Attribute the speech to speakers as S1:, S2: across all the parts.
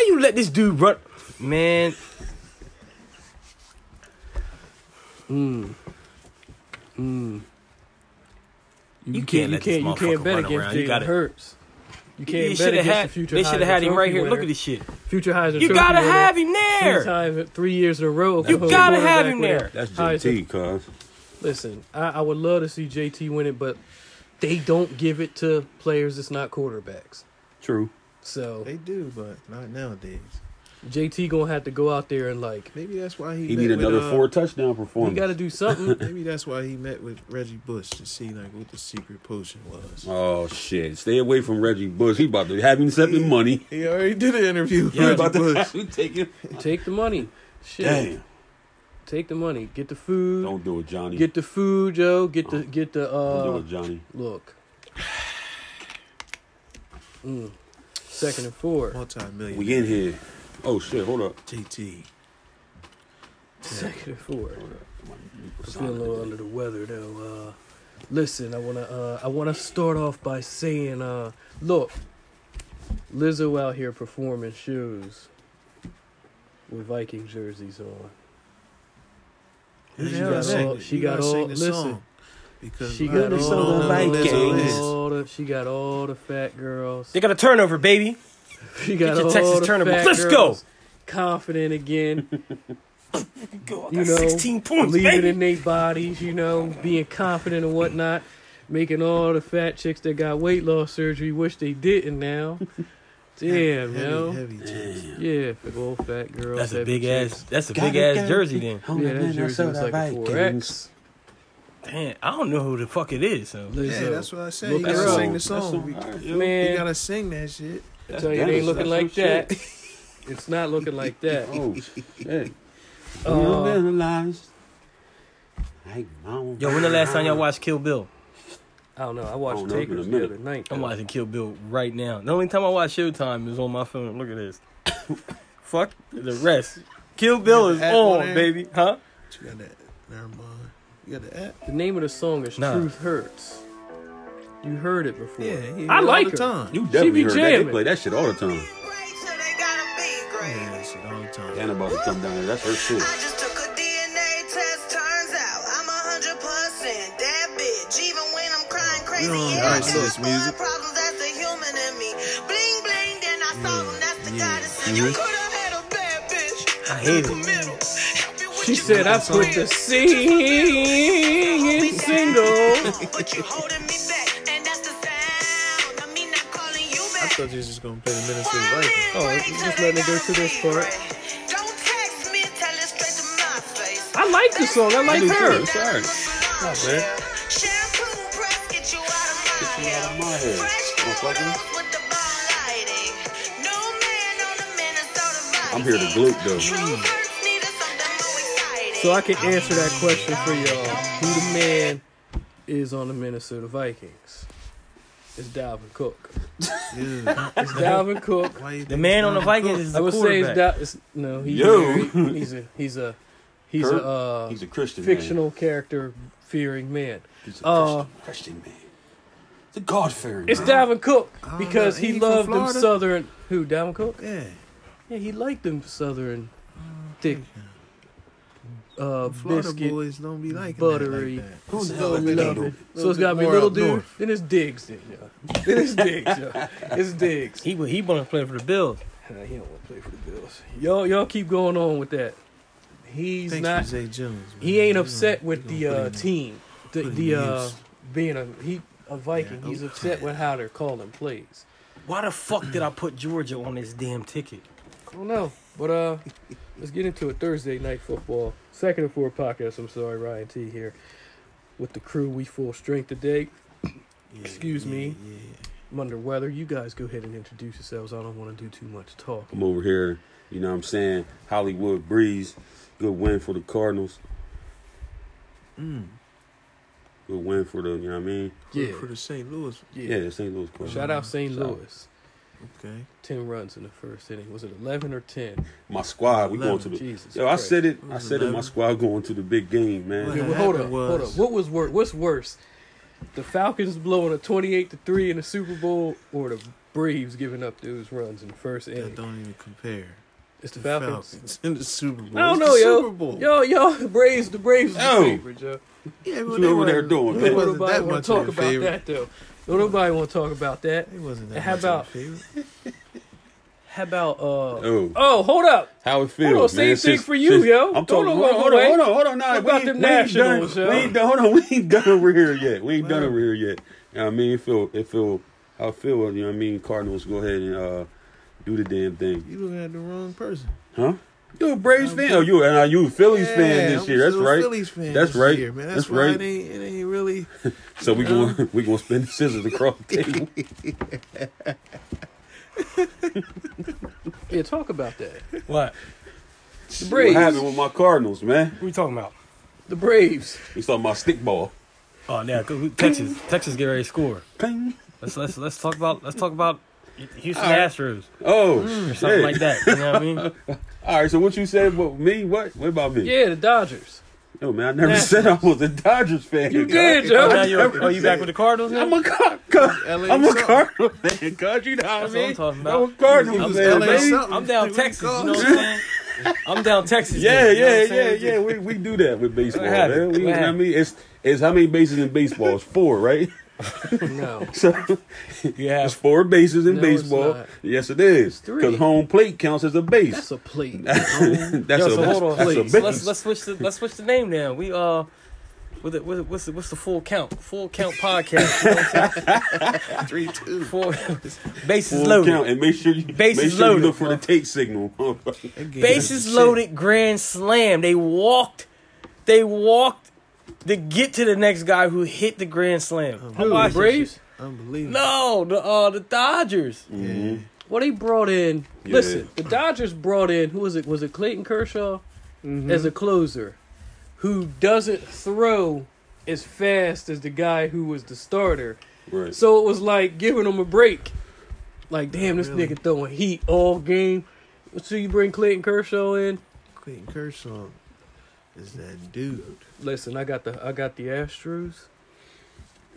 S1: you let this dude run, man?
S2: Mm. Mm.
S1: You can't
S2: You, can't. You
S1: let this
S2: can't. You
S1: motherfucker
S2: can't bet
S1: run
S2: against
S1: around. You
S2: Jalen
S1: gotta-
S2: Hurts. You
S1: They
S2: can't
S1: should
S2: bet
S1: have
S2: against
S1: had.
S2: the future.
S1: They should have
S2: Heisman
S1: had him right
S2: Trophy
S1: here.
S2: Winner.
S1: Look at this shit.
S2: Future Heisman.
S1: You
S2: Trophy
S1: gotta
S2: winner.
S1: have him
S2: Three,
S1: there.
S2: times, three years in a row.
S1: You gotta have him
S2: Quarterback
S1: there.
S2: winner.
S3: That's
S2: Heisman.
S3: JT, cuz.
S2: Listen, I, I would love to see JT win it, but they don't give it to players that's not quarterbacks.
S3: True.
S2: So
S4: They do, but not nowadays.
S2: JT gonna have to go out there and like
S4: Maybe that's why he
S3: He
S4: met
S3: need
S4: with,
S3: another
S4: uh,
S3: four touchdown
S2: we
S3: performance.
S2: gotta do something.
S4: Maybe that's why he met with Reggie Bush to see like what the secret potion was.
S3: Oh shit! Stay away from Reggie Bush. He about to have him accepting money.
S4: He already did an interview with
S3: He
S4: Reggie
S3: about to
S4: Bush.
S3: have him taking.
S2: Take the money. Shit.
S3: Damn!
S2: Take the money. Get the food.
S3: Don't do it, Johnny.
S2: Get the food, Joe. Get the get the
S3: Don't do
S2: uh
S3: it, Johnny.
S2: look. Mm. Second and four.
S4: Multi-million.
S3: We in here. Oh shit! Hold up.
S4: JT.
S2: Second and four. I feel a little uh, under the weather though. Uh, listen, I wanna uh, I wanna start off by saying, uh, look, Lizzo out here performing shows with Viking jerseys on.
S4: And
S2: She
S4: you gotta
S2: got
S4: sing
S2: all-
S4: it.
S2: she
S4: You
S2: got
S4: gotta
S2: all-
S4: sing the
S2: listen.
S4: song. Because
S2: She
S4: I
S2: got
S4: don't
S2: all
S4: know who
S1: Vikings.
S4: Lizzo is.
S2: all the she got all the fat girls.
S1: They got a turnover, baby.
S2: She got
S1: your
S2: all
S1: Texas
S2: the
S1: Tournament.
S2: fat
S1: Let's go.
S2: girls Confident again.
S1: Go, I got
S2: You know,
S1: 16 points,
S2: believing
S1: baby.
S2: in their bodies, you know, being confident and whatnot, making all the fat chicks that got weight loss surgery wish they didn't now. Damn,
S4: Heavy,
S2: yo.
S4: heavy chicks.
S2: Yeah, big old fat girl.
S1: That's a
S2: fat
S1: big
S2: chicks.
S1: ass. That's a
S3: Gotta
S1: big ass
S3: go.
S1: jersey. Then,
S4: Oh,
S3: Hold
S2: Yeah,
S3: on,
S2: that
S3: man, I
S2: jersey
S3: saw
S2: looks
S3: that
S2: like a 4X.
S1: damn, I don't know who the fuck it is. So,
S2: Lizzo.
S4: Yeah, that's what I said.
S2: Look
S4: You
S2: at
S4: gotta
S2: her.
S4: sing the
S3: That's all
S4: song.
S3: right.
S4: You-
S2: Man.
S4: You gotta sing that shit.
S3: That's
S2: Tell you it
S3: Dennis.
S2: ain't looking
S3: That's
S2: like
S3: some shit.
S2: that. it's not looking like that.
S3: Oh shit!
S2: Uh,
S3: Realized. Like, no.
S1: yo, when the last time y'all watched Kill Bill?
S2: I don't know. I watched
S3: Oh, no, it's been a
S2: Takers the
S3: minute.
S2: other night.
S1: I'm
S2: though.
S1: watching Kill Bill right now. The only time I watch Showtime is on my phone. Look at this. Fuck the rest. Kill Bill
S4: You
S1: is
S4: got the app on
S1: on,
S4: there?
S1: baby. Huh?
S4: You got that. Never mind. You got the app.
S2: The name of the song is
S1: Nah.
S2: Truth Hurts. You heard it before.
S4: Yeah, he
S2: I
S4: all
S2: like
S4: the
S2: her.
S4: time.
S3: You definitely
S2: be
S3: heard that. They
S2: jamming.
S3: play that shit all the time.
S5: Great, so they gotta be great.
S4: Yeah, that shit all the time.
S3: Anna about to come down here. That's her shit.
S5: I just took a DNA test, turns out I'm a hundred percent that bitch. Even when I'm crying crazy,
S4: We don't
S5: yeah, I
S4: embrace
S5: got
S4: this
S5: blood
S4: music.
S5: problems, that's the human in me. Bling bling, then I saw him, that's the goddess. in You could have had a bad bitch. I
S1: hate it.
S2: She said, I put the singing single.
S5: But you holding me back, and that's the sound of me not calling you
S4: I
S5: back.
S4: thought you was just gonna play the minutes of
S5: Why
S4: life.
S2: Oh,
S5: men
S2: you just
S5: pray till
S2: letting
S5: they
S2: it go to
S5: gotta
S2: this
S5: be
S2: part.
S5: great? Don't text me, tell it straight to my face.
S2: I like the song. I like
S3: do
S2: her.
S3: too. Sorry. man.
S5: Shampoo press, get you out of my
S3: you
S5: hair.
S3: out of my hair.
S5: Fresh
S3: Motherfucker.
S5: photos with the bomb lighting. No man on the Minnesota Vikings.
S3: I'm here to gloat, though.
S5: True hurts needed something more exciting.
S2: So I can answer that question for y'all. Who the man is on the Minnesota Vikings? It's Dalvin Cook.
S4: Yeah.
S2: It's Dalvin Cook.
S4: Why you
S1: The man on the Vikings is
S2: I
S1: the
S2: would say it's,
S1: quarterback.
S2: da- it's no. He's
S3: Yo.
S2: married. he's a he's a he's
S3: Kurt,
S2: a uh,
S3: He's a Christian man.
S2: fictional character fearing man.
S3: He's a
S2: uh,
S3: Christian, Christian man. He's a God fearing
S2: It's
S3: man.
S2: Dalvin Cook
S4: don't
S2: because
S4: know.
S2: he,
S4: He from
S2: loved them
S4: Florida?
S2: Southern. Who Dalvin Cook?
S4: Yeah.
S2: Yeah, he liked them Southern thick uh,
S4: Florida
S2: biscuit.
S4: boys don't be liking
S2: buttery.
S4: That like that.
S3: Who
S4: It's
S3: the
S4: a
S3: hell
S4: little
S3: is
S4: bit
S3: that?
S4: of-
S2: So it's gotta be
S4: more
S2: little
S4: up
S2: dude.
S4: north.
S2: Then it's Diggs. Then, yeah. then it's Diggs. Yeah. It's Diggs.
S1: He he wanna play for the Bills.
S2: Nah, he don't want to play for the Bills. Y'all, y'all keep going on with that. He's
S4: Thanks
S2: not.
S4: for Zay Jones. man.
S2: He ain't
S4: We
S2: upset
S4: gonna-
S2: with
S4: we
S2: the
S4: gonna
S2: uh,
S4: put him in.
S2: team. The
S4: put him
S2: the
S4: in
S2: uh,
S4: use.
S2: being a he a Viking.
S4: Yeah,
S2: He's
S4: okay.
S2: upset with how they're calling plays.
S1: Why the fuck did I put Georgia on this damn ticket?
S2: I don't know. But uh let's get into it. Thursday night football. Second and four podcast. I'm sorry, Ryan T here. With the crew, we full strength today.
S4: Yeah,
S2: Excuse
S4: yeah,
S2: me.
S4: yeah, yeah.
S2: I'm under weather. You guys go ahead and introduce yourselves. I don't want to do too much talking.
S3: I'm over here, you know what I'm saying? Hollywood Breeze. Good win for the Cardinals.
S4: Mm.
S3: Good win for the, you know what I mean?
S2: Yeah.
S4: Yeah. For the St. Louis.
S3: Yeah,
S2: Yeah.
S3: the St. Louis Cardinals.
S2: Shout out St.
S3: Shout out.
S2: Louis.
S4: Okay.
S2: Ten runs in the first inning. Was it eleven or ten?
S3: My squad, we
S4: Eleven,
S3: going to the
S2: Jesus
S3: Yo, I
S2: Christ.
S3: said it. I
S4: Who's
S3: said it. My
S4: eleven?
S3: squad going to the big game, man.
S4: What
S2: Yeah,
S4: had
S2: well, hold
S4: happened
S2: up, hold
S4: was-
S2: up. What was worse? What's worse? The Falcons blowing a twenty-eight to three in the Super Bowl, or the Braves giving up those runs in the first
S4: That
S2: inning.
S4: don't even compare.
S2: It's the
S4: The
S2: Falcons.
S4: Falcons in the Super Bowl.
S2: I don't
S4: It's the
S2: know, yo.
S4: Super Bowl.
S2: Yo, yo, the Braves, the Braves is
S3: Yo.
S2: the favorite, yo.
S4: Yeah,
S3: What
S4: well,
S3: you
S4: they
S3: over there
S4: wasn't-
S3: doing,
S4: They
S3: man?
S2: Don't
S4: wasn't
S2: nobody
S4: that
S2: want
S4: much
S2: to talk
S4: of a
S2: about
S4: favorite.
S2: that, though. Don't nobody want to talk about that.
S4: They wasn't
S2: And
S4: that
S2: how
S4: much
S2: about-
S4: of a favorite.
S2: How about, uh...
S3: Oh.
S2: Oh, hold up.
S3: How it feels,
S2: Hold on,
S3: man.
S2: same
S3: It's
S2: thing
S3: just-
S2: for you,
S3: just-
S2: yo.
S3: I'm
S2: Don't
S3: talking.
S2: look
S3: Hold on,
S2: over
S3: hold on,
S2: the
S3: hold
S2: way.
S3: on, hold on. Nah,
S2: What
S3: we
S2: about
S3: ain't-
S2: them
S3: we ain't done.
S2: Nationals, yo?
S3: We ain't done. Hold on, we ain't done over here yet. We ain't done over here yet. You know what I mean, it feel it feel how it feel. You know what I mean? Cardinals go ahead and uh, do the damn thing,
S4: You looking at the wrong person.
S3: huh? You a Braves fan? Oh, you and are you a Phillies fan this
S4: I'm
S3: year? That's
S4: still a
S3: right.
S4: Phillies fan
S3: That's
S4: this
S3: right.
S4: year, man. That's,
S3: That's
S4: why
S3: right.
S4: It ain't, it ain't really.
S3: So we going we gonna spin the scissors across the table.
S2: Yeah, talk about that.
S1: What?
S2: The
S3: What
S2: Braves.
S3: happened with my Cardinals, man?
S1: What are we talking about?
S2: The Braves.
S3: We talking about stickball.
S1: Oh, yeah, 'cause we- Texas. Texas get ready to score.
S3: Ping.
S1: Let's let's let's talk about let's talk about Houston
S3: All right.
S1: Astros
S3: Oh
S1: or
S3: shit!
S1: something like that. You know what I mean?
S3: All right. So what you said about me? What? What about me?
S2: Yeah, the Dodgers.
S3: No, man. I never said I was a Dodgers fan.
S2: You
S3: yo.
S2: did,
S1: Oh, now
S2: yo.
S1: you're, are you back with the Cardinals? Now?
S3: I'm a car, car,
S4: LA
S3: I'm a
S4: something.
S3: Cardinal fan, cuz you know what I
S1: That's what I'm
S3: mean.
S1: talking
S3: I'm a
S1: about.
S4: He
S3: Cardinal
S4: was
S3: fan,
S4: LA
S3: baby.
S4: something.
S1: I'm down
S4: What we
S1: Texas. You
S4: call
S1: know what
S4: it?
S1: I'm saying? I'm down Texas.
S3: Yeah,
S1: then, you know
S3: yeah,
S1: what I'm
S3: yeah,
S1: saying?
S3: yeah. We we do that with baseball,
S1: happened?
S3: man. We,
S1: What
S3: you know what I
S1: happened?
S3: mean, it's it's how many bases in baseball? It's four, right?
S2: No.
S3: So
S1: You
S3: it's
S1: have
S3: four bases in
S2: No, it's
S3: baseball.
S2: not.
S3: Yes, it is.
S2: It's three.
S3: Because home plate counts as a base.
S2: That's a plate.
S3: That's
S1: Yo,
S3: a
S1: so hold on,
S3: that's a
S1: please.
S3: base.
S1: Let's let's switch the let's switch the name now. We uh, with it, with it, what's the, what's the full count? Full count podcast. You know what I'm saying?
S4: Three two.
S1: Full bases
S3: Full
S1: loaded.
S3: count and make sure you
S1: Base
S3: make
S1: is
S3: sure you
S1: loaded,
S3: look for the take signal.
S1: Bases loaded. Grand slam. They walked. They walked to get to the next guy who hit the grand slam. I
S2: Who,
S1: watched
S2: the
S1: that shit.
S2: Braves?
S4: Unbelievable.
S1: No, the uh the Dodgers.
S3: Mm-hmm.
S2: Well, they brought in.
S3: Yeah.
S2: Listen, the Dodgers brought in who was it? Was it Clayton Kershaw as a closer, who doesn't throw as fast as the guy who was the starter.
S3: right.
S2: So it was like giving him a break. Like, damn, this
S4: Really?
S2: nigga throwing heat all game. So you bring Clayton Kershaw in.
S4: Clayton Kershaw is that dude.
S2: Listen, I got the I got the Astros.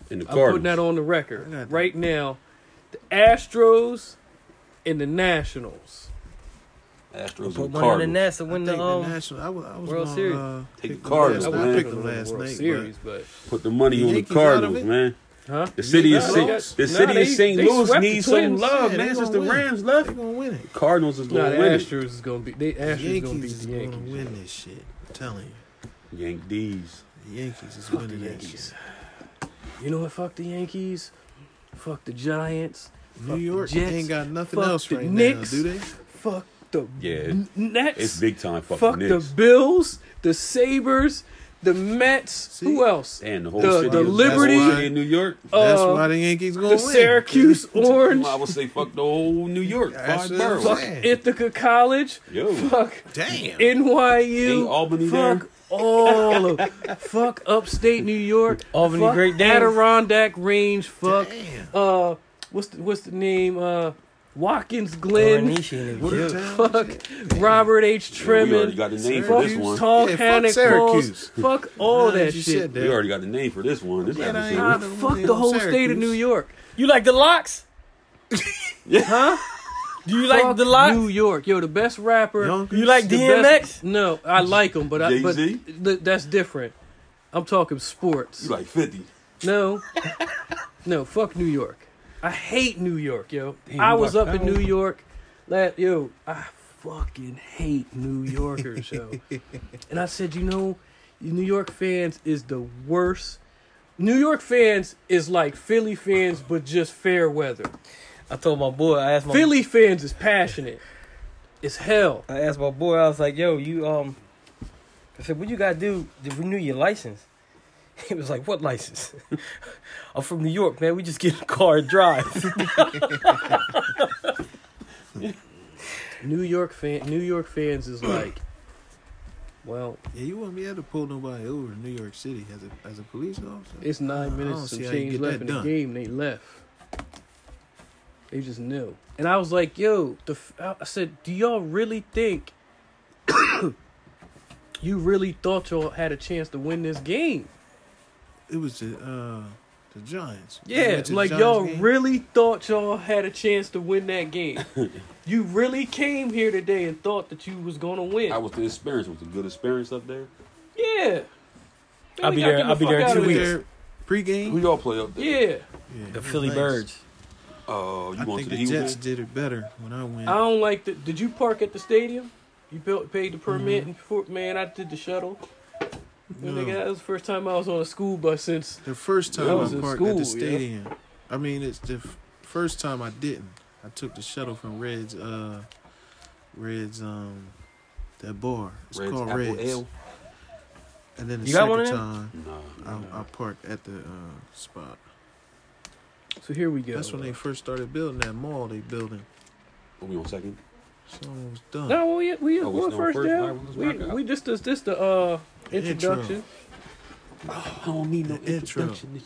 S3: in the
S2: I'm putting that
S3: Cardinals.
S2: on the
S4: I
S2: record
S4: got that.
S2: right now. The Astros and the Nationals.
S3: Astros
S1: Put
S3: and
S1: one on the
S3: Cardinals.
S1: Nets and win
S4: I
S1: the
S4: think the
S1: um.
S4: national. I was, I was
S2: World
S4: gonna,
S2: Series.
S4: Uh,
S3: Take the
S4: pick
S3: Cardinals,
S4: last-
S2: I
S3: man.
S4: I
S2: wasn't
S4: picked
S2: gonna win
S4: them
S2: the
S4: last
S2: World
S4: night.
S2: Series, but
S3: Put the money
S4: The
S3: on the
S4: Yankees out of
S3: Cardinals,
S4: it?
S3: man.
S2: huh?
S3: The city of
S2: Nah,
S3: St.
S2: they got-
S3: the city
S2: nah,
S3: of
S2: they-
S3: St.
S2: they
S3: Louis
S2: swept the
S3: needs some
S2: Twins.
S3: love,
S4: Yeah,
S3: man.
S4: they
S3: It's just the
S4: gonna win.
S3: Rams
S4: They're
S3: left.
S4: gonna win it.
S3: Cardinals is
S2: Nah,
S3: gonna
S2: the
S3: win it.
S2: Astros is gonna be. They Astros
S4: The
S2: gonna beat
S4: Yankees
S2: the
S4: is gonna
S2: Yankees.
S4: win this shit. I'm telling you,
S3: Yank D's.
S4: the Yankees is
S2: Fuck the
S4: winning that
S2: Yankees.
S4: shit.
S2: You know what? Fuck the Yankees. Fuck the Giants.
S4: New York
S2: Jets.
S4: ain't got nothing
S2: Fuck
S4: else
S2: the
S4: right
S2: Knicks.
S4: now, do they?
S2: Fuck the
S3: Yeah,
S2: N- Nets.
S3: It's big time fucking
S2: Fuck
S3: Knicks.
S2: the Bills. The Sabers. The Mets. Who else?
S3: and the whole
S2: the-
S3: city,
S2: the
S3: of- whole
S2: Liberty-
S3: city in New York.
S4: That's
S2: Uh,
S4: why the Yankees gonna
S2: The
S4: win.
S2: Syracuse Orange.
S3: I would say fuck the whole New York.
S4: That's
S3: Five
S4: what I'm
S3: boroughs.
S2: Fuck
S4: saying.
S2: Ithaca College.
S3: Yo.
S2: Fuck
S4: Damn.
S2: NYU.
S3: Ain't Albany
S2: fuck
S3: there?
S2: all of fuck upstate New York.
S1: Albany
S2: fuck
S1: Great Danes.
S2: Adirondack Range. Fuck
S4: Damn.
S2: uh what's the what's the name? Uh Watkins
S1: Oh,
S2: Glen.
S1: Garnishi and
S4: What
S1: the
S4: a
S1: Jets.
S4: town.
S2: Fuck Robert H.
S3: Yeah, we
S2: Tremon.
S3: already got the name for
S2: Fuck
S3: this one.
S2: Tall
S4: Yeah, fuck
S2: Hannock
S4: Syracuse.
S2: Bulls, Fuck all
S4: Now
S2: that
S4: you
S2: shit.
S4: said
S3: We already got the name for this one. This
S4: Yeah, that ain't-
S2: Nah,
S3: episode.
S4: Nah,
S2: fuck
S4: they
S2: the
S4: on
S2: whole
S4: Syracuse.
S2: state of New York.
S1: You like the locks?
S2: Huh?
S1: Do you like
S2: Fuck
S1: the locks?
S2: New York. Yo, the best rapper.
S4: Yonkers.
S1: You like
S2: the
S1: DMX?
S2: best- no, I like him, but I, but
S3: Jay-Z?
S2: th- that's different. I'm talking sports.
S3: You like fifty.
S2: No, no, fuck New York. I hate New York, yo.
S1: Damn,
S2: I
S1: you
S2: was
S1: like
S2: up in
S1: that
S2: New
S1: one?
S2: York. That yo, I fucking hate New Yorkers, yo. and I said, you know, New York fans is the worst. New York fans is like Philly fans, but just fair weather.
S1: I told my boy. I asked my
S2: Philly fans is passionate. It's hell.
S1: I asked my boy. I was like, "Yo, you um," I said, "What you gotta do to renew your license?" He was like, "What license?" I'm from New York, man. We just get in a car and drive.
S2: New York fan. New York fans is like, well,
S4: Yeah, you won't be able to pull nobody over in New York City as a as a police officer.
S2: It's nine
S4: I
S2: minutes
S4: don't
S2: and some
S4: see how you
S2: change
S4: get
S2: left
S4: that
S2: in the
S4: done.
S2: game. They left. They just knew. And I was like, "Yo," the f- I said, "Do y'all really think you really thought y'all had a chance to win this game?"
S4: it was the uh, the Giants. We
S2: Yeah,
S4: went to the
S2: like
S4: Giants
S2: y'all
S4: game.
S2: really thought y'all had a chance to win that game. you really came here today and thought that you was gonna win.
S3: How was the experience? Was it a good experience up there?
S2: yeah.
S1: I'll be there- I'll be there in
S4: We
S1: two
S4: were
S1: weeks.
S4: there Pre-game.
S3: Who y'all play up there?
S2: Yeah,
S4: Yeah,
S1: The
S4: it was
S1: Philly
S4: nice.
S1: Birds.
S3: Oh, you
S4: I
S3: going to
S4: think the
S3: the Eagles?
S4: Jets did it better when I went.
S2: I don't like the. Did you park at the stadium? You built, paid the permit and before, man, I did the shuttle. And
S4: No.
S2: nigga, that was the first time I was on a school bus since.
S4: The first time
S2: I
S4: I,
S2: was in
S4: parked at
S2: school, yeah.
S4: the stadium. I mean, it's the f- first time I didn't. I took the shuttle from Red's, uh, Red's, um, that bar. It's
S3: Reds,
S4: called
S3: Apple
S4: Red's.
S3: Ale?
S4: And then the
S1: You got one
S4: second
S1: of
S4: time,
S3: Nah.
S4: I, I parked at the uh, spot.
S2: So here we go.
S4: That's when they first started building that mall. They building.
S3: Are we on second?
S4: Someone was done.
S2: No, we we
S3: Oh,
S2: oh,
S3: we
S2: going
S3: still
S2: first
S3: first? All
S2: down.
S3: right, well, let's
S2: we
S3: rock out.
S2: we just this this the uh
S4: Intro.
S2: introduction.
S3: I don't need
S4: no introduction.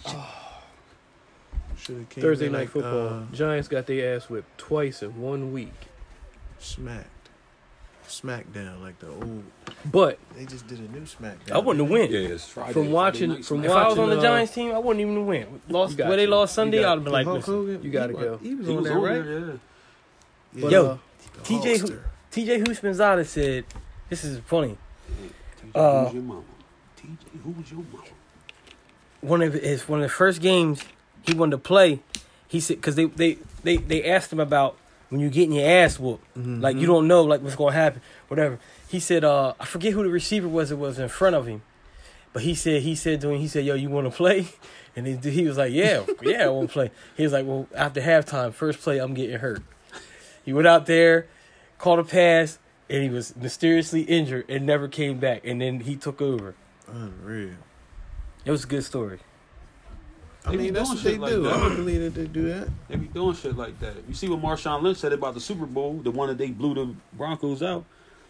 S4: Shoulda came
S2: Thursday
S4: in
S2: night
S4: like,
S2: football.
S4: uh,
S2: Giants got their ass whipped twice in one week.
S4: smacked. Smackdown, like the old.
S2: But
S4: They just did a new Smackdown.
S1: I wouldn't have win.
S3: Yeah, it's Friday.
S2: From
S3: Friday
S2: watching-
S3: night,
S2: from
S3: man.
S1: If I was on the
S2: Watching, uh,
S1: Giants team, I wouldn't even win. Lost
S2: got
S1: where they
S2: you.
S1: lost Sunday,
S2: You got
S1: I'd have been like,
S4: Hulk
S1: listen,
S4: Hogan,
S2: you gotta
S4: he
S2: go.
S4: Was, he was
S3: He
S4: on
S3: was
S4: there,
S3: over
S4: right?
S3: there, yeah.
S4: Yeah.
S1: Yo,
S2: uh,
S4: The
S1: TJ
S4: Hulkster.
S1: TJ Houshmandzada said, "This is funny."
S3: TJ,
S1: Uh,
S3: who's your mama? TJ, who's your mama?
S1: One of his one of the first games he wanted to play, he said because they, they they they asked him about when you getting your ass whooped, like you don't know like what's gonna happen, whatever. He said, uh, I forget who the receiver was. It was in front of him, but he said he said to him, he said, "Yo, you want to play?" And he, he was like, "Yeah, yeah, I want to play." He was like, "Well, after halftime, first play, I'm getting hurt." He went out there, caught a pass, and he was mysteriously injured and never came back. And then he took over.
S4: Unreal.
S1: It was a good story.
S4: I
S3: They be
S4: mean, that's
S3: doing
S4: what they
S3: shit like
S4: do.
S3: that.
S4: I don't believe that they do that.
S3: They be doing shit like that. You see what Marshawn Lynch said about the Super Bowl, the one that they blew the Broncos out.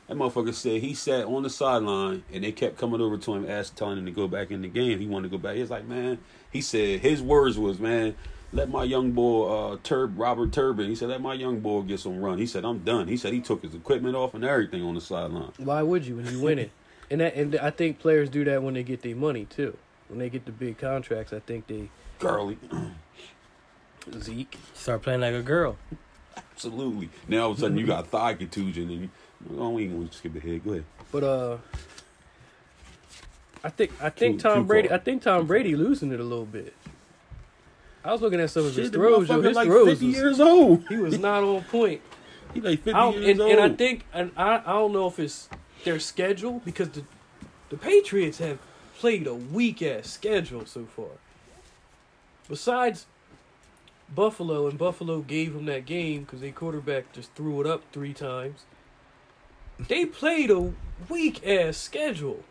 S3: That motherfucker said he sat on the sideline and they kept coming over to him, asking, telling him to go back in the game. He wanted to go back. He was like, man, he said his words was, man, let my young boy, uh, Turb Robert Turbin. He said, let my young boy get some run. He said, I'm done. He said he took his equipment off and everything on the sideline.
S2: why would you when you win it? And that and I think players do that when they get their money too. When they get the big contracts, I think they
S3: Girly,
S2: Zeke.
S1: Start playing like a girl.
S3: absolutely. Now all of a sudden you got thigh contusion and you. Oh, we ain't gonna skip ahead. Go ahead.
S2: But uh, I think I think
S3: Too-
S2: Tom
S3: too
S2: Brady.
S3: far.
S2: I think Tom Brady losing it a little bit. I was looking at some of his
S3: Shit, the
S2: throws. Yo,
S3: motherfucker
S2: his
S3: like
S2: throws.
S3: 50
S2: Was,
S3: years old.
S2: he was not on point.
S3: He like 50
S2: I don't,
S3: years
S2: and,
S3: old.
S2: and I think and I, I don't know if it's their schedule because the the Patriots have played a weak ass schedule so far. Besides Buffalo and Buffalo gave him that game because their quarterback just threw it up three times. They played a weak ass schedule.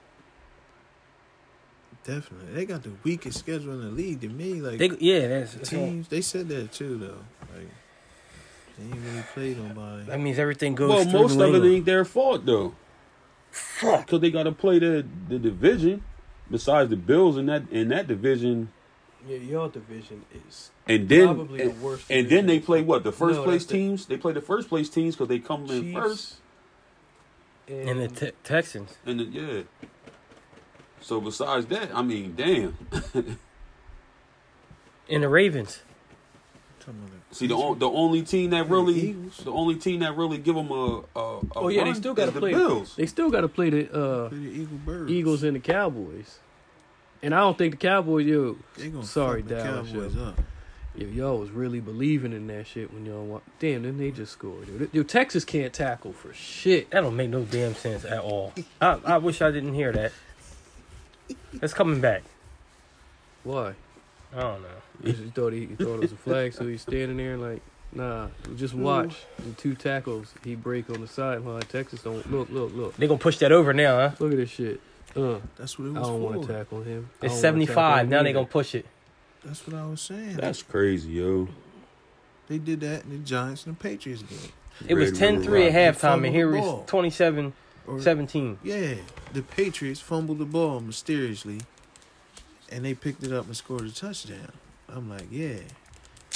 S4: Definitely, they got the weakest schedule in the league to me. Like
S1: They, yeah, that's, that's all.
S4: teams, they said that too though. Like they ain't really played nobody.
S1: that means everything goes.
S3: Well,
S1: through
S3: most
S1: New
S3: of it
S1: England.
S3: ain't their fault though. Fuck, cause they gotta play the the division. Besides the Bills in that in that division,
S2: Yeah, y'all division is
S3: and then
S2: Probably the
S3: and,
S2: worst
S3: and
S2: division.
S3: then they play what the first
S2: No,
S3: place
S2: that's the-
S3: teams. They play the first place teams because they come in
S2: Chiefs
S3: first.
S2: and,
S1: and the te- Texans.
S3: And then, yeah. So besides that, I mean, damn.
S1: And the Ravens.
S4: Talking about the-
S3: See the on, the only team that really
S4: Eagles.
S3: the only team that really give them a, a, a
S2: oh yeah, they
S3: run
S2: still
S3: is
S2: got to
S3: the
S2: play.
S3: Bills.
S2: They still got to play the uh,
S4: play the Eagle Birds.
S2: Eagles and the Cowboys. And I don't think the Cowboys, yo,
S4: They gonna
S2: Sorry,
S4: fuck the
S2: Dallas,
S4: Cowboys up.
S2: yo, y'all was really believing in that shit when y'all want. Damn, then they just scored. Yo, yo Texas can't tackle for shit.
S1: That don't make no damn sense at all. I, I wish I didn't hear that. That's coming back.
S2: Why?
S1: I don't know.
S2: He just thought he, he thought it was a flag, so he's standing there like, nah. Just
S1: Mm.
S2: watch the two tackles he break on the sideline. Texas don't look, look, look,
S1: They gonna push that over now, huh?
S2: look at this shit. Uh,
S4: That's what it
S2: I
S4: was
S2: don't want
S4: for.
S2: to tackle him. I don't wanna
S1: It's
S2: tackle
S1: seventy five.
S2: him
S1: Now they
S2: either.
S1: gonna push it.
S4: That's what I was saying.
S3: That's crazy, yo.
S4: they did that in the Giants and the Patriots game.
S1: It was
S3: Red
S1: 10-3
S3: Rock.
S1: at
S4: Fumble
S1: halftime,
S4: the
S1: and here
S4: ball.
S1: it's 27-17.
S4: Or- Yeah, the Patriots fumbled the ball mysteriously, and they picked it up and scored a touchdown. I'm like, yeah.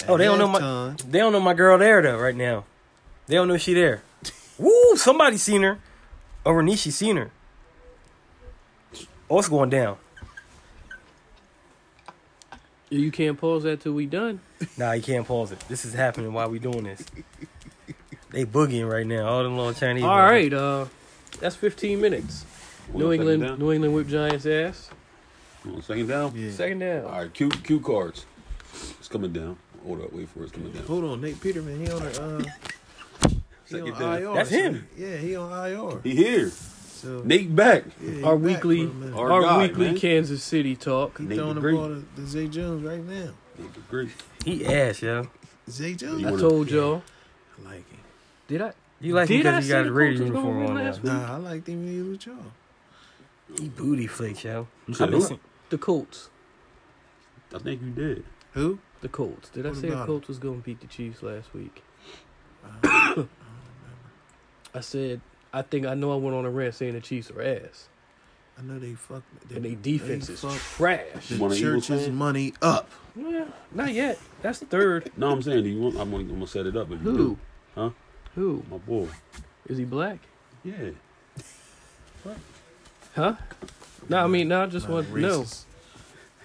S1: Oh, they don't know my-
S4: time.
S1: They don't know my girl there though. Right now, they don't know she there. Woo! Somebody seen her. Or Renishi seen her. Oh, it's going down.
S2: You can't pause that till we done.
S1: Nah, you can't pause it. This is happening while we doing this. They boogieing right now. All them little Chinese.
S2: All right, uh, that's 15 minutes.
S3: We'll
S2: New
S3: second
S2: England,
S3: down.
S2: New England whip Giants ass.
S3: We'll Second down.
S4: Yeah.
S2: Second down.
S3: All right, cue cue cards. It's coming down. Hold up, wait for it. It's coming down.
S4: Hold on, Nate Peterman. He on the. Uh, he
S3: Second
S4: on
S3: down.
S4: IR.
S1: That's
S4: so-
S1: him.
S4: Yeah, he on IR.
S3: He here.
S4: So
S3: Nate back.
S4: yeah, he
S2: Our
S4: back
S2: weekly-
S4: for a minute.
S3: Our
S2: Our
S3: guy,
S2: weekly
S3: man.
S2: Kansas City talk.
S4: He
S3: Nate
S4: throwing the
S3: Green.
S4: ball to, to Zay Jones right now.
S3: Nate the Great.
S1: He ass, yo.
S4: Zay
S2: I
S3: You
S4: Jones.
S3: wanna-
S2: told y'all.
S4: I like him.
S2: Did I?
S1: You like him
S2: Did I
S1: because he
S2: see
S1: got
S2: the
S1: his Raider
S2: coaches
S1: uniform
S2: going
S1: on
S2: in
S1: now.
S2: last week?
S4: Nah, I liked him when he was with y'all.
S1: He booty flakes, yo.
S3: You said
S1: Listen,
S2: The Colts.
S3: who? I think you did.
S4: Who?
S2: The Colts. Did I
S4: What
S2: say the
S4: about 'em?
S2: Colts was going to beat the Chiefs last week? I said, I think I know I went on a rant saying the Chiefs are ass.
S4: I know they fucked.
S2: And they defense is
S4: fucked
S2: trash.
S3: You want
S4: the
S3: an Eagles
S4: church's
S3: fan?
S4: money up.
S2: Well, not yet. That's the third.
S3: No, I'm saying. Do you want? I'm gonna, I'm gonna set it up. If you
S2: Who?
S3: do, Huh?
S2: Who?
S3: my boy.
S2: Is he black?
S3: Yeah.
S2: Huh? No, I mean, no, I just
S4: Nah,
S2: want to know.
S4: racist.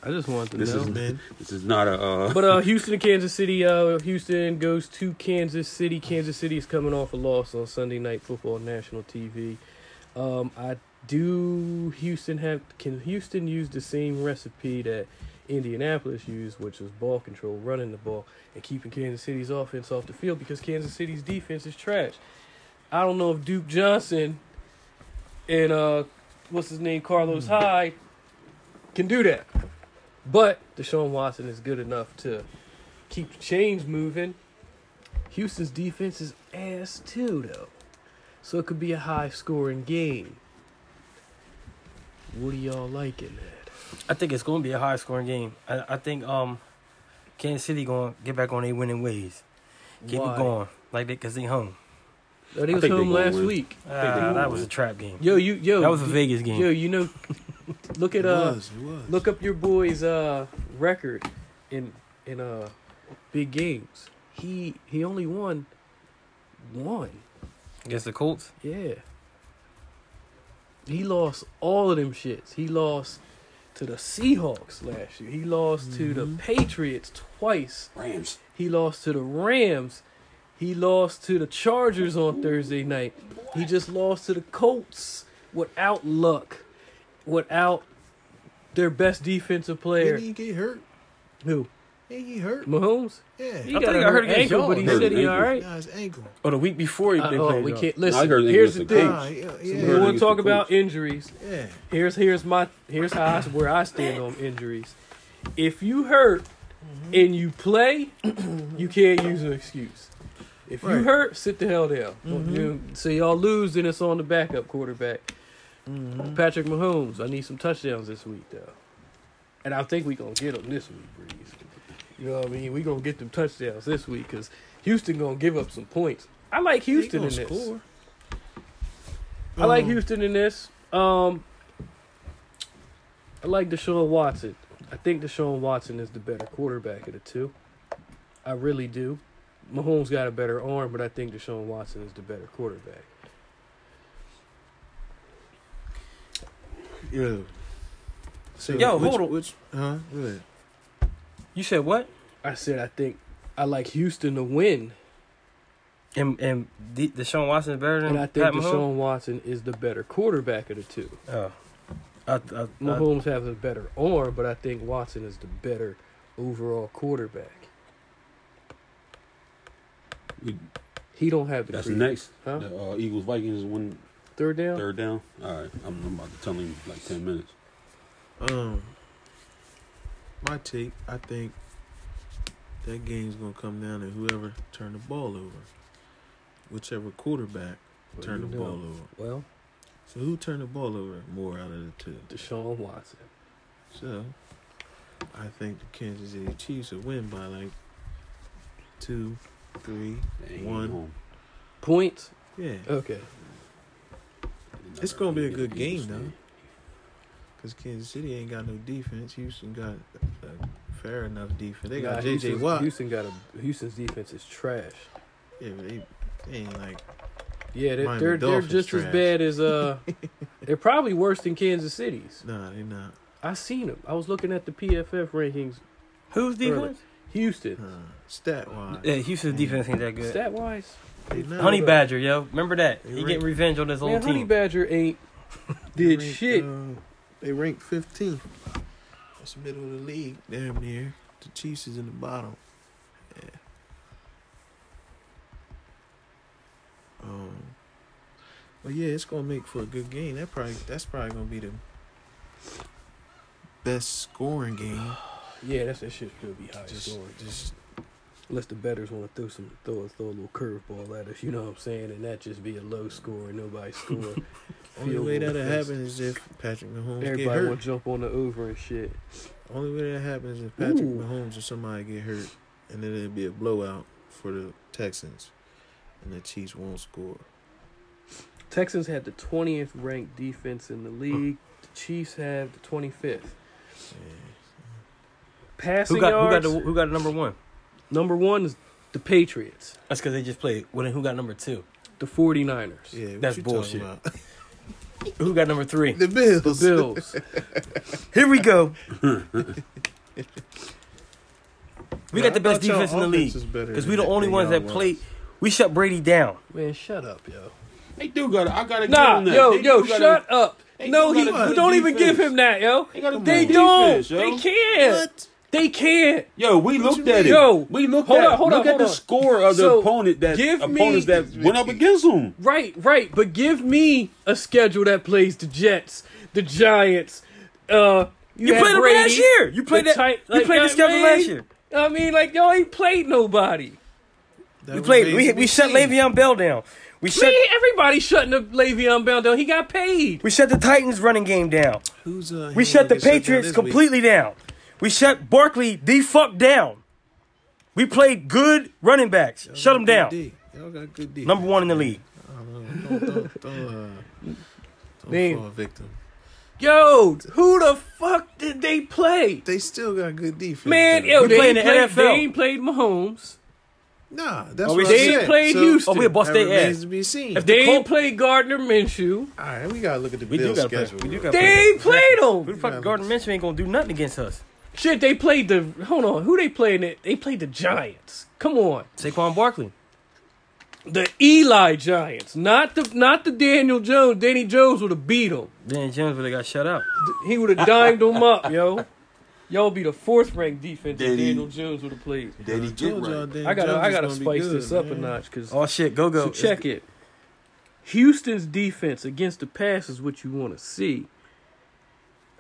S2: I just wanted to
S3: This
S2: know.
S3: is
S4: Man,
S3: This is not a. Uh,
S2: But uh, Houston and Kansas City. Uh, Houston goes to Kansas City. Kansas City is coming off a loss on Sunday Night Football on national TV. Um, I do Houston have can Houston use the same recipe that Indianapolis used, which was ball control, running the ball, and keeping Kansas City's offense off the field because Kansas City's defense is trash. I don't know if Duke Johnson and uh, what's his name, Carlos Hyde, can do that. But Deshaun Watson is good enough to keep the chains moving. Houston's defense is ass too, though. So it could be a high scoring game. What do y'all like in that?
S1: I think it's going to be a high scoring game. I, I think um, Kansas City going to get back on their winning ways. Keep
S2: Why?
S1: it going. Like they, because they home.
S2: Oh, they
S3: I
S2: was
S3: think they
S2: home
S3: gonna
S2: last
S3: win.
S2: week.
S3: they
S1: Ah,
S3: gonna
S1: that was
S3: win.
S1: a trap game.
S2: Yo, you yo
S1: that was a
S2: you-
S1: Vegas game.
S2: Yo, you know look
S4: it
S2: at uh
S4: was. It was.
S2: look up your boy's uh record in in uh big games. He he only won one.
S1: Against the Colts?
S2: Yeah. He lost all of them shits. He lost to the Seahawks last year. He lost to the Patriots twice.
S3: Rams.
S2: He lost to the Rams. He lost to the Chargers on Thursday night. He just lost to the Colts without luck, without their best defensive player.
S4: Did he get hurt?
S2: Who?
S4: Did he hurt?
S2: Mahomes? He
S4: Yeah.
S1: I
S2: got
S1: think
S2: a
S1: I heard
S2: hurt
S1: against
S2: ankle,
S1: y'all.
S2: but he
S3: Hurt
S2: said he
S3: ankle.
S2: all right.
S4: Nah, his ankle.
S1: Or Oh, the week before he,
S2: Uh,
S1: they
S2: oh,
S1: played.
S2: we
S1: y'all.
S2: can't
S3: No, I
S2: listen.
S3: heard
S2: here's the
S3: ankles
S2: thing.
S4: Nah, yeah,
S2: We
S4: yeah,
S3: hurt-
S2: want to
S3: against the
S2: talk about
S3: Colts.
S2: injuries.
S4: yeah.
S2: here's here's my here's how I, where I stand on injuries. If you hurt
S4: Mm-hmm.
S2: and you play, you can't use an excuse. If you
S4: Right. Mm-hmm.
S2: hurt, sit the hell down. Don't you- so y'all lose, then it's on the backup quarterback,
S4: Mm-hmm.
S2: Patrick Mahomes. I need some touchdowns this week though, and I think we gonna get them this week, Breeze. You know what I mean? We gonna get them touchdowns this week because Houston gonna give up some points. I like Houston in
S4: He
S2: this.
S4: gonna score.
S2: I like
S1: Mm.
S4: Um,
S2: Houston in this. Um, I like Deshaun Watson. I think Deshaun Watson is the better quarterback of the two. I really do. Mahomes got a better arm, but I think Deshaun Watson is the better quarterback.
S4: Yo. So,
S1: Yo,
S4: which,
S1: hold on.
S4: Which, huh? Go ahead.
S1: You said what?
S2: I said I think I like Houston to win,
S1: And and D- Deshaun Watson is better than
S2: and I think
S1: Pat Mahomes.
S2: Deshaun Watson is the better quarterback of the two.
S1: Oh, I, I, I,
S2: Mahomes has a better arm, but I think Watson is the better overall quarterback.
S3: We,
S2: He don't have the
S3: that's
S2: creep.
S3: next.
S2: Huh?
S3: The, uh, Eagles Vikings win
S2: third down.
S3: third down. All right, I'm, I'm about to tell him like ten minutes.
S4: Um, my take, I think that game's gonna come down to whoever turned the ball over, whichever quarterback
S2: What
S4: turned
S2: you
S4: the
S2: know?
S4: ball over.
S2: Well,
S4: So who turned the ball over more out of the two?
S2: Deshaun Watson.
S4: So I think the Kansas City Chiefs will win by like two, three.
S3: They ain't
S4: One.
S3: home.
S2: Points.
S4: Yeah,
S2: Okay.
S4: It's gonna be a good
S3: Eagles
S4: game,
S3: stand.
S4: because Kansas City ain't got no defense. Houston got a fair enough defense. They
S2: Nah,
S4: got JJ
S2: Houston's-
S4: Watt.
S2: Houston got a Houston's defense is trash.
S4: Yeah, but they, they ain't like
S2: Yeah, they're
S4: Miami
S2: they're, they're
S4: Dolphins
S2: just as
S4: trash.
S2: bad as uh. they're probably worse than Kansas City's.
S4: nah, they not.
S2: I seen them. I was looking at the PFF rankings
S1: Who's defense?
S2: Houston.
S4: Huh. Stat wise,
S1: Yeah, Houston's defense ain't that good.
S2: Stat wise,
S1: Honey Badger, yo, remember that?
S4: They
S1: He
S4: re-
S1: getting revenge on his
S2: man,
S1: old
S2: Honey
S1: team.
S2: Badger ain't did shit.
S4: um, they ranked 15th. That's the middle of the league, damn near. The Chiefs is in the bottom. Yeah. Um. But yeah, it's gonna make for a good game. That probably that's probably gonna be the best scoring game.
S2: Yeah, that's that shit should be high
S4: Just,
S2: scoring.
S4: just
S2: Unless the betters want to throw some throw, throw a little curveball at us, you know what I'm saying, and that just be a low score and nobody score.
S4: only
S2: Field
S4: way
S2: goal
S4: that'll
S2: first.
S4: happen is if Patrick Mahomes get
S2: Everybody
S4: hurt.
S2: will jump on the over and shit.
S4: Only way that happens is if Patrick
S2: Ooh.
S4: Mahomes or somebody get hurt, and then it'll be a blowout for the Texans, and the Chiefs won't score.
S2: Texans had the 20th ranked defense in the league. The Chiefs have the 25th. Passing
S1: Who got who got
S2: yards.
S1: the who got the number one?
S2: number one is the Patriots,
S1: That's because they just played. Well, then who got number two?
S2: the 49ers,
S4: Yeah, what
S1: That's
S4: you talking
S1: bullshit.
S4: about?
S1: Who got number three?
S4: the Bills.
S2: the Bills.
S1: Here we go. we
S4: Yeah,
S1: got the
S4: I
S1: best
S4: thought y'all
S1: defense in the
S4: offense
S1: league
S4: is better
S1: because
S4: than
S1: we the
S4: that-
S1: only
S4: than
S1: ones
S4: y'all
S1: that
S4: was.
S1: played. We shut Brady down.
S2: Man, shut up, yo.
S3: They do got it. I gotta
S2: Nah,
S3: give them that.
S2: yo,
S3: They
S2: yo,
S3: do gotta-
S2: shut up.
S3: They
S2: no,
S3: do
S2: he
S3: got a good
S2: don't even
S3: defense.
S2: give him that, yo.
S3: They got a
S2: They
S3: good
S2: don't.
S3: defense, yo.
S2: They can't.
S4: What?
S2: They can't.
S3: Yo, we looked
S4: you
S3: at
S4: mean?
S3: it.
S2: Yo,
S3: we looked
S2: hold
S3: at
S2: on, hold
S3: look
S2: on,
S3: at
S2: hold
S3: the
S2: on.
S3: score of the
S2: So,
S3: opponent that
S2: give me-
S3: opponents that went up against them.
S2: Right, right. But give me a schedule that plays the Jets, the Giants. Uh,
S1: You
S2: had
S1: played them
S2: Brady,
S1: last year. You played
S2: the
S1: that.
S2: Ti-
S1: you
S2: like,
S1: played
S2: I
S1: the schedule
S2: mean-
S1: last year.
S2: I mean, like y'all ain't played nobody.
S4: That
S1: We
S4: was
S1: played. We,
S4: amazing
S1: we
S4: to
S1: shut
S4: see.
S1: Le'Veon Bell down. We shut.
S2: Man, everybody shutting up Le'Veon Bell down. He got paid.
S1: We shut the Titans running game down.
S4: Who's, uh,
S1: We
S4: Henry
S1: shut the
S4: get down
S1: Patriots
S4: this week?
S1: completely down. We shut Barkley the fuck down. We played good running backs.
S4: Y'all
S1: Shut them
S4: got good
S1: down.
S4: D. Y'all got good D.
S1: Number one in the league.
S4: Don't, don't, don't, don't, uh, don't
S2: Man.
S4: fall victim.
S2: Yo, who the fuck did they play?
S4: They still got good defense.
S2: Man,
S4: though.
S2: yo,
S1: We
S2: they,
S1: play in
S2: ain't
S1: the
S2: played, they
S1: NFL.
S2: ain't played Mahomes.
S4: nah, that's
S1: Oh, we
S4: what
S1: saying-
S4: I
S2: They
S4: said.
S2: played
S4: so,
S2: Houston.
S1: Oh, we'll bust
S4: that
S1: their
S4: remains
S1: ass.
S4: to be seen.
S1: If
S2: They ain't
S1: Colts-
S2: played Gardner Minshew.
S4: All right, we gotta look at the
S1: We do
S4: Bills
S1: got to
S4: schedule.
S1: play. We do
S4: real
S1: got
S2: They
S1: to play.
S2: ain't played
S1: Who the
S2: him.
S1: fuck Gardner Minshew ain't gonna do nothing against us?
S2: Shit, they played the. Hold on, who they played? It? They played the Giants. Come on,
S1: Saquon Barkley.
S2: the Eli Giants, not the not the Daniel Jones. Danny Jones would have beat him.
S1: Then Jones would have got shut out.
S2: He would have dimed him up, yo. Y'all be the fourth ranked defense. if
S3: Danny-
S2: Daniel Jones would have played.
S3: Then he
S4: Told y'all Daniel
S2: I gotta, I
S4: Jones
S2: gotta
S4: was gonna be
S2: spice
S4: good,
S2: this up
S4: man.
S2: a notch because
S1: Oh shit, go go.
S2: so check it. Houston's defense against the pass is what you want to see.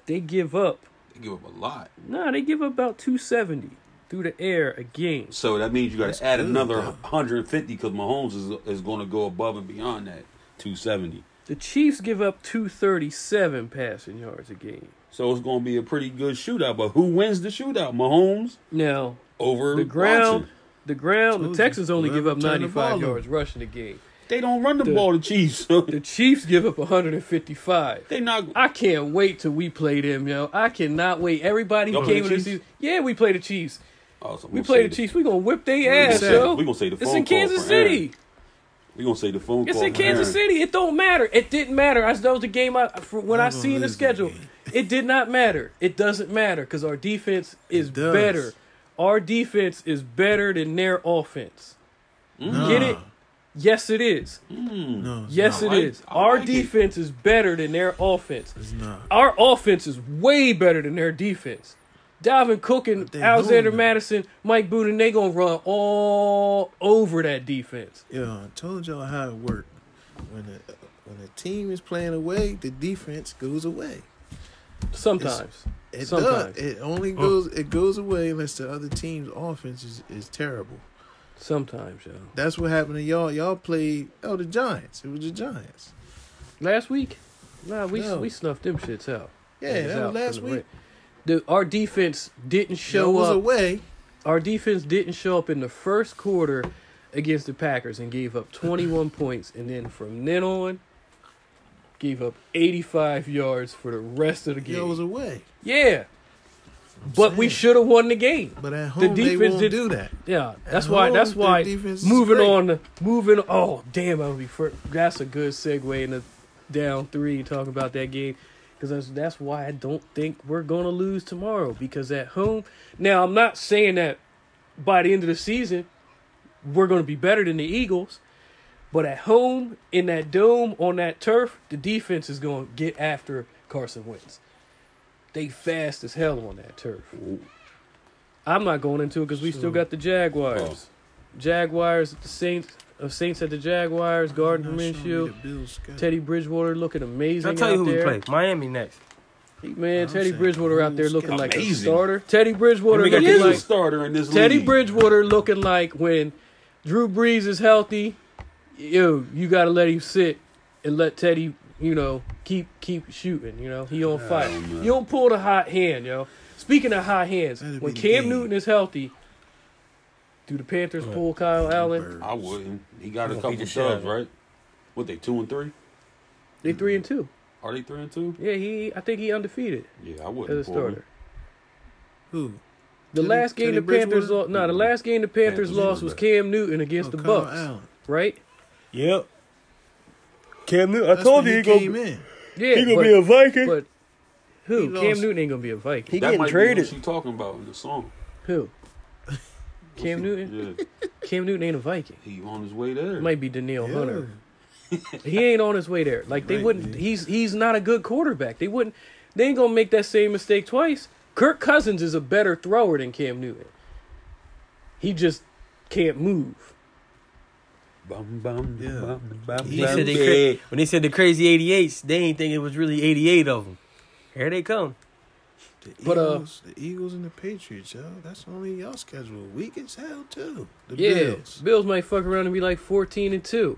S2: They give up.
S3: They give up a lot.
S2: Nah, they give up about 270 through the air a game.
S3: So that means you got to add
S4: good,
S3: another
S4: though.
S3: 150 because Mahomes is is going to go above and beyond that 270.
S2: The Chiefs give up 237 passing yards a game.
S3: So it's going to be a pretty good shootout. But who wins the shootout? Mahomes
S2: Now,
S3: over
S2: the ground,
S3: Watson.
S2: the ground,
S4: Told
S2: the
S4: you.
S2: Texans only give up
S4: Whoever turned the
S2: 95
S4: ball
S2: yards rushing a game.
S3: They don't run the,
S2: The-
S3: ball. The Chiefs.
S2: The Chiefs give up 155.
S3: they not.
S2: I can't wait till we play them, yo. I cannot wait. Everybody
S3: Y'all
S2: who
S3: play
S2: came
S3: the
S2: in the
S3: Chiefs?
S2: season. Yeah, we play the Chiefs.
S3: Oh, so I'm
S2: We
S3: gonna
S2: play
S3: say
S2: the Chiefs. We gonna whip their
S4: gonna
S2: ass,
S4: say-
S2: yo.
S3: we gonna say the
S2: It's
S3: phone
S2: in
S3: call
S2: Kansas
S3: for Aaron.
S2: City.
S3: We gonna say the phone
S2: It's
S3: call.
S2: in
S3: from
S2: Kansas
S3: Aaron.
S2: City. It don't matter. It didn't matter. I, that was the game. I for, when I
S4: We're gonna
S2: seen the
S4: lose that
S2: schedule,
S4: game.
S2: it did not matter. It doesn't matter because our defense is
S4: does.
S2: better. Our defense is better than their offense.
S4: Nah,
S2: Get it? Yes, it is.
S4: No,
S2: Yes,
S3: Uh. Mm. I
S2: it is.
S3: like- I
S2: Our
S3: like it.
S2: defense is better than their offense.
S4: it's not.
S2: Our offense is way better than their defense. Dalvin Cook
S4: But
S2: and
S4: they
S2: Alexander
S4: doing that.
S2: Madison, Mike Boone, they gonna run all over that defense.
S4: Yeah, I told y'all how it worked. When a when a team is playing away, the defense goes away.
S2: Sometimes.
S4: It
S2: Sometimes.
S4: does. It only goes. It goes away unless the other team's offense is, is terrible.
S2: Sometimes, yo.
S4: That's what happened to y'all. Y'all played oh the Giants. It was the Giants.
S2: Last week? Nah, we
S4: No.
S2: we snuffed them shits out.
S4: Yeah,
S2: It
S4: that was
S2: out
S4: last
S2: for the
S4: week.
S2: rest. uh, Dude, our defense didn't
S4: Y'all
S2: show
S4: was
S2: up.
S4: away.
S2: Our defense didn't show up in the first quarter against the Packers and gave up 21 points, and then from then on, gave up 85 yards for the rest of the game.
S4: Y'all was away.
S2: yeah, but we
S4: saying.
S2: should have won the game.
S4: But at home they
S2: defense
S4: won't
S2: did-
S4: do that.
S2: Yeah, that's
S4: At
S2: why.
S4: home,
S2: That's
S4: the
S2: why.
S4: defense is
S2: Moving
S4: great.
S2: on. Moving. Oh damn! I'll be. Fir- that's a good segue into down three. Talking about that game. 'Cause Because that's, that's why I don't think we're going to lose tomorrow. Because at home, now I'm not saying that by the end of the season, we're going to be better than the Eagles. But at home, in that dome, on that turf, the defense is going to get after Carson Wentz. They fast as hell on that turf. I'm not going into it because we still got the Jaguars.
S1: Oh.
S2: Jaguars at the Saints. Of Saints at the Jaguars, Gardner
S4: Not showing me
S2: Minshew.
S4: the Bills schedule.
S2: Teddy Bridgewater looking amazing.
S1: I'll tell you
S2: out
S1: who
S2: there.
S1: we play. Miami next.
S2: He- Man,
S4: I'm
S2: Teddy
S4: saying
S2: Bridgewater out there
S4: who's
S2: looking like a
S3: amazing.
S2: starter. Teddy
S1: And
S2: Bridgewater
S1: we got
S3: He
S2: looking
S3: is a
S2: like
S3: starter in this
S2: Teddy
S3: league.
S2: Bridgewater looking like when Drew Brees is healthy. Yo, you gotta let him sit and let Teddy, you know, keep keep shooting. You know, he on fire.
S3: man.
S2: You don't pull the hot hand, yo. Speaking of hot hands,
S4: That'd
S2: when
S4: be the
S2: Cam
S4: game.
S2: Newton is healthy, do the Panthers
S1: Oh,
S2: pull Kyle Allen?
S4: Birds.
S3: I wouldn't. He got
S1: He
S3: a
S1: gonna
S3: couple
S1: beat the shit out
S3: dubs,
S1: of him.
S3: right? What they two and three?
S2: They three and two.
S3: Are they three and two?
S2: Yeah, he. I think he undefeated
S3: Yeah, I
S2: as a
S3: wouldn't. pull him.
S2: starter.
S4: Who?
S2: The
S4: Teddy-
S2: last game
S4: Teddy
S2: the Panthers
S4: Bridgewater?
S2: lost. No, the last game the Panthers
S3: Panthers
S2: lost was
S3: lost.
S2: Cam Newton against
S4: Oh,
S2: the
S4: Kyle
S2: Bucks,
S4: Allen.
S2: right?
S1: Yep. Cam Newton. I
S4: That's
S1: told
S4: when
S1: you he
S4: came
S1: gonna,
S4: in.
S2: Yeah,
S1: he gonna
S2: but,
S1: be a Viking.
S2: but
S4: He
S2: who? Cam
S4: lost.
S2: Newton ain't gonna be a Viking.
S1: he
S3: That
S1: getting
S3: might be
S1: traded.
S3: what she talking about in the song.
S2: Who? Cam Newton.
S3: Yeah,
S2: Cam Newton ain't a Viking.
S3: he on his way there.
S2: It might be Daniil
S4: Yeah.
S2: Hunter. He ain't on his way there. Like they
S4: Right,
S2: wouldn't.
S4: man.
S2: He's he's not a good quarterback. They wouldn't. They ain't gonna make that same mistake twice. Kirk Cousins is a better thrower than Cam Newton. He just can't move.
S3: Bum, bum,
S4: Yeah.
S3: bum, bum,
S1: When they,
S3: bum,
S1: said they
S3: yeah.
S1: cra- when they said the crazy 88s, they ain't think it was really 88 of them. Here they come.
S4: The Eagles,
S2: But, uh,
S4: the Eagles and the Patriots, yo. That's only y'all schedule. Weak as hell too. The
S2: yeah,
S4: Bills
S2: Bills might fuck around and be like fourteen and two.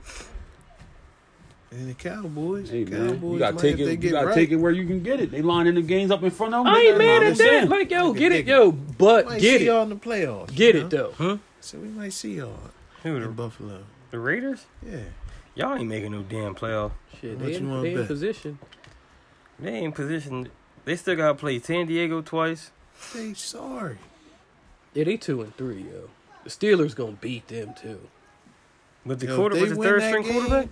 S4: and the Cowboys.
S3: Hey man,
S4: Cowboys
S3: you gotta
S4: might,
S3: take
S4: if they
S3: it. You
S4: get
S3: gotta
S4: right,
S3: take it where you can get it. They lining the games up in front of them.
S2: I
S3: They
S2: ain't
S3: got
S2: mad
S3: nine
S2: at that.
S3: and seven.
S2: Like yo,
S4: Nigga,
S2: get it,
S4: nigga.
S2: yo,
S4: Might
S2: but get
S4: see
S2: it,
S4: y'all in the playoffs.
S2: get
S4: you
S2: it
S4: know?
S2: though.
S4: So we might see y'all in Buffalo.
S1: The Raiders?
S4: Yeah,
S1: Y'all ain't making no damn playoff.
S2: Shit,
S4: What
S2: they
S4: you
S2: in,
S4: wanna
S2: they in
S4: bet?
S2: position.
S1: They ain't positioned. They still got to play San Diego twice.
S4: they sorry.
S2: Yeah, they two and three, yo. The Steelers gonna beat them too.
S1: With the
S4: Yo, if
S1: quarter,
S4: they
S1: with the
S4: win
S1: third
S4: that
S1: string
S4: game,
S1: quarterback?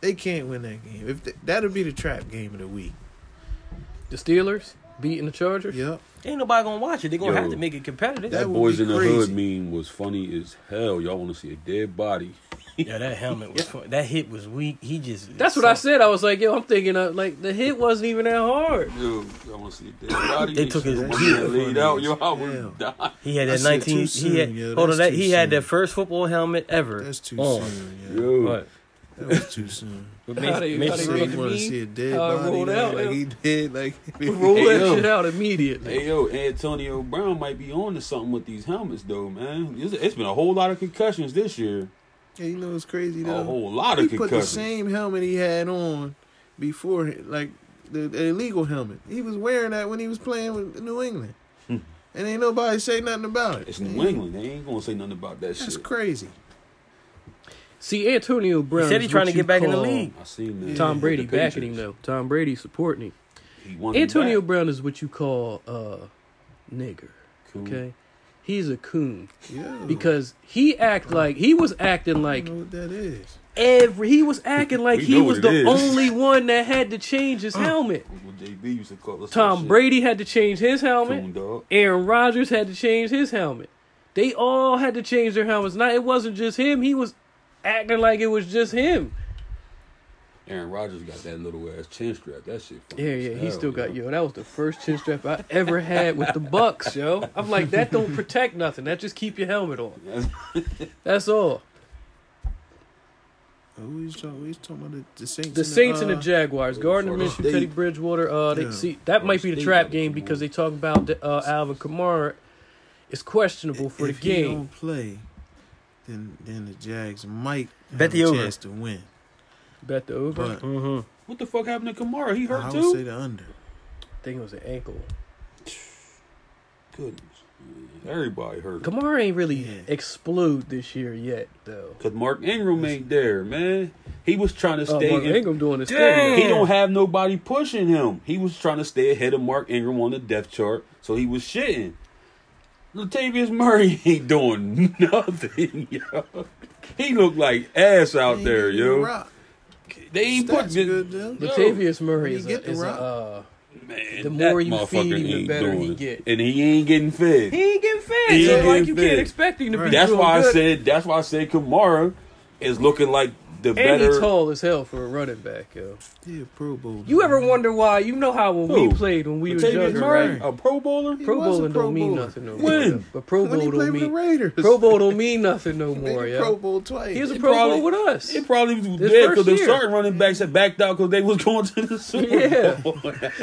S4: They can't win that game. If they, that'll be the trap game of the week.
S2: The Steelers beating the Chargers.
S4: Yep.
S1: Ain't nobody going to watch it. They're going to
S3: Yo.
S1: have to make it competitive.
S4: That
S3: That
S4: would
S3: boys
S4: be
S3: in the
S4: crazy.
S3: hood meme was funny as hell. Y'all want to see a dead body?
S1: yeah, that helmet was fun. That hit was weak. He just.
S2: That's what I said. I was like, yo, I'm thinking of like the hit wasn't even that hard.
S3: Yo, y'all want to see a dead body?
S1: They took his
S3: shit
S1: gear.
S3: laid out. Yo, I would
S4: Hell.
S3: die.
S1: He had
S4: I
S1: that
S4: said
S1: 19.
S4: too
S1: he had,
S4: soon, yo.
S1: hold on,
S4: That's
S1: that,
S4: too
S1: he had
S4: soon.
S1: that first football helmet ever.
S4: That's too
S1: on.
S4: soon. Yeah.
S3: Yo,
S1: But,
S4: That was too soon.
S1: but
S2: How they-
S1: make, make
S2: how they
S4: so
S1: sure
S2: really-
S4: you
S1: you
S4: want to
S2: mean?
S4: see a dead
S2: How it
S4: body
S2: rolled
S4: now,
S2: out,
S4: like
S2: yeah.
S4: he did, like
S2: Roll
S3: Hey,
S2: that
S3: yo.
S2: shit out immediately.
S3: Hey yo, Antonio Brown might be on to something with these helmets though, man. It's- it's been a whole lot of concussions this year.
S4: Yeah, you know what's crazy though.
S3: A whole lot
S4: he
S3: of
S4: put the
S3: concussions.
S4: same helmet he had on before, like the, the illegal helmet. He was wearing that when he was playing with New England, and ain't nobody say nothing about it.
S3: Hmm. It's New England. They ain't gonna say nothing about that
S4: That's
S3: shit.
S4: crazy.
S2: See, Antonio Brown.
S1: He said
S2: is
S1: he trying
S2: what
S1: to
S2: you
S1: get back in the
S2: call-
S1: league.
S3: I seen that.
S2: Tom
S3: with
S2: Brady
S3: the
S2: backing him
S3: Patriots.
S2: though. Tom Brady supporting him.
S3: He won
S2: Antonio
S3: Back.
S2: Brown is what you call uh nigger.
S3: Cool.
S2: Okay, he's a coon
S4: Yeah,
S2: because he act like he was acting
S4: I
S2: like
S4: don't know what that is.
S2: every he was acting like
S3: We
S2: he
S3: know
S2: was
S3: what it
S2: the
S3: is. Oh,
S2: only one that had to change his helmet.
S3: What JB used to call us. that
S2: Tom
S3: shit.
S2: Brady had to change his
S3: Coon
S2: helmet.
S3: dog.
S2: Aaron Rodgers had to change his helmet. They all had to change their helmets. Now it wasn't just him. He was acting like it was just him.
S3: Aaron Rodgers got that little ass chin strap. That shit. funny
S2: Yeah,
S3: as
S2: yeah, he
S3: hell,
S2: still got
S3: yo.
S2: yo. That was the first chin strap I ever had with the Bucks, yo. I'm like, that don't protect nothing. That just keep your helmet on. That's all.
S4: Always, Oh, talk- always talking about the, the Saints.
S2: The Saints and the
S4: uh,
S2: Jaguars, Gardner
S3: Florida
S2: Minshew,
S3: State.
S2: Teddy Bridgewater. Uh, they,
S4: Yeah.
S2: see that might be the
S3: State
S2: trap
S3: gotta
S2: game
S3: come
S2: because
S3: on.
S2: they talk about the, uh, Alvin Kamara is questionable for
S4: if
S2: the
S4: he
S2: game.
S4: don't play, then then the Jags might
S1: Bet the
S4: have a
S1: over.
S4: chance to win.
S2: Bet the over.
S4: But
S1: Mm-hmm.
S3: What the fuck happened to Kamara? He hurt
S4: I would
S3: too.
S4: say the under.
S2: I think it was an ankle.
S3: Goodness, everybody hurt.
S2: Kamara ain't really
S4: Yeah.
S2: explode this year yet, though.
S3: Cause Mark Ingram ain't there, man. He was trying to
S2: Uh,
S3: stay.
S2: Mark
S3: in-
S2: Ingram doing his
S1: Damn.
S2: thing.
S3: He don't have nobody pushing him. He was trying to stay ahead of Mark Ingram on the depth chart, so he was shitting. Latavius Murray ain't doing nothing, yo. He looked like ass out
S4: Ain't
S3: there,
S4: even
S3: yo.
S4: rock.
S3: They ain't
S4: Stats
S3: put
S4: good, though.
S3: Yo,
S2: Latavius Murray
S4: When
S2: is
S4: he get
S2: a,
S4: the
S2: is a,
S4: rock.
S2: uh,
S3: Man,
S2: The more
S3: that
S2: you
S3: motherfucker
S2: feed him, the
S3: ain't
S2: better he
S3: doing it.
S2: get.
S3: And he ain't getting fed.
S2: He ain't getting fed,
S3: He
S2: so
S3: ain't
S2: like
S3: getting
S2: you
S3: fed.
S2: can't expect him to be.
S4: Right.
S3: That's
S2: doing
S3: why
S2: good.
S3: I said. That's why I said Kamara is looking like the
S2: And
S3: better.
S2: he tall as hell for a running back, yo.
S4: Yeah, Pro Bowl.
S2: You ever wonder why? You know how when
S3: Who?
S2: we played when we was
S3: Latavius
S2: younger,
S3: Murray,
S2: right?
S3: a Pro Bowler.
S4: He
S2: Pro
S4: was a
S2: Bowl
S4: Pro
S2: don't mean
S4: Bowler.
S2: nothing no
S3: When?
S2: more. But Pro
S4: When he
S2: Bowl
S4: played
S2: don't
S4: for the
S2: mean
S4: Raiders.
S2: Pro Bowl don't mean nothing no
S4: They
S2: more,
S4: did Pro
S2: yo.
S4: Bowl twice.
S2: He was a
S3: It
S2: Pro
S3: probably-
S2: Bowl with us.
S3: It probably was
S2: His
S3: dead because
S2: first
S3: the
S2: year.
S3: starting running backs had backed out because they was going to the Super
S2: Yeah.
S3: Bowl.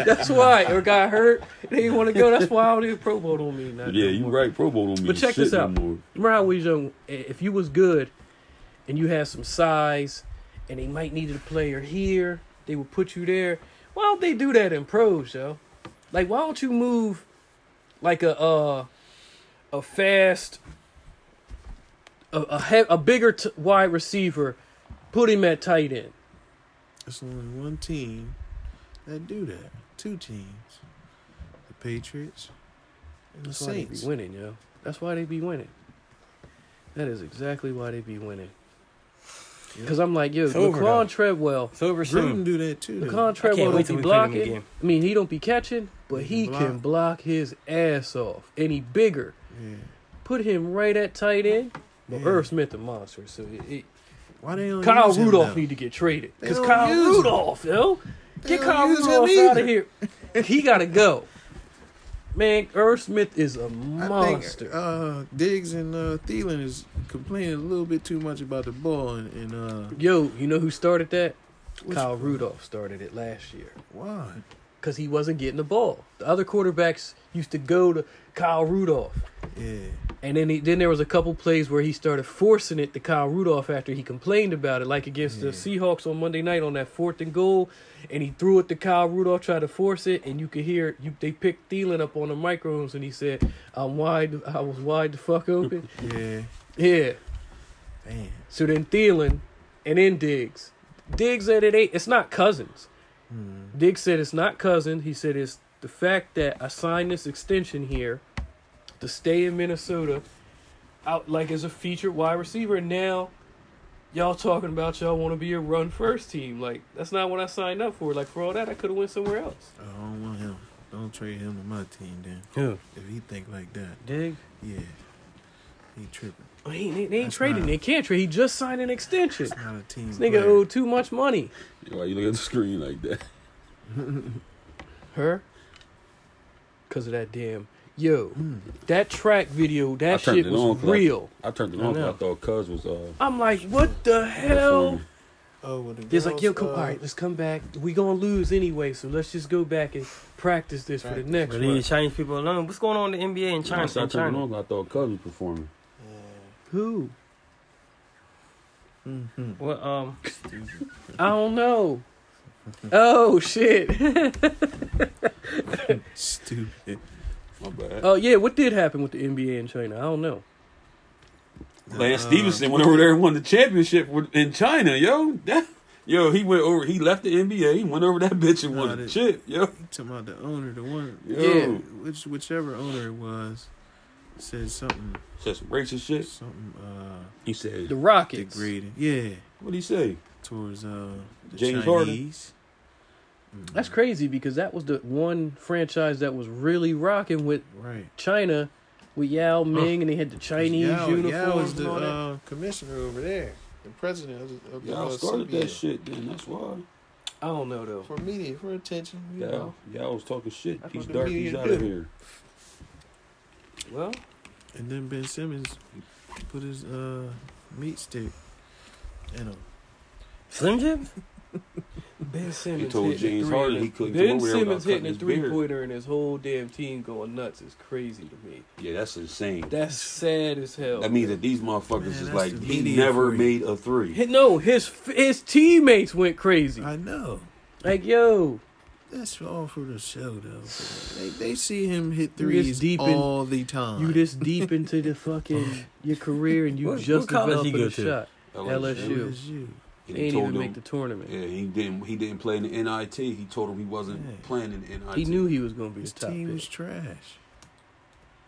S2: That's why. Or got hurt. They didn't want to go. That's why all the Pro Bowl don't mean nothing.
S3: yeah,
S2: no
S3: you
S2: more.
S3: right. Pro Bowl don't mean
S2: But check
S3: shit
S2: this out.
S3: no more.
S2: Remember how we was young? i- If you was good and you had some size and they might needed a player here, they would put you there. Why don't they do that in pros, yo? Like, why don't you move like a uh, a fast, a a, he- a bigger t- wide receiver, put him at tight end?
S4: It's only one team that do that. Two teams. The Patriots and the
S2: That's why they be
S4: Saints.
S2: winning, yo. That's why they be winning. That is exactly why they be winning. Because I'm like, yo,
S1: It's over,
S2: Laquan
S1: though.
S2: Treadwell.
S1: It's over
S4: Gruden
S1: soon.
S4: do that too. though.
S2: Laquan Treadwell
S1: wait
S2: don't
S1: till we play them
S2: be blocking.
S1: again.
S2: I mean, he don't be catching, but
S4: He
S2: he
S4: can
S2: can block his ass off. And he bigger.
S4: Yeah.
S2: Put him right at tight end. But
S4: Yeah.
S2: Irv Smith a monster, so it,
S4: Why they don't
S2: it, Kyle
S4: use him
S2: Rudolph
S4: now?
S2: need to get traded.
S4: They
S2: Because
S4: don't
S2: Kyle
S4: use him.
S2: Rudolph, yo,
S4: They
S2: get
S4: don't
S2: Kyle
S4: use him
S2: Rudolph out
S4: either.
S2: of here. He gotta go. Man, Irv Smith is a
S4: I think
S2: monster.
S4: uh, Diggs and uh, Thielen is complaining a little bit too much about the ball and, and uh,
S2: Yo, you know who started that?
S4: Which-
S2: Kyle Rudolph started it last year.
S4: why?
S2: because he wasn't getting the ball. The other quarterbacks used to go to Kyle Rudolph,
S4: Yeah,
S2: and then he, then there was a couple plays where he started forcing it to Kyle Rudolph after he complained about it, like against the
S4: Yeah.
S2: Seahawks on Monday night on that fourth and goal, and he threw it to Kyle Rudolph, tried to force it, and you could hear you they picked Thielen up on the microphones, and he said, "I'm wide, I was wide the fuck open."
S4: yeah,
S2: yeah.
S4: damn.
S2: So then Thielen, and then Diggs. Diggs said it ain't. It's not cousins.
S4: Hmm.
S2: Diggs said it's not cousin. He said it's the fact that I signed this extension here to stay in Minnesota, out like as a featured wide receiver. And now, y'all talking about y'all want to be a run first team. Like that's not what I signed up for. Like for all that, I could have went somewhere else.
S4: I don't want him. Don't trade him to my team then.
S1: Who?
S4: If he think like that,
S1: Dig?
S4: yeah, he tripping.
S2: Well, he- they, they ain't
S4: That's
S2: trading.
S4: not-
S2: They can't trade. He just signed an extension.
S4: It's not a team.
S2: This nigga
S4: player.
S2: owed too much money.
S3: Why you look at the screen like that?
S2: Her? Cause of that damn yo, that track video,
S3: I
S2: that
S3: turned
S2: shit
S3: it
S2: was
S3: on 'cause I-
S2: real.
S3: I turned it on because I
S1: know.
S3: thought Cuz was uh.
S2: I'm like, what the hell?
S3: performing.
S4: Oh, well, the
S2: It's like, yo,
S4: girls,
S2: come,
S4: uh,
S2: all right, let's come back. We gonna lose anyway, so let's just go back and practice this for the
S4: Practice.
S2: next
S1: But leave
S2: one.
S1: the Chinese people alone. What's going on in the NBA in
S3: Nah, I
S1: China?
S3: said I
S1: in
S3: turned it
S1: China?
S3: on 'cause I thought Cuz was performing.
S2: Who?
S4: mhm.
S2: Mm-hmm.
S1: Well, um,
S2: I don't know. Oh shit!
S4: Stupid.
S3: My bad.
S2: Oh yeah, what did happen with the NBA in China? I don't know.
S3: Lance
S4: Uh,
S3: Stevenson went over there and won the championship with- in China, yo. That, yo, he went over. He left the NBA. He went over that bitch and
S4: Nah,
S3: won the
S4: that-
S3: chip, yo.
S4: You talking about the owner, the one,
S3: Yo.
S4: which whichever owner it was, said something,
S3: Said some racist shit.
S4: something uh
S3: He said,
S2: The Rockets.
S4: degrading. Yeah,
S3: "What did he say?"
S4: towards uh the
S3: James Harden.
S4: Chinese. Mm,
S2: That's crazy because that was the one franchise that was really rocking with
S4: right.
S2: China, with Yao Ming, and they had the Chinese
S4: Yao, Yao
S2: uniforms
S4: is the
S2: and all that.
S4: uh, commissioner over there, the president of the, of the
S3: Y'all
S4: uh,
S3: started
S4: CBA.
S3: that shit. Then that's why
S2: I don't know though.
S4: for media, for attention. You
S3: y'all,
S4: know,
S3: y'all was talking shit.
S4: That's
S3: These
S4: what the
S3: darkies
S4: media
S3: out of
S4: do.
S3: here.
S2: Well,
S4: and then Ben Simmons put his uh meat stick in him.
S1: Slim Jim?
S2: Ben Simmons.
S3: He told
S2: hitting
S3: James
S2: three
S3: Harden
S2: in
S3: he
S2: his-
S3: couldn't come
S2: Ben
S3: over there without
S2: Simmons hitting
S3: cutting
S2: a
S3: his
S2: three
S3: beard.
S2: pointer and his whole damn team going nuts is crazy to me.
S3: Yeah, that's insane.
S2: That's sad as hell.
S3: that means that these motherfuckers
S4: Man,
S3: is
S4: that's
S3: like
S4: the
S3: he
S4: media
S3: never
S4: for you.
S3: made a three.
S2: Hi- no, his his teammates went crazy.
S4: I know.
S2: Like yo,
S4: That's all for the show, though. They, they see him hit
S2: You just
S4: threes
S2: deep in-
S4: all the time.
S2: you this deep into the fucking your career and you
S1: What-
S2: just
S1: what college
S2: about
S1: he
S2: for
S1: go
S2: the
S1: to?
S2: shot.
S4: It
S2: LSU.
S4: was you.
S3: And he
S2: ain't
S3: told
S2: even
S3: them,
S2: make the tournament.
S3: Yeah, he didn't. He didn't play in the NIT. He told him he wasn't
S4: Yeah.
S3: playing in the NIT.
S2: He knew he was gonna be
S4: His
S2: the top
S4: team was
S2: pick.
S4: trash.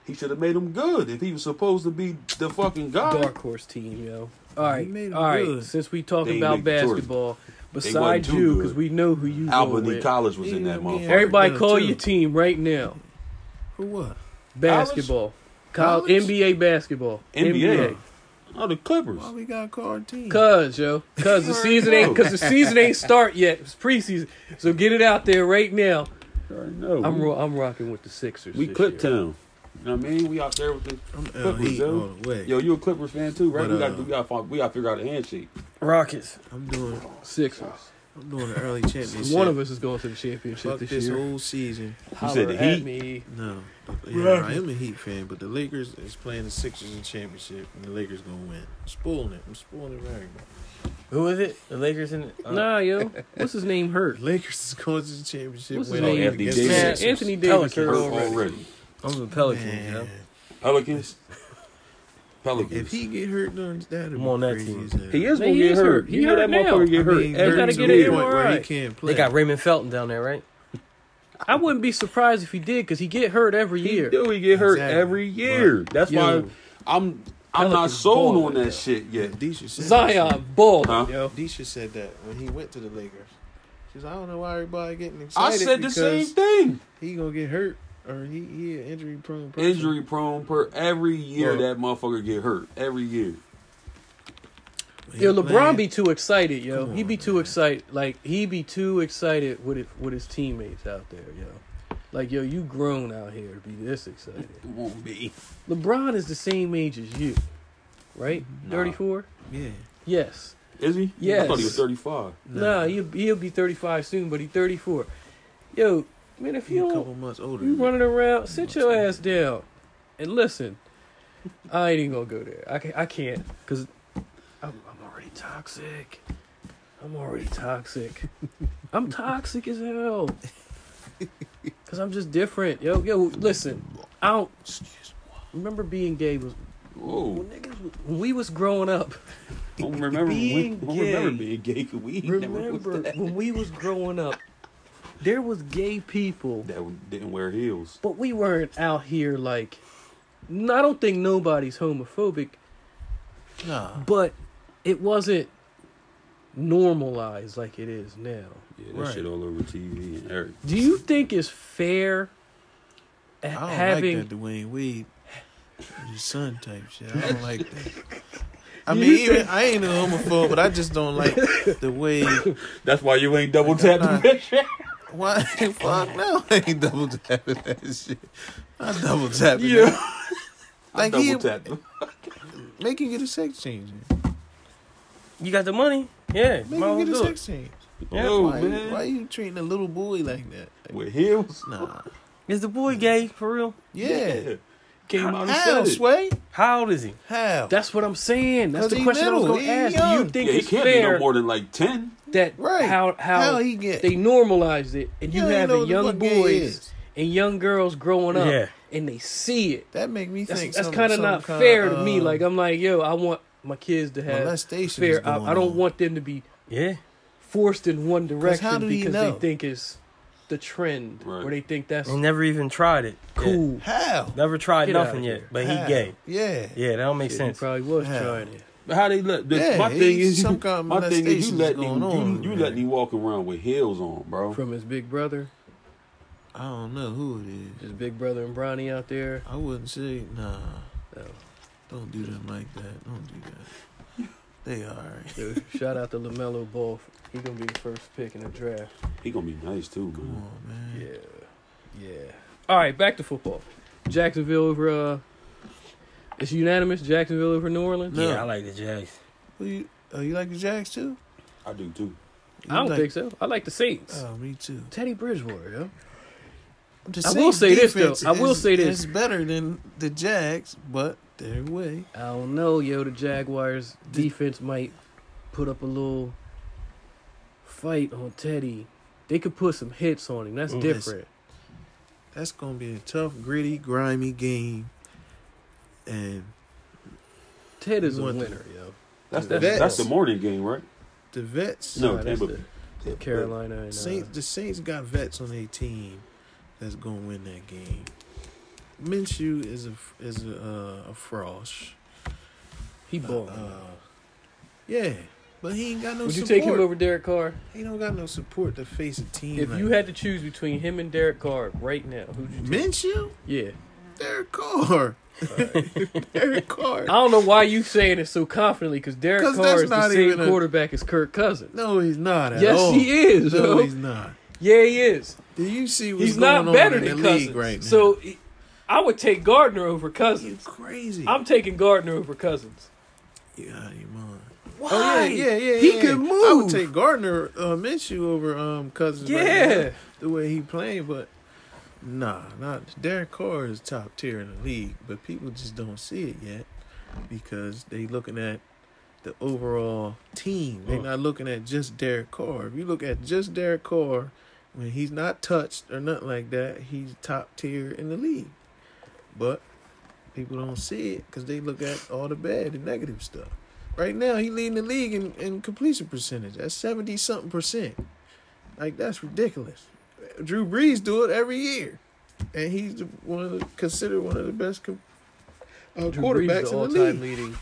S3: He should have made him good if he was supposed to be the fucking guy.
S2: Dark horse team, yo. All right,
S4: made 'em
S2: all right.
S4: good.
S2: Since we
S3: They
S2: talking
S3: ain't
S2: about
S3: make the tournament.
S2: basketball, besides
S3: too
S2: you
S3: good.
S2: because we know who you going
S3: Albany
S2: with.
S3: College was in
S4: Yeah,
S3: that
S4: yeah.
S3: motherfucker.
S2: Everybody
S4: Yeah,
S2: call
S4: too.
S2: your team right now.
S4: Who what?
S2: Basketball. College,
S4: College?
S2: NBA basketball.
S3: NBA. Oh, the Clippers.
S4: Why we got card team?
S2: Cause yo, cause the season ain't, cause the season ain't start yet. It's preseason, so get it out there right now.
S3: No,
S2: I'm
S3: we,
S2: ro- I'm rocking with the Sixers.
S3: we
S2: this
S3: Clip
S2: year.
S3: Town. You know what I mean? We out there with the
S4: I'm uh, oh, L
S3: Clippers,
S4: Heat all
S3: yo.
S4: the way.
S3: Yo, you a Clippers fan too, right?
S4: But,
S3: we got
S4: uh,
S3: we got we got to figure out a handshake.
S1: Rockets.
S4: I'm doing
S2: Sixers.
S4: I'm doing an early championship.
S2: One of us is going to the championship
S4: Fuck
S2: this,
S4: this
S2: year.
S4: whole season.
S3: You
S2: Holler
S3: said the
S2: at
S3: Heat?
S2: me.
S4: No, yeah, I am a Heat fan, but the Lakers is playing the Sixers in championship, and the Lakers gonna win. I'm spoiling it. I'm spoiling it for everybody.
S1: Who is it? The Lakers in it? Uh,
S2: Nah, yo, what's his name hurt?
S4: Lakers is going to the championship.
S2: What's his
S4: winning
S2: name?
S4: against
S3: Anthony
S4: the
S2: Man,
S3: Davis.
S4: Sixers.
S2: Anthony Davis
S1: Pelicans.
S2: hurt
S3: Hurt
S2: already.
S3: already.
S1: I'm the Pelicans,
S4: Man,
S1: yo.
S3: Pelicans. Pelicans.
S4: If he get hurt, that that'd
S1: I'm
S4: be
S1: on that
S4: crazy
S1: team.
S4: as hell.
S3: He is
S2: Man,
S3: gonna
S2: he
S3: get
S2: is
S3: hurt.
S2: hurt.
S3: You
S2: He
S3: hear
S2: hurt
S3: that
S2: now.
S3: motherfucker get
S4: I
S3: hurt.
S4: mean,
S2: Every-
S4: hurt
S2: gotta
S4: to
S2: get
S4: the
S2: an
S4: point where he
S2: MRI.
S4: can't play.
S1: They got Raymond Felton down there, right?
S2: I wouldn't be surprised if he did, cause he get hurt every year.
S3: Do we get hurt
S4: Exactly.
S3: every year? That's
S2: Yo.
S3: why I'm I'm not
S2: Pelicans
S3: sold
S2: balling
S3: on that
S2: now.
S3: shit yet.
S4: Deisha said that.
S2: Zion ball.
S3: Huh?
S2: Yo.
S4: Deisha said that when he went to the Lakers. She said, I don't know why everybody getting
S3: I
S4: excited.
S3: said the same
S4: because
S3: thing.
S4: He gonna get hurt or he he an injury prone person.
S3: Injury prone per every year
S4: Well-
S3: that motherfucker get hurt every year.
S4: He
S2: Yo, LeBron
S4: playing.
S2: be too excited, yo.
S4: Come
S2: he be
S4: on,
S2: too
S4: man.
S2: excited. Like he be too excited with it, with his teammates out there, yo. Like yo, you grown out here to be this excited.
S3: It won't be.
S2: LeBron is the same age as you, right?
S3: Nah.
S2: Thirty four.
S4: Yeah.
S2: Yes.
S3: Is he? I
S2: Yes.
S3: thought he was 35.
S2: Nah, he'll, he'll be thirty five soon, but he thirty four. Yo, man, if
S4: He
S2: you
S4: a
S2: don't,
S4: couple months older.
S2: you
S4: than me.
S2: running around, sit your ass down, and listen. I ain't even gonna go there. I can't. I can't because I'm, I'm already toxic. I'm already toxic. I'm toxic as hell. Cause I'm just different. Yo, yo, listen. I don't remember being gay was
S3: Whoa.
S2: when niggas was- when we was growing up.
S3: Don't remember,
S2: Being
S3: don't remember
S2: gay.
S3: being gay. 'cause We never was
S2: Remember
S3: that.
S2: when we was growing up, there was gay people
S3: that one didn't wear heels.
S2: But we weren't out here like. n- I don't think nobody's homophobic,
S4: Nah.
S2: but it wasn't normalized like it is now.
S3: Yeah, that
S4: Right.
S3: shit all over TV and everything.
S2: Do you think it's fair a-
S4: I don't
S2: having
S4: like that Dwayne Wade, his son type shit. I don't like that. I
S2: You
S4: mean, even
S2: think-
S4: I ain't a homophobe, but I just don't like the way.
S3: That's why you ain't double tapped the
S4: Nah.
S3: bitch.
S4: Why? Fuck no! I ain't double tapping that shit. I double tapping.
S3: Yeah.
S4: Yeah,
S3: I
S4: Like, he-
S3: double tapped him.
S4: make him get a sex change.
S1: You got the money? Yeah.
S4: Make
S1: might
S4: him
S1: as
S4: get a
S1: well do it.
S4: sex change.
S3: Yo,
S4: why,
S3: man.
S4: why you treating a little boy like that?
S3: With heels?
S4: Nah.
S1: Is the boy gay for real?
S4: Yeah.
S3: Came out and
S4: How,
S3: said it.
S4: Sway?
S1: How old is he?
S4: How?
S2: That's what I'm saying. That's
S4: 'Cause
S2: the
S4: he
S2: question I
S4: little,
S2: was
S4: he
S2: going to ask. Do you
S4: young.
S2: think
S3: Yeah, he
S2: it's
S3: can't be
S2: fair
S3: no more than like 10.
S2: that
S4: Right.
S2: how how,
S4: How he get-
S2: they normalized it and you,
S4: don't even
S2: have
S4: know what
S2: having
S4: the
S2: young
S4: fuck gay
S2: boys
S4: is.
S2: and young girls growing up
S1: Yeah.
S2: and they see it.
S4: That make me
S2: That's,
S4: think
S2: that's
S4: some-
S2: kind of
S4: some
S2: not
S4: kind
S2: fair
S4: of,
S2: to me.
S4: uh,
S2: Like I'm like, yo, I want my kids to have
S4: molestation is
S2: fair. I, I
S4: going
S2: don't
S4: on.
S2: want them to be
S1: Yeah.
S2: forced in one
S4: how
S2: direction
S4: do he
S2: because
S4: know? Mm,
S2: they think it's the trend,
S3: Right.
S2: or they think that's
S1: He never even tried it. Yeah.
S2: cool.
S4: how?
S1: Never tried
S2: Get
S1: nothing
S2: outta
S1: yet,
S2: here.
S1: but
S4: How?
S1: he gay.
S4: Yeah.
S1: Yeah, that don't make
S2: He
S1: sense.
S2: probably was
S4: How?
S2: trying it.
S3: But how they let the,
S4: Yeah,
S3: my
S4: he-
S3: thing is
S4: some kind of
S3: my thing is you
S4: molestation
S3: let
S4: is
S3: him,
S4: going on
S3: you, you
S4: over
S3: let
S4: there.
S3: him walk around with heels on, bro.
S2: from his big brother.
S4: I don't know who it is.
S2: His big brother and Bronny out there.
S4: I wouldn't say nah.
S2: No.
S4: Don't do them like that. Don't do that. They alright.
S2: Yo, shout out to Lamelo Ball. He gonna be the first pick in the draft.
S3: He gonna be nice too,
S4: Come
S3: man.
S4: on, man.
S2: Yeah, yeah. All right, back to football. Jacksonville over. Uh, it's unanimous. Jacksonville over New Orleans.
S4: No.
S1: Yeah, I like the Jags.
S4: Who you, oh, you like the Jags too?
S3: I do too.
S4: You
S2: I don't
S4: like-
S2: think so. I like the Saints.
S4: Oh, me too.
S2: Teddy Bridgewater, yo.
S4: The
S2: I will
S4: Saints
S2: say this, though.
S4: defense
S2: I will
S4: is-
S2: say this.
S4: It's better than the Jags, but their way.
S2: I don't know, yo. The Jaguars defense might put up a little fight on Teddy. They could put some hits on him. That's
S1: Mm.
S2: different.
S4: That's gonna be a tough, gritty, grimy game. And
S2: Ted is a
S4: One-
S2: winner, yo.
S3: That's
S2: The
S3: the,
S4: vets.
S3: that's the morning game, right?
S4: the vets
S3: No,
S2: Nah, that's
S3: Tampa.
S2: the Carolina and uh,
S4: Saints, the Saints got vets on their team that's gonna win that game. Minshew is a is a, uh, a frosh.
S2: he
S4: Uh,
S2: balling.
S4: yeah, But he ain't got no
S2: Would you
S4: support.
S2: take him over Derek Carr?
S4: He don't got no support to face a team.
S2: If
S4: like
S2: you had to choose between him and Derek Carr right now, who'd you take?
S4: Minshew,
S2: Yeah.
S4: Derek Carr, Derek Carr.
S2: I don't know why you saying it so confidently because Derek
S4: 'Cause
S2: Carr
S4: that's
S2: is the
S4: not
S2: same
S4: even a-
S2: quarterback as Kirk Cousins.
S4: No, he's not. At
S2: Yes,
S4: all.
S2: he is,
S4: No,
S2: yo.
S4: he's not.
S2: Yeah, he is.
S4: Do you see what's
S2: He's
S4: going
S2: not better
S4: on in
S2: than
S4: the
S2: Cousins.
S4: league right now?
S2: So he- I would take Gardner over
S4: you
S2: Cousins.
S4: crazy.
S2: I'm taking Gardner over Cousins.
S4: you out of your mind.
S2: Why?
S4: Oh yeah, yeah, yeah.
S2: He
S4: yeah.
S2: can move.
S4: I would take Gardner uh, Minshew over um Cousins. right
S2: Yeah.
S4: now, the way he playing, but nah, not Derek Carr is top tier in the league, but people just don't see it yet because they looking at the overall team. They're not looking at just Derek Carr. If you look at just Derek Carr, when he's not touched or nothing like that, he's top tier in the league. But people don't see it because they look at all the bad, the negative stuff. Right now, he leading the league in, in completion percentage at seventy something percent. Like that's ridiculous. Drew Brees do it every year, and he's the, one of the, considered one of the best com- uh,
S2: Drew Brees
S4: quarterbacks
S2: the
S4: in the
S2: all-time
S4: league.
S2: leading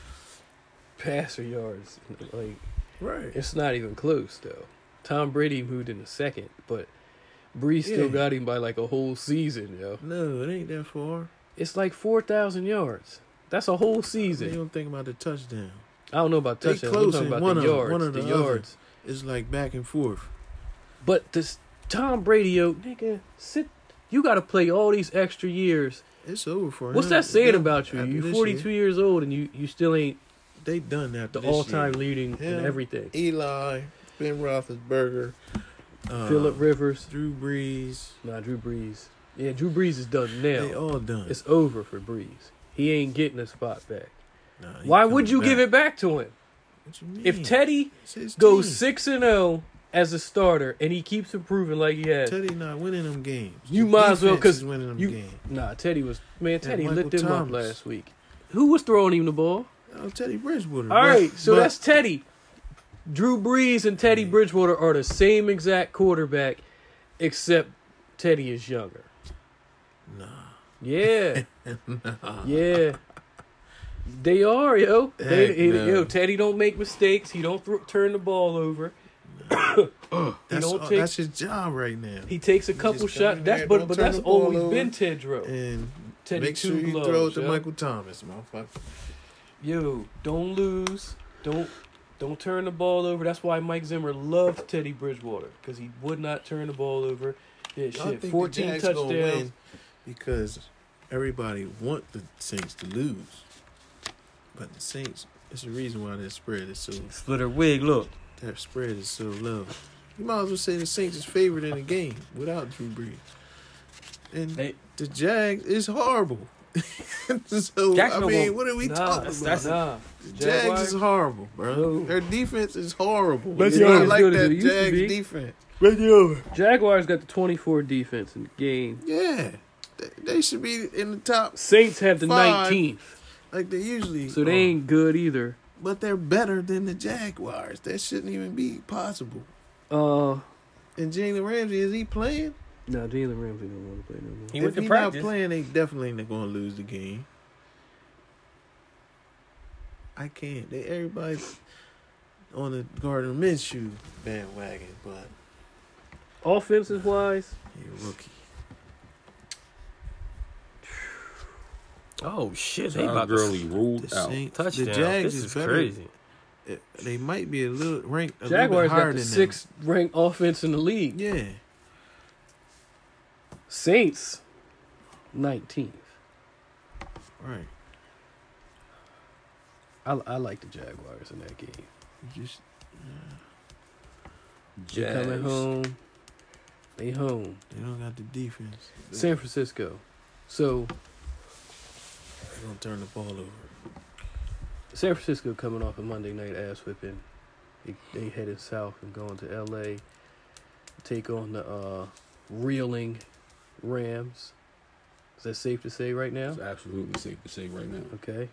S2: passer yards. Like
S4: Right.
S2: it's not even close though. Tom Brady moved in the second, but Brees
S4: Yeah.
S2: still got him by like a whole season, yo.
S4: No, it ain't that far.
S2: It's like four thousand yards. That's a whole
S4: You
S2: season.
S4: don't think about the touchdown.
S2: I don't know about
S4: They
S2: touchdowns. I'm
S4: close
S2: talking
S4: in
S2: about
S4: one
S2: the
S4: of-
S2: yards.
S4: one of
S2: the
S4: the other.
S2: yards.
S4: It's like back and forth.
S2: But this Tom Brady, yo, nigga, sit. You got to play all these extra years.
S4: It's over for
S2: What's
S4: him.
S2: that saying
S4: They're-
S2: about you?
S4: after
S2: You
S4: this
S2: 42
S4: year,
S2: years old and you you still ain't
S4: They done that.
S2: the
S4: this
S2: all time
S4: year.
S2: leading
S4: Him,
S2: in everything.
S4: Eli, Ben Roethlisberger, uh,
S2: Philip Rivers,
S4: Drew Brees.
S2: nah, Drew Brees. Yeah, Drew Brees is done now.
S4: They all done.
S2: It's over for Breeze. He ain't getting his spot back.
S4: Nah, he
S2: Why would
S4: coming
S2: you
S4: back.
S2: give it back to him?
S4: What you mean?
S2: If Teddy
S4: It's his
S2: goes
S4: team.
S2: six and zero as a starter and he keeps improving like he has,
S4: Teddy not winning them games.
S2: You
S4: The
S2: might as well,
S4: defense is
S2: 'cause
S4: winning them
S2: you-
S4: games.
S2: nah, Teddy was man. Teddy
S4: Michael
S2: lit him up
S4: Thomas.
S2: last week. Who was throwing him the ball?
S4: Oh, Teddy Bridgewater.
S2: All
S4: But-
S2: right, so
S4: but Mm.
S2: that's Teddy. Drew Brees and Teddy Bridgewater are the same exact quarterback, except Teddy is younger. Nah. Yeah.
S4: uh,
S2: Yeah. They are, yo. They,
S4: Heck
S2: he-
S4: no.
S2: Yo, Teddy don't make mistakes. He don't thro- turn the ball over.
S4: that's,
S2: don't
S4: all-
S2: take-
S4: that's his job right now.
S2: He takes a couple
S4: just come
S2: shots.
S4: in
S2: That's
S4: there,
S2: but
S4: don't
S2: but
S4: turn
S2: that's
S4: the ball
S2: always
S4: over.
S2: been Tedro.
S4: and
S2: Teddy
S4: make sure
S2: two
S4: you
S2: gloves,
S4: throw it to
S2: yo.
S4: Michael Thomas, motherfucker.
S2: yo, don't lose. Don't don't turn the ball over. That's why Mike Zimmer loved Teddy Bridgewater because he would not turn the ball over. Yeah,
S4: I think
S2: shit.
S4: the
S2: Fourteen
S4: Jags gonna
S2: touchdowns.
S4: win because everybody want the Saints to lose, but the Saints. It's the reason why that spread is so
S1: Split her wig. Look,
S4: that spread is so low. You might as well say the Saints is favored in the game without Drew Brees, and
S1: They-
S4: the Jags is horrible. so
S1: That's
S4: I
S1: no one-
S4: mean, what are we
S2: Nah,
S4: talking about?
S1: that's-
S2: nah.
S4: The Jags
S2: Jaguars-
S4: is horrible, bro.
S2: No.
S4: Their defense is horrible.
S2: Let's
S4: it's
S2: be
S4: not
S2: honest,
S4: like
S2: dude, it
S4: that
S2: used to
S4: Jags
S2: be.
S4: defense.
S2: Jaguars got the twenty-four defense in the game.
S4: Yeah, they, they should be in the top
S2: Saints have the
S4: Five.
S2: nineteenth,
S4: like they usually.
S2: so they
S4: are.
S2: ain't good either.
S4: but they're better than the Jaguars. That shouldn't even be possible.
S2: Uh,
S4: And Jalen Ramsey, is he playing?
S2: no, Jalen Ramsey don't want to play no more.
S1: he went
S4: if
S1: to
S4: he's not
S1: practice.
S4: playing, they definitely not going to lose the game. I can't. They everybody's on the Gardner Minshew bandwagon, but
S2: Offenses wise,
S4: he a rookie.
S1: Oh shit! They
S3: Todd
S1: about to
S3: Gurley ruled
S4: The
S3: out.
S4: Saints,
S1: touchdown.
S4: the Jags
S1: this
S4: is,
S1: is
S4: better.
S1: crazy.
S4: Uh, They might be a little ranked a little bit
S2: Jaguars
S4: higher
S2: got the
S4: than them.
S2: sixth-ranked offense in the league.
S4: Yeah,
S2: Saints, nineteenth.
S4: right.
S2: I, I like the Jaguars in that game.
S4: Just
S2: They coming
S1: Jags.
S2: home. They home.
S4: they don't got the defense.
S2: San Francisco. So
S4: They're gonna turn the ball over.
S2: San Francisco coming off a Monday night ass whipping. They, they headed south and going to L.A. Take on the uh, reeling Rams. Is that safe to say right now?
S3: It's absolutely safe to say right now.
S2: Okay.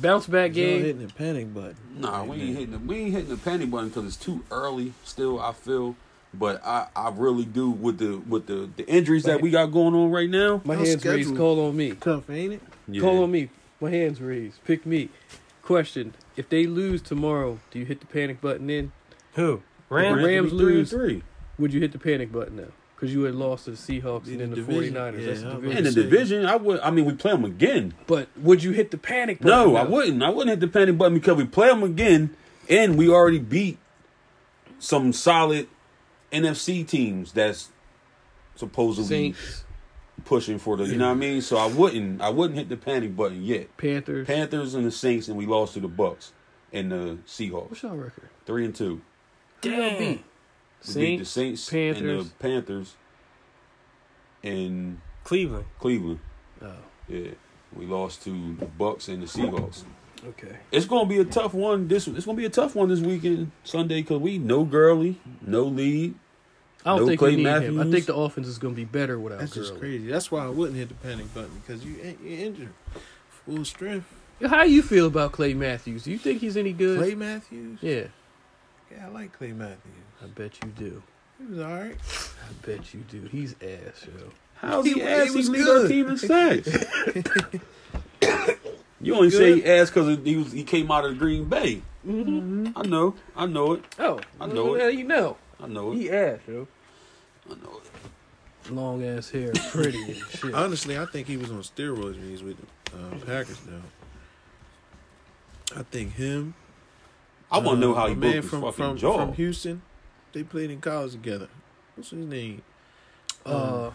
S2: Bounce back
S4: Y'all
S2: game.
S4: hitting the panic button.
S3: Nah, we
S4: Right
S3: ain't
S4: now.
S3: hitting the we ain't hitting the panic button because it's too early. Still, I feel, but I I really do with the with the the injuries that we got going on right now.
S2: My
S4: Y'all
S2: hands raised.
S4: schedule.
S2: Call on me.
S4: Tough, ain't it?
S2: Call on me. My hands raised. Pick me. Question: If they lose tomorrow, do you hit the panic button then?
S1: Who?
S3: The
S1: Rams?
S2: Rams
S3: be three and
S2: lose.
S3: three.
S2: Would you hit the panic button now? Because you had lost to the Seahawks and
S4: In
S2: then
S4: the
S2: the
S4: division,
S2: 49ers. That's
S4: yeah,
S2: the
S4: I
S2: division.
S3: In the
S4: Say-
S3: division, I would. I mean, we play them again.
S2: But would you hit the panic button?
S3: No, I
S2: now?
S3: wouldn't. I wouldn't hit the panic button because we play them again, and we already beat some solid NFC teams that's supposedly
S2: Saints,
S3: pushing for the. You know what I mean? So I wouldn't. I wouldn't hit the panic button yet.
S2: Panthers.
S3: Panthers and the Saints, and we lost to the Bucks and the Seahawks,
S2: What's y'all record?
S3: three and two.
S1: Damn.
S3: We beat the Saints and
S2: Panthers.
S3: the Panthers and
S1: Cleveland.
S3: Cleveland.
S2: Oh,
S3: Yeah, we lost to the Bucks and the Seahawks.
S2: okay.
S3: It's gonna be a tough one. This it's gonna be a tough one this weekend, Sunday, because we no Gurley, no lead.
S2: I don't
S3: No
S2: think
S3: Clay
S2: we need him. I
S3: Matthews.
S2: think the offense is going to be better without
S4: That's just
S2: Gurley.
S4: crazy. That's why I wouldn't hit the panic button because you ain't- you're injured. Full strength.
S2: How you feel about Clay Matthews? Do you think he's any good?
S4: Clay Matthews.
S2: Yeah,
S4: Yeah, I like Clay Matthews.
S2: I bet you do.
S4: He was all right.
S2: I bet you do. He's ass, yo.
S3: How's
S4: He
S3: he,
S4: wa- he
S3: ass? He
S4: was
S3: lead
S4: good.
S3: our team in sacks. you only say he ass because he was he came out of Green Bay. I know, I know it,
S2: Mm-hmm. Oh,
S3: I know
S2: well, You know,
S3: I know it,
S2: he ass, yo.
S3: I know it.
S2: Long ass hair, Uh-uh. pretty and shit.
S4: Honestly, I think he was on steroids when he was with the uh, Packers. Now, I think him.
S3: I want to know
S4: uh,
S3: how he
S4: my
S3: broke his
S4: from
S3: fucking
S4: from,
S3: jaw.
S4: from Houston. They played in college together. What's his name?
S2: Uh,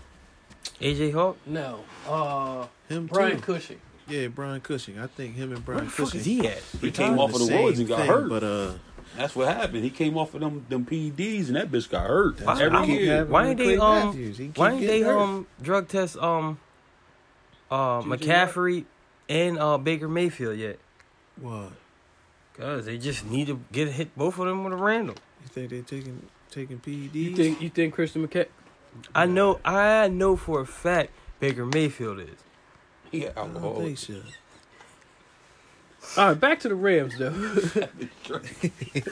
S1: AJ Hawk.
S2: no. Uh,
S4: Him
S2: Brian
S4: too.
S2: Cushing.
S4: yeah, Brian Cushing. I think him and
S1: Where
S4: Brian
S1: the fuck
S4: Cushing.
S1: is he at?
S3: he
S4: done
S3: came off
S4: the
S3: of the
S4: same
S3: woods and got
S4: thing,
S3: hurt.
S4: But uh,
S3: That's what happened. He came off of them them PEDs and that bitch got hurt
S4: That's
S3: every
S4: what keep
S3: year.
S4: happening
S1: Why
S4: with
S1: ain't they
S4: Clay
S1: um?
S4: Matthews. He keep
S1: Why ain't
S4: getting
S1: they
S4: hurt.
S1: um drug test um, uh
S4: Juju
S1: McCaffrey and uh Baker Mayfield yet?
S4: What?
S1: Cause they just need to get hit both of them with a random.
S4: You think they taking taking E PEDs?
S2: You think you think Christian McCaffrey?
S1: I know. I know for a fact Baker Mayfield is.
S3: Yeah,
S4: I don't
S3: alcohol.
S4: think so.
S2: All right, back to the Rams though.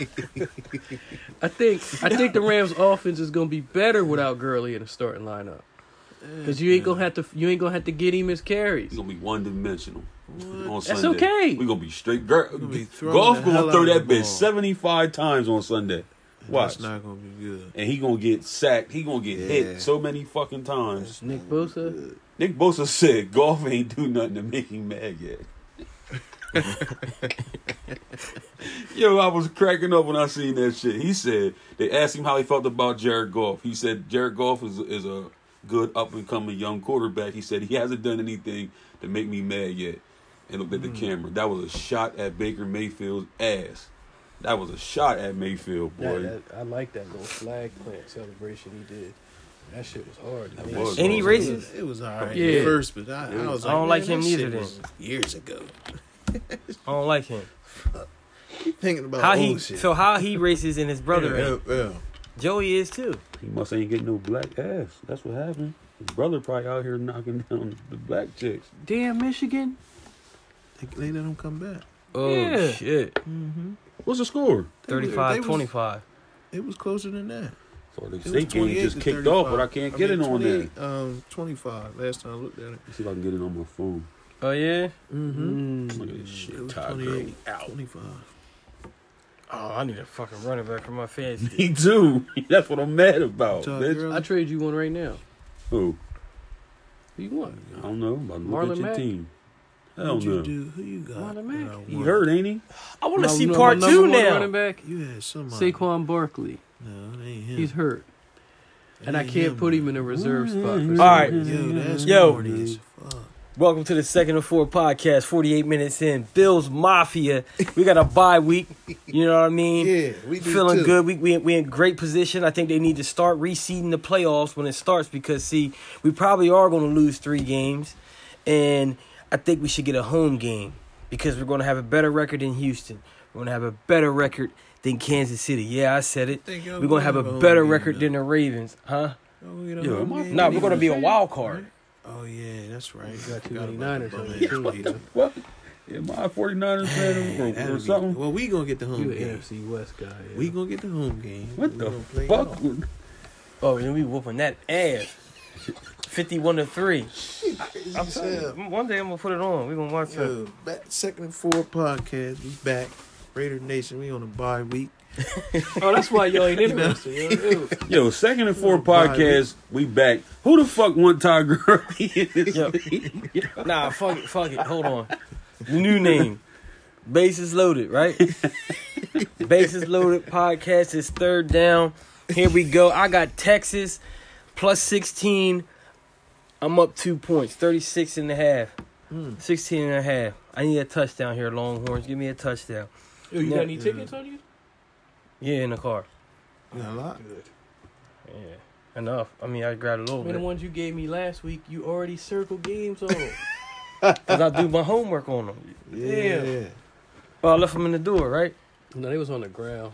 S2: I think I think the Rams offense is going to be better without Gurley in the starting lineup. Cause you ain't gonna have to, you ain't gonna have to get him his
S3: He's
S2: carries.
S3: gonna be one dimensional. On
S2: That's
S3: Sunday.
S2: okay.
S3: We're gonna be straight. Gir-
S4: gonna be throwing
S3: golf
S4: the hell
S3: gonna throw
S4: out of
S3: that
S4: the
S3: bitch
S4: ball.
S3: 75 times on Sunday. Watch.
S4: That's not gonna be good.
S3: and he gonna get sacked. He gonna get
S4: Yeah.
S3: hit so many fucking times.
S2: Nick Bosa,
S3: Nick Bosa said golf ain't do nothing to make him mad yet. Yo, I was cracking up when I seen that shit. He said they asked him how he felt about Jared Goff. He said Jared Goff is is a good up and coming young quarterback. He said he hasn't done anything to make me mad yet. And looked at the camera. That was a shot at Baker Mayfield's ass. That was a shot at Mayfield, boy.
S2: That- that- I like that little flag plant celebration he did. That shit was hard.
S3: That was
S1: Any
S3: awesome.
S1: racist?
S4: It was, it was all right
S2: Yeah.
S4: at first, but I, I was
S1: I
S4: like,
S1: don't like
S4: man,
S1: him
S4: that
S1: neither
S4: shit
S1: then.
S4: was Years ago,
S1: I don't like him.
S4: you thinking about
S1: How
S4: old
S1: he?
S4: Oh, shit.
S1: So how he races in his brother?
S4: Yeah,
S1: ain't.
S4: yeah,
S1: Joey is too.
S3: He must ain't getting no black ass. That's what happened. His brother probably out here knocking down the black chicks.
S2: Damn Michigan.
S4: They, they let him come back.
S1: Oh
S2: Yeah.
S1: shit!
S4: Mm-hmm.
S3: What's the score?
S4: They was- they
S1: 35,
S4: was-
S1: 25.
S4: It was closer than that.
S3: So the
S4: It was
S3: state game
S4: 28
S3: just
S4: to
S3: kicked off, but I
S4: 35.
S3: can't get
S4: mean,
S3: it on there.
S4: 28, Um, twenty-five. Last time I looked at it,
S3: Let's see if I can get it on my phone.
S1: Oh yeah.
S4: mm-hmm.
S3: Look at this shit.
S4: it was
S3: Todd
S4: 28, twenty-five.
S1: Oh, I need a fucking running back for my
S3: Gurley.
S1: fantasy.
S3: Me too. That's what I'm mad about.
S4: Todd
S3: bitch.
S4: Gurley.
S2: I trade you one right now.
S3: Who?
S2: Who you want?
S3: I don't know. But look
S2: Marlon
S3: at your
S2: Mack?
S3: team. Hell
S4: Who'd you
S3: no.
S4: do? Who you got?
S2: Marlon Mack.
S4: that I
S3: He
S4: want?
S3: hurt, ain't he?
S1: I want to
S2: My-
S1: see
S2: my
S1: part
S2: number
S1: two
S2: one
S1: now.
S2: Running back,
S4: You had somebody.
S2: Saquon Barkley.
S4: No, it ain't him.
S2: He's hurt,
S4: It
S2: and I
S4: ain't
S2: can't put him in a reserve spot. for
S1: All right.
S2: some reason.
S4: Yo, that's
S1: Yo.
S4: corny as fuck.
S1: Welcome to the second and four podcast. Forty-eight minutes in, Bills Mafia. We got a bye week. You know what I mean?
S4: Yeah, we do
S1: Feeling
S4: too.
S1: good. We we we in great position. I think they need to start reseeding the playoffs when it starts because see, we probably are going to lose three games, and I think we should get a home game because we're going to have a better record than Houston. We're going to have a better record than Kansas City. Yeah, I said it.
S4: Think y'all
S1: We're going to have a
S4: home
S1: better
S4: game,
S1: record
S4: though.
S1: than the Ravens, huh?
S4: Oh, we don't
S3: Yo,
S4: know
S3: am I-
S4: game.
S1: No, we're going to be a wild card.
S4: Oh yeah, that's right.
S2: got too
S4: Forgot
S2: many
S4: about
S2: Niners
S4: the
S2: on
S4: bum
S2: your
S4: ass
S2: team,
S4: Raiders.
S3: What? Am I a 49ers fan or-
S4: That'll
S3: or,
S4: be-
S3: something?
S4: Well, we gonna get the
S2: You
S4: home
S2: an
S4: game.
S2: AFC West guy. yo.
S4: We gonna get the home game.
S3: What
S4: We
S3: the
S4: gonna play it
S3: fuck?
S4: off.
S1: Oh, then we whooping that ass. fifty-one to three. I'm telling
S4: Yeah.
S1: you, one day I'm gonna put it on. We are gonna watch that.
S4: Yo, back, second and four podcast. We back. Raider Nation. We on a bye week.
S2: Oh, that's why y'all ain't interested. yo, yo.
S3: Yo, second and four
S4: Bye,
S3: podcast, we back. Who the fuck want Ty Gurley? in this
S1: Yo.
S3: league?
S1: Nah, fuck it, fuck it. Hold on. The new name, bases loaded, right? bases loaded podcast is third down. Here we go. I got Texas plus sixteen. I'm up two points, 36 and a half.
S4: Hmm,
S1: 16 and a half. I need a touchdown here, Longhorns. Give me a touchdown.
S2: Yo, you got any tickets on you?
S1: Yeah, in the car.
S4: Not a lot.
S1: Yeah, enough. I mean, I grabbed a little
S2: I mean, the
S1: bit
S2: ones you gave me last week, you already circled games on.
S1: because I do my homework on them.
S4: Yeah.
S1: Well, I left them in the door, right?
S2: no, they was on the ground.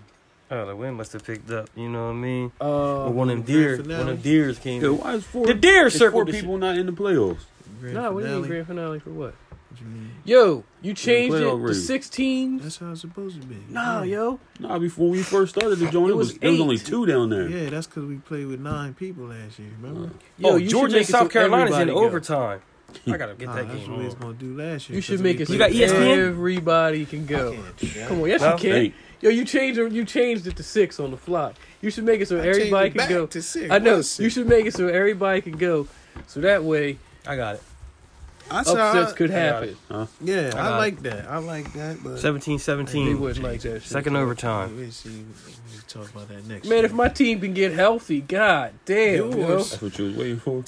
S1: Oh, the wind must have picked up. You know what I mean?
S2: Uh,
S1: Or one of them
S4: the
S1: deer,
S4: grand
S1: one of them
S4: finale?
S1: deers came.
S3: Yo, why is four,
S1: The deer
S3: is
S1: circled
S3: four
S1: the shit.
S3: people not in the playoffs?
S4: Grand
S2: nah, what do you mean
S4: finale.
S2: grand finale for what?
S4: What you mean?
S2: Yo, you changed
S3: play
S2: it
S3: already.
S2: to six teams?
S4: That's how it's supposed to be. Hmm.
S2: Nah,
S4: yeah.
S2: yo.
S3: Nah, before we first started the joint,
S2: It
S3: it was,
S2: was
S3: there was
S2: eight.
S3: only two down there.
S4: Yeah, that's because we played with nine people last year. Remember?
S2: Yo,
S1: oh,
S2: you should
S1: Georgia
S2: make
S1: and
S2: it so
S1: South Carolina's in
S2: everybody go.
S1: overtime. I gotta get
S4: Nah,
S1: that
S4: that's
S1: game.
S4: what we was
S1: On.
S4: gonna do last year.
S2: You E should
S4: 'cause
S2: make
S4: we
S2: it.
S1: You
S2: so
S1: got
S4: played-
S1: ESPN?
S2: Everybody can go. Come on, yes
S1: No.
S2: you can.
S3: Hey.
S2: Yo, you changed it. You changed it to six on the fly. You should make it so
S4: I changed
S2: everybody
S4: it
S2: can
S4: back
S2: go.
S4: to six.
S2: I know.
S4: What's
S2: You
S4: six?
S2: should make it so everybody can go. So that way,
S1: I got it.
S4: I saw-
S2: upsets could happen.
S4: Yeah,
S1: I
S4: I,
S1: got
S4: like that. I like that. But
S1: 17
S2: They
S1: 17.
S2: wouldn't like that shit.
S1: Second overtime.
S4: we see. We talk about that next.
S2: Man,
S4: year.
S2: if my team can get healthy, god damn. yo.
S4: Yours.
S3: That's what you was waiting for.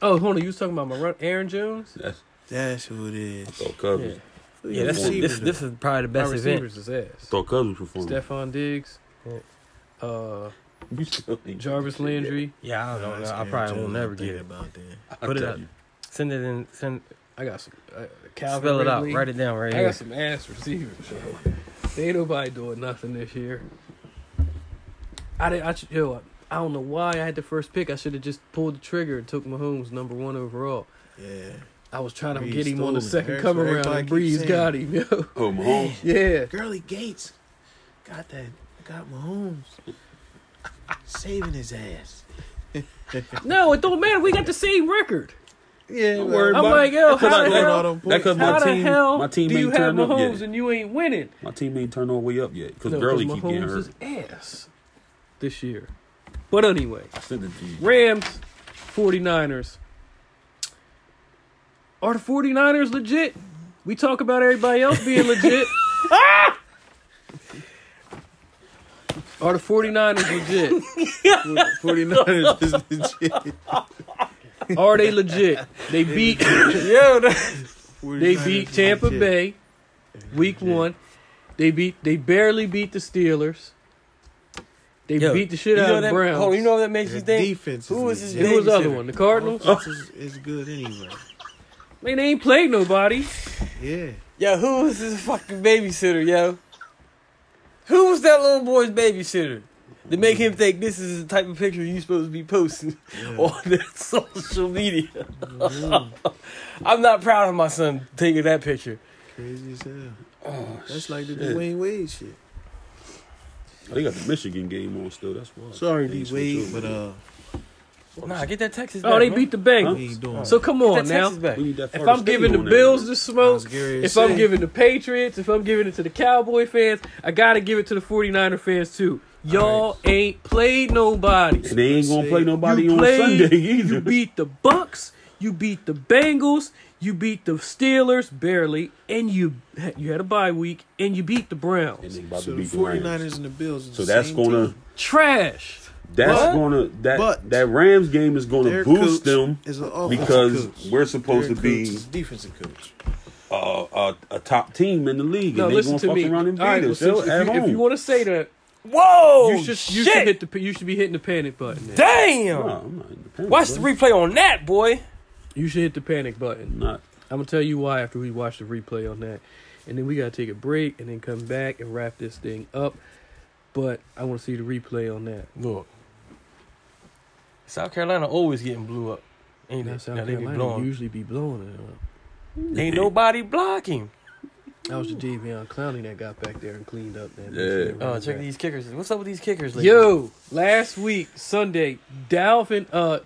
S2: Oh, hold on. You was talking about my run, Aaron Jones?
S3: That's
S4: that's who it is.
S3: thought Cubs. was-
S1: Yeah, that's this. This is probably the
S2: My
S1: best event.
S2: receivers is ass.
S3: Thought Cubs was performing.
S2: Stephon Diggs.
S1: Yeah.
S2: Uh,
S3: You still ain't-
S2: Jarvis Landry.
S1: Yeah, I don't know. I probably will never get it.
S4: about that.
S3: I'll
S1: Put it
S3: tell
S1: up.
S3: you.
S1: Send it in. Send.
S2: I got some. Uh, Calvin
S1: Spell it out.
S2: Ridley.
S1: Write it down right
S2: I
S1: here.
S2: got some ass receivers. Yo. They ain't nobody doing nothing this year. I did. I should- yo. I don't know why I had the first pick. I should have just pulled the trigger and took Mahomes number one overall.
S4: Yeah.
S2: I was trying to
S4: Breeze
S2: get him on
S4: stole
S2: the
S4: it.
S2: second
S4: That's
S2: come
S4: what
S2: around,
S4: everybody
S2: and
S4: keeps
S2: Breeze
S4: saying.
S2: got him. Yo.
S3: Oh, Mahomes.
S2: Yeah.
S4: Girly Gates got that. Got Mahomes saving his ass.
S2: No, it don't matter. We got the same record.
S4: Yeah,
S3: Don't worry
S2: I'm
S3: about
S2: like,
S3: it.
S2: yo,
S3: That's 'cause
S2: how
S3: I
S2: the
S3: got
S2: hell-
S4: all them
S3: That 'cause
S4: points.
S3: my
S2: How the
S3: team-
S2: hell
S3: my team
S2: do you
S3: ain't
S2: have
S3: turned up
S2: Mahomes
S3: yet.
S2: and you ain't winning?
S3: My team ain't turned all the way up yet because
S2: No, 'cause
S3: Gurley keep getting
S2: Mahomes
S3: hurt.
S2: is ass this year. But anyway,
S3: I sent it to you.
S2: Rams, 49ers. Are the 49ers legit? We talk about everybody else being legit. Ah! Are the 49ers legit?
S4: 49ers is legit.
S2: Are they legit? They beat
S1: Yo, that-
S4: 49ers
S2: they
S4: is
S2: beat Tampa
S4: legit.
S2: Bay week 1. They beat they barely beat the Steelers. They
S1: Yo,
S2: beat the shit
S1: you know
S2: out of
S1: that-
S2: the Browns.
S1: Hold on, you know what that makes
S4: Their
S1: you think?
S4: defense
S1: Who
S4: is
S1: is his
S4: legit.
S2: Who was the other one? Oh. The Cardinals?
S4: Offense is, is good anyway.
S2: Man, they ain't played nobody.
S4: Yeah.
S1: Yo, who was this fucking babysitter, yo? Who was that little boy's babysitter? To make him think this is the type of picture you supposed to be posting
S2: Oh.
S1: on the social media. I'm not proud of my son taking that picture.
S4: Crazy as hell.
S3: Oh,
S4: That's like the
S3: shit.
S4: Dwayne Wade shit.
S3: Oh, they got the Michigan game on still. That's why.
S4: Sorry,
S3: They
S4: D
S3: switched
S4: Wade,
S3: over.
S4: but uh,
S1: Nah, get that Texas back.
S2: Oh, they
S1: man.
S2: beat the
S4: what he
S2: Bengals.
S4: doing?
S2: So come
S1: Get
S2: on
S1: that
S2: now.
S1: Texas
S4: uh,
S1: back.
S3: We need that
S2: If
S3: Florida
S2: I'm
S3: State
S2: giving the
S3: on there.
S2: Bills the
S4: I
S2: smoke,
S4: was gonna
S2: if
S4: say.
S2: I'm giving the Patriots, if I'm giving it to the Cowboy fans, I gotta give it to the 49er fans too. Y'all all ain't played nobody.
S3: And they ain't gonna play nobody
S2: You
S3: on
S2: played,
S3: Sunday
S2: you
S3: either.
S2: beat the Bucks, you beat the Bengals, you beat the Steelers barely, and you you had a bye week, and you beat the
S3: And
S2: Browns.
S3: they about
S4: so
S3: to
S4: the
S3: beat the Rams.
S4: 49ers and the Bills. Are
S3: So
S4: the
S3: that's
S4: same
S3: gonna
S4: team.
S2: Trash.
S3: that's
S1: But-
S3: gonna that
S4: but-
S3: that Rams game is gonna
S4: Their
S3: boost
S4: coach
S3: them
S4: is an offensive
S3: because
S4: coach.
S3: we're supposed
S4: Their
S3: to
S4: coach
S3: be
S4: is a defensive coach.
S3: a, a, a top team in the league,
S2: No,
S3: and they
S2: listen
S3: gonna
S2: to
S3: fuck
S2: me.
S3: around and beat
S2: All right, well,
S3: us
S2: since-
S3: They'll Oh, at
S2: if, you,
S3: home.
S2: want to say that,
S1: Whoa!
S2: you should you should hit the you should be hitting the panic button. now.
S1: Damn!
S3: No, I'm not independent,
S1: Watch the
S3: bro.
S1: replay on that, boy.
S2: You should hit the panic button.
S3: I'm not.
S2: I'm gonna tell you why after we watch the replay on that, and then we gotta take a break and then come back and wrap this thing up. But I want to see the replay on that.
S1: Look, South Carolina always getting blew up. Ain't
S2: Now
S1: it?
S2: South
S1: Now they be
S2: Carolina
S1: blowing.
S2: usually be blowing it. up.
S1: Ain't nobody blocking.
S2: That was Jadavion Clowney that got back there and cleaned up that.
S3: Yeah.
S2: mess.
S1: Oh, check these kickers. What's up with these kickers? Lately?
S2: Yo, last week Sunday, Dalvin, uh,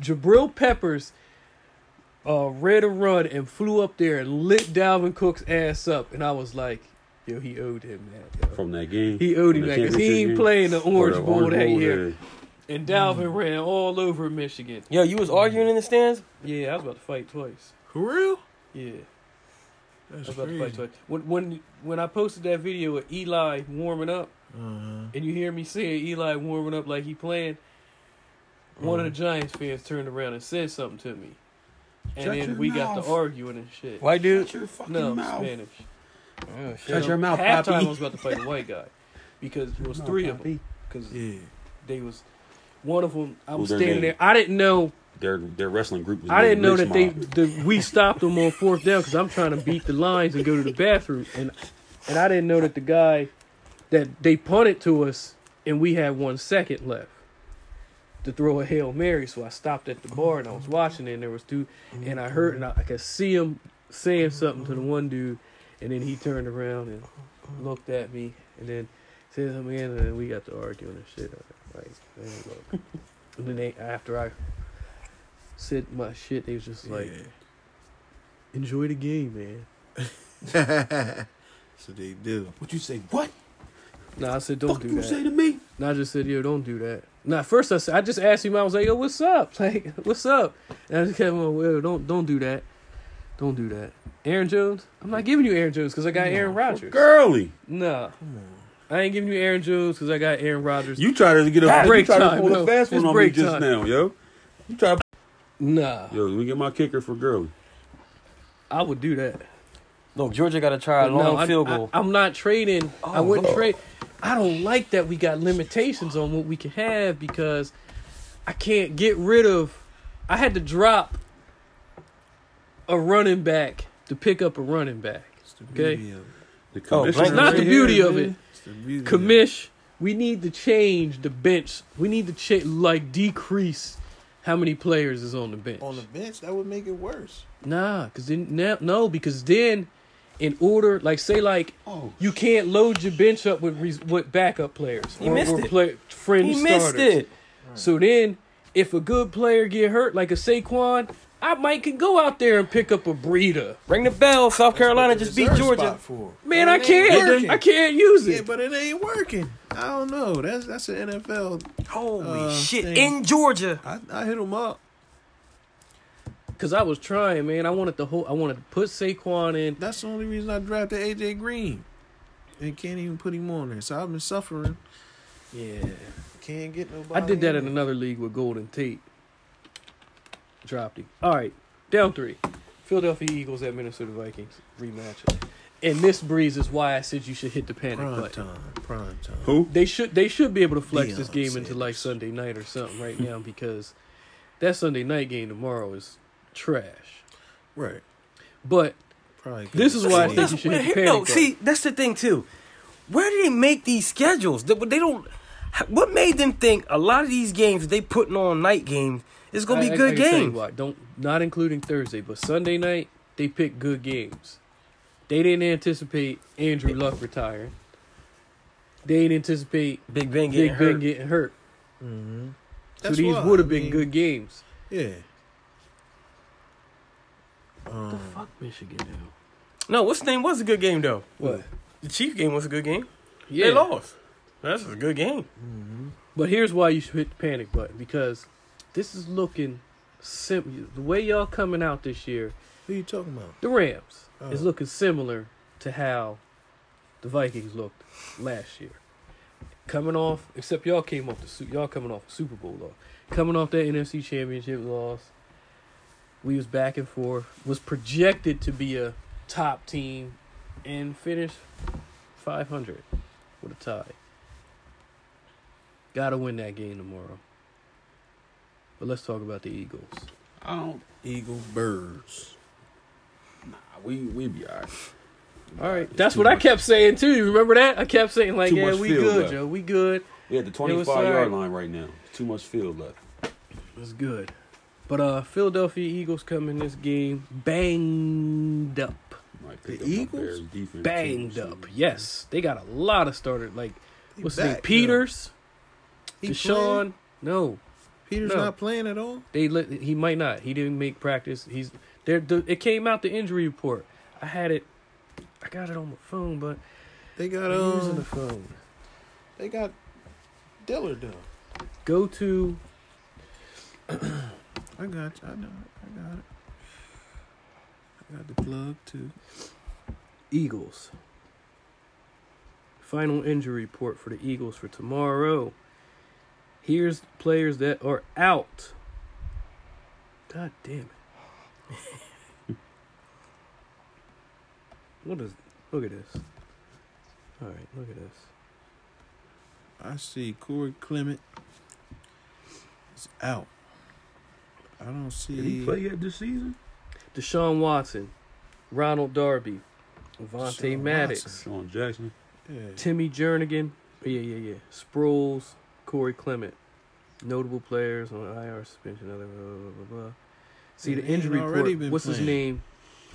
S2: Jabril Peppers, uh, read a run and flew up there and lit Dalvin Cook's ass up, and I was like, yo, he owed him that. yo.
S3: from that game.
S2: He owed him
S3: From the
S2: that because he
S3: championship
S2: ain't
S3: game.
S2: playing the Orange
S3: Or the
S2: Bowl that
S3: Bowl,
S2: year,
S3: yeah.
S2: and Dalvin ran all over Michigan.
S1: Yo, you was arguing in the stands?
S2: Yeah, I was about to fight twice.
S4: For real?
S2: Yeah. I
S4: That's
S2: was about to
S4: crazy.
S2: fight twice. When when when I posted that video of Eli warming up,
S4: Uh-huh.
S2: and you hear me saying Eli warming up like he playing, one of
S3: Mm-hmm.
S2: the Giants fans turned around and said something to me, and
S3: Shut your
S2: then we got
S3: mouth.
S2: to arguing and shit.
S1: White dude?
S3: Shut your fucking
S2: No,
S3: mouth.
S2: Spanish.
S1: Oh,
S3: Shut your mouth,
S2: Halftime,
S3: Poppy.
S2: I was about to fight a white guy because it was three of them. Because
S4: Yeah.
S2: they was one of them. I was
S3: Who's their
S2: standing
S3: name?
S2: there. I didn't know
S3: Their their wrestling group was.
S2: I didn't know that
S3: named
S2: they
S3: Mixed Mob.
S2: the, we stopped them on fourth down because I'm trying to beat the lines and go to the bathroom, and and I didn't know that the guy that they punted to us and we had one second left to throw a hail mary. So I stopped at the bar and I was watching, it, and there was two, and I heard and I, I could see him saying something to the one dude, and then he turned around and looked at me, and then said something again, and then we got to arguing and shit. Like, man, look. and then they after I said my shit, they was just like. Enjoy the game, man.
S4: yeah. so they do.
S3: What you say? What?
S2: Nah, I said don't
S3: fuck
S2: do
S3: you
S2: that.
S3: say to me?
S2: And I just said, yo, don't do that. Nah, first I said, I just asked him. I was like, yo, what's up? Like, what's up? And I just kept on, well, don't don't do that. Don't do that. Aaron Jones. I'm not giving you Aaron Jones because I got Aaron Rodgers.
S3: Girly,
S2: Nah, I ain't giving you Aaron Jones because I got Aaron Rodgers.
S3: you try to get a
S2: Break
S3: you try
S2: time,
S3: to pull
S2: no.
S3: a fast
S2: It's
S3: one on me
S2: break
S3: just
S2: time.
S3: now, yo. You try. To,
S2: Nah,
S3: yo, let me get my kicker for girly.
S2: I would do that.
S1: Look, Georgia got to try a
S2: But
S1: long
S2: no, I-
S1: field goal.
S2: I, am not trading. I wouldn't
S1: Oh.
S2: trade. I don't like that we got limitations on what we can have because I can't get rid of. I had to drop a running back to pick up a running back.
S4: It's the
S2: Okay.
S4: beauty of it.
S3: The
S1: Oh,
S3: commissioner
S1: Blank-
S2: Not the
S3: right
S2: beauty
S3: here,
S2: of
S3: man.
S2: it.
S4: It's the beauty of it.
S2: Commish, we need to change the bench. We need to cha- like decrease how many players is on the bench.
S4: On the bench, that would make it worse.
S2: Nah, because then now, no, because then, in order, like say like
S3: Oh.
S2: you can't load your bench up with res- with backup players
S1: He missed it.
S2: play- fringe
S1: He missed
S2: starters.
S1: it.
S2: So then, if a good player get hurt, like a Saquon, I might can go out there and pick up a Breida.
S1: Ring the bell. South Carolina
S4: The
S1: just beat
S4: reserve
S1: Georgia.
S4: spot for.
S2: Man, I
S4: It ain't
S2: can't.
S4: working.
S2: I can't use
S4: Yeah,
S2: it.
S4: but it ain't working. I don't know. That's that's an NFL.
S1: Holy
S4: Uh,
S1: shit!
S4: thing.
S1: In Georgia.
S4: I, I hit him up.
S2: Cause I was trying, man. I wanted the whole. I wanted to put Saquon in.
S4: That's the only reason I drafted AJ Green. And can't even put him on there. So I've been suffering.
S2: Yeah,
S4: Can't get nobody.
S2: I did that in
S4: on.
S2: another league with Golden Tate. Dropped him. All right, down three. Philadelphia Eagles at Minnesota Vikings rematch. And this breeze is why I said you should hit the panic
S4: prime
S2: button.
S4: time. Prime time.
S3: Who?
S2: They should they should be able to flex this
S4: Deion
S2: game into
S4: Sanders.
S2: like Sunday night or something right now because that Sunday night game tomorrow is trash.
S4: Right.
S2: But
S4: Probably.
S2: This is
S4: couldn't
S2: why I
S4: see
S2: think
S4: it.
S2: you should hit the
S1: here-
S2: panic
S1: no,
S2: button.
S1: see, that's the thing too. Where do they make these schedules? They, they don't. What made them think a lot of these games they putting on night games is gonna be
S2: I- I-
S1: good
S2: I can tell you
S1: games?
S2: why. Don't not including Thursday, but Sunday night they picked good games. They didn't anticipate Andrew Luck retiring. They didn't anticipate
S1: Big Ben getting
S2: Big Ben
S1: hurt.
S2: getting hurt. So
S4: That's
S2: these
S4: why,
S2: would have
S4: I
S2: been
S4: mean,
S2: good games.
S4: Yeah.
S2: the fuck, Michigan now?
S1: no, what's the name was a good game though.
S2: What?
S1: The Chief game was a good game.
S2: Yeah.
S1: They lost. That's a good game.
S4: Mm-hmm.
S2: But here's why you should hit the panic button because this is looking simple. The way y'all coming out this year,
S4: Who you talking about?
S2: the Rams is
S4: Oh.
S2: looking similar to how the Vikings looked last year. Coming off, except y'all came off the Su- y'all coming off a Super Bowl loss, coming off that NFC Championship loss. We was back and forth. Was projected to be a top team, and finished 500 with a tie. Got to win that game tomorrow. But let's talk about the Eagles.
S3: I don't.
S4: Eagle Birds.
S3: Nah, we we be all right.
S2: All right, that's what I kept saying too. You remember that? I kept saying like,
S3: Too
S2: "Yeah,
S3: much
S2: we
S3: field
S2: good,
S3: left.
S2: Joe. We good.
S3: We at the
S2: was
S3: twenty five yard
S2: alright.
S3: line right now. Too much field left.
S2: It's good." But uh, Philadelphia Eagles come in this game banged up.
S3: I Might
S2: The
S3: pick up my
S2: Eagles
S3: Bears defense, too.
S2: banged up. Yes, they got a lot of starters. Like
S4: He
S2: what's his name?
S4: back,
S2: Peters,
S4: He playing?
S2: Deshaun. No,
S4: Peter's
S2: No.
S4: not playing at all.
S2: they let, he might not. He didn't make practice. He's there. The, it came out the injury report. I had it. I got it on my phone, but
S4: They got
S2: I'm using the
S4: um,
S2: phone.
S4: they got Dillard though.
S2: Go to
S4: I got you. I know. it. I got it. I got the plug too.
S2: Eagles. Final injury report for the Eagles for tomorrow. Here's players that are out. God damn it. what is look at this. Alright, look at this.
S4: I see Corey Clement is out. I don't
S3: Did he
S4: see
S3: play yet this season?
S2: Deshaun Watson, Ronald Darby, Avante
S4: Deshaun
S2: Maddox,
S4: Watson.
S3: Sean Jackson.
S4: Yeah.
S2: Timmy Jernigan. Yeah, yeah, yeah. Sproles, Corey Clement. Notable players on IR suspension. Other blah, blah, blah, blah, blah. See
S4: Yeah,
S2: the
S4: he ain't
S2: injury
S4: already
S2: report.
S4: been
S2: What's his
S4: playing.
S2: name?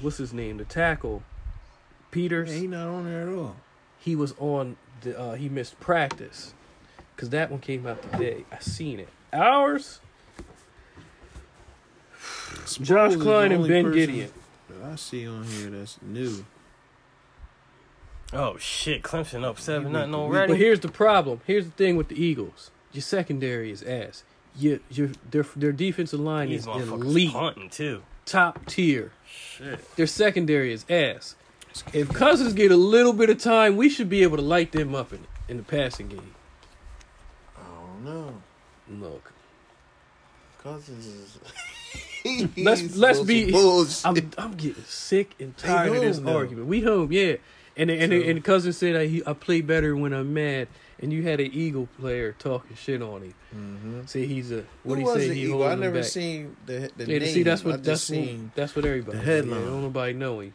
S2: What's his name? The tackle,
S4: Yeah,
S2: Peters.
S4: he not on there at all.
S2: He was on. The, uh, he missed practice because that one came out today. I seen it. Ours.
S4: Sproles is the
S2: Klein and
S4: only
S2: Ben
S4: person
S2: Gideon.
S4: that I see on here that's new.
S1: Oh shit, Clemson up seven nothing
S2: But
S1: already.
S2: here's the problem. Here's the thing with the Eagles. Your secondary is ass. Your your their their defensive line
S1: These
S2: is
S1: motherfuckers
S2: elite,
S1: punting too.
S2: top tier.
S1: Shit.
S2: Their secondary is ass. If Cousins get a little bit of time, we should be able to light them up in in the passing game.
S4: I don't know.
S2: Look,
S4: Cousins is.
S2: let's let's be.
S4: Bulls.
S2: I'm I'm getting sick and tired of this
S4: home now.
S2: argument. We home, yeah. And and and, and Cousins said I he, I play better when I'm mad. And you had an Eagle player talking shit on him.
S4: hmm
S2: Say he's a what
S4: Who
S2: he
S4: was
S2: say
S4: the
S2: he
S4: Eagle?
S2: holding
S4: I
S2: him
S4: never
S2: back.
S4: seen the the
S2: Yeah,
S4: name.
S2: see that's
S4: I
S2: what
S4: just
S2: that's
S4: seen.
S2: what, that's what everybody.
S4: the
S2: yeah,
S4: headline.
S2: don't nobody know him.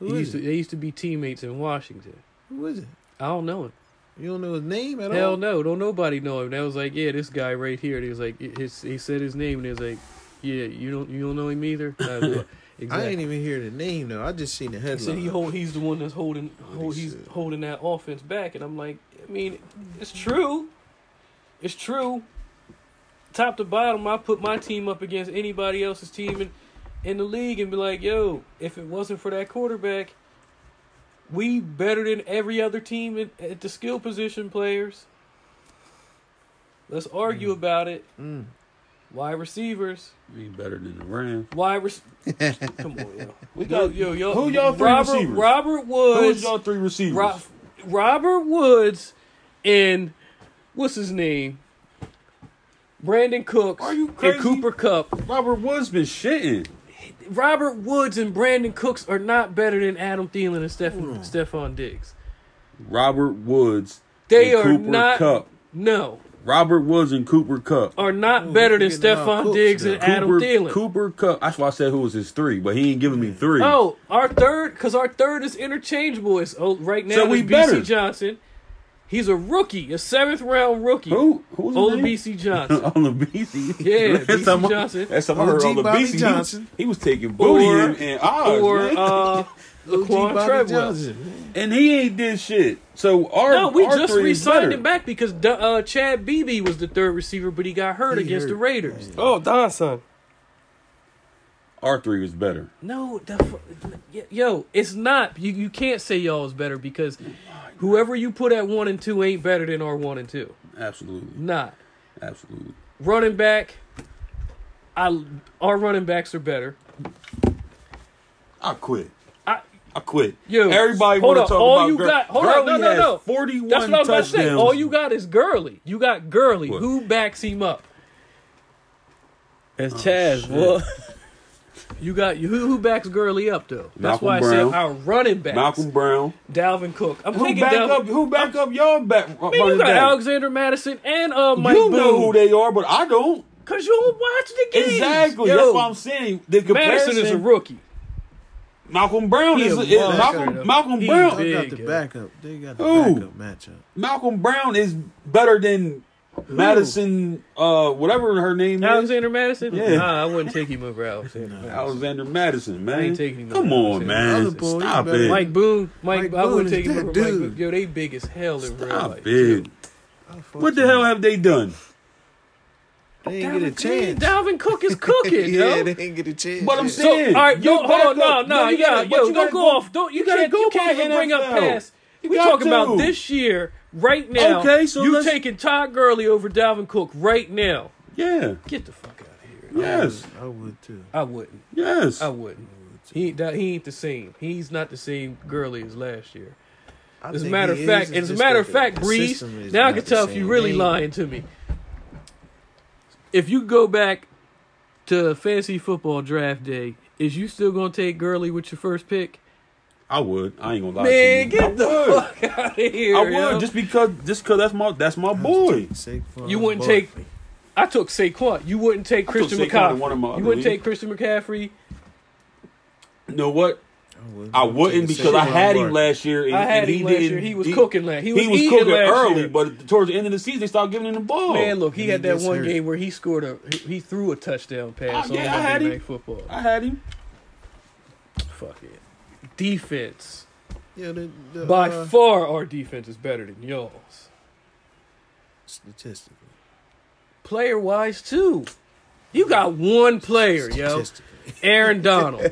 S4: Who
S2: They
S4: is
S2: used to,
S4: it?
S2: they used to be teammates in Washington.
S4: Who is it?
S2: I don't know him.
S4: You don't know his name at
S2: Hell
S4: all.
S2: no, don't nobody know him. That was like, yeah, this guy right here. And he was like, it- his, he said his name, and he was like, yeah, you don't you don't know him either. Nah, well,
S4: I ain't
S2: exactly.
S4: even hear the name though. I just seen the
S2: He
S4: headline.
S2: said he hold, he's the one that's holding hold,
S4: he
S2: he's
S4: said.
S2: holding that offense back, and I'm like, I mean, it's true, it's true. Top to bottom, I put my team up against anybody else's team in in the league and be like, yo, if it wasn't for that quarterback, we better than every other team in, at the skill position players. Let's argue about it.
S4: Mm.
S2: Wide receivers.
S3: He better than the Rams.
S2: Wide rec- Come on, yo.
S3: We
S2: Yo, yo, yo.
S3: Who y'all three
S2: Robert,
S3: receivers?
S2: Robert
S3: Who's
S2: Woods.
S3: y'all three receivers?
S2: Ro- Robert Woods and what's his name? Brandon Cooks
S3: Are you crazy?
S2: and Cooper Cup.
S3: Robert Woods been shitting.
S2: Robert Woods and Brandon Cooks are not better than Adam Thielen and Steph- Stefan Diggs.
S3: Robert Woods.
S2: They
S3: and
S2: are
S3: Cooper
S2: not.
S3: Cup.
S2: No,
S3: Robert Woods and Cooper Cup.
S2: are not
S4: Oh,
S2: better
S4: we
S2: than
S4: forgetting about
S2: Stefan
S4: Cooks
S2: Diggs
S4: now.
S2: and Adam
S3: Cooper,
S2: Thielen.
S3: Cooper Cup. That's why I said who was his three, but he ain't giving me three.
S2: Oh, our third, because our third is interchangeable. It's oh, right now.
S3: So
S2: it's
S3: we
S2: BC
S3: better.
S2: Johnson. He's a rookie, a seventh round rookie.
S3: who? Who's
S2: Old
S3: his name?
S2: BC Johnson.
S3: Olabisi.
S2: Yeah, BC
S3: time I-
S2: Johnson.
S3: That's time I heard
S4: OG Bobby
S3: Olabisi. Johnson.
S4: Johnson.
S3: He, was taking booty
S2: Or-
S3: and, and odds,
S2: or
S3: man.
S2: uh,
S4: OG
S2: Laquan
S4: Bobby
S2: Treadwell.
S4: Johnson.
S3: and he ain't did shit. So our
S2: No, we
S3: our
S2: just
S3: three is
S2: re-signed
S3: better.
S2: him back because Du- uh, Chad Beebe was the third receiver, but he got hurt
S4: He
S2: against the
S4: hurt.
S2: Raiders.
S1: Oh, Don son.
S3: Our three was better.
S2: No, the, fu- y- yo, it's not. You you can't say y'all is better because whoever you put at one and two ain't better than our one and two.
S3: Absolutely,
S2: Not
S3: absolutely.
S2: running back. I our running backs are better.
S3: I quit.
S2: I-
S3: I quit.
S2: Yo,
S3: Everybody
S2: hold
S3: want to
S2: up,
S3: talk
S2: all
S3: about
S2: you
S3: Gur-
S2: got- hold up,
S3: Gurley
S2: no, no,
S3: had
S2: no.
S3: Forty-one
S2: That's what I was about to
S3: touchdowns.
S2: say. All you got is Gurley. You got Gurley.
S3: What?
S2: Who backs him up?
S1: That's Chaz.
S3: Oh, shit.
S1: What?
S2: You got who who backs Gurley up though? That's
S3: Malcolm
S2: why I
S3: Brown.
S2: said our running backs.
S3: Malcolm Brown.
S2: Dalvin Cook. I'm
S3: Who
S2: thinking
S3: back
S2: Dalvin.
S3: up? Who back up? Y'all back.
S2: I mean, you got Alexander Madison and uh Mike
S3: you know
S2: Boone.
S3: who they are, but I don't.
S2: Cause you don't watch the games.
S3: Exactly.
S2: Yo,
S3: That's what I'm saying. The comparison
S2: Madison is a rookie.
S3: Malcolm Brown
S2: He
S3: is,
S2: a
S3: is
S4: monster,
S3: Malcolm.
S2: though.
S3: Malcolm
S2: He
S3: Brown.
S4: They got
S2: Big,
S4: the
S2: yo.
S4: backup. They got the
S3: Who?
S4: backup matchup.
S3: Malcolm Brown is better than Madison, uh, whatever her name is.
S2: Alexander Madison?
S3: Yeah.
S2: Nah, I wouldn't take him over Alexander. Madison.
S3: Alexander Madison, man.
S2: I ain't taking him
S3: Come
S2: no
S3: on,
S2: Alexander
S3: man.
S4: Other boy,
S3: Stop
S4: you better-
S3: it.
S2: Mike Boone, Mike,
S4: Mike
S2: I
S4: Boone
S2: wouldn't
S4: is
S2: take him
S4: that
S2: over Mike
S4: dude.
S2: Boone. Yo, they big as hell in real
S3: Stop
S2: life.
S3: it. What the hell have they done?
S4: They ain't get a chance.
S2: Dalvin Cook is cooking,
S4: yeah,
S2: yo.
S4: they ain't get a chance.
S3: But I'm
S4: yeah.
S3: saying-
S2: So, all
S3: Man,
S2: right,
S3: yo,
S2: yo, hold on,
S3: back
S2: no,
S3: up. No,
S2: no,
S3: you
S2: yeah,
S3: gotta- but
S2: yo,
S3: you
S2: don't
S3: gotta
S2: go,
S3: go-
S2: off. Don't you,
S3: you gotta
S2: can't,
S3: go
S2: you
S3: by
S2: can't
S3: the
S2: even bring up
S3: NFL.
S2: past.
S3: You
S2: We
S3: got
S2: talking about
S3: to.
S2: this year right now.
S3: Okay, so
S2: you
S3: let's-
S2: taking Todd Gurley over Dalvin Cook right now?
S3: Yeah.
S2: Get the fuck out of here.
S3: Yes.
S4: I would too.
S2: I wouldn't.
S3: Yes.
S2: I wouldn't. He ain't that, he ain't the same. He's not the same Gurley as last year.
S4: I
S2: As a
S4: think
S2: matter
S4: he
S2: of
S4: is,
S2: fact,
S4: it's
S2: and as a
S4: just
S2: matter
S4: that
S2: of
S4: the-
S2: fact,
S4: the
S2: Breeze,
S4: system is
S2: now I
S4: not
S2: can
S4: the
S2: tell if you're
S4: same.
S2: really
S4: They-
S2: lying to me. If you go back to fantasy football draft day, is you still gonna take Gurley with your first pick?
S3: I would. I ain't gonna lie
S2: Man,
S3: to you.
S2: get the
S3: I would.
S2: fuck out of here!
S3: I would
S2: yo.
S3: just because just because that's my that's my boy.
S4: Saquon
S2: You wouldn't
S4: Barkley.
S2: take- I took Saquon. You wouldn't take
S3: I took
S2: Christian
S3: Saquon in
S2: McCaffrey.
S3: one of my other
S2: you wouldn't
S3: leagues.
S2: take Christian McCaffrey.
S3: You know what?
S4: wouldn't.
S3: I wouldn't because I
S4: Saquon
S3: had him
S4: Barkley.
S3: last year. And,
S2: I had
S3: and
S2: him last
S3: didn't-
S2: year. He was cooking last. He
S3: He
S2: was,
S3: was,
S2: eating
S3: cooking
S2: last
S3: early,
S2: year.
S3: but towards the end of the season, they started giving him the ball.
S2: Man, look, he
S4: And
S2: had
S4: he
S2: that
S4: gets
S2: one
S4: hurt.
S2: game where he scored a he threw a touchdown pass
S3: Oh, yeah, I
S2: on
S3: had
S2: Monday
S3: him.
S2: Night Football.
S3: I had him.
S2: Fuck it. Defense.
S4: Yeah, the, the,
S2: By
S4: uh,
S2: far our defense is better than y'all's.
S4: statistically.
S2: Player wise too. You got one player, yo.
S4: Statistically.
S2: Aaron Donald.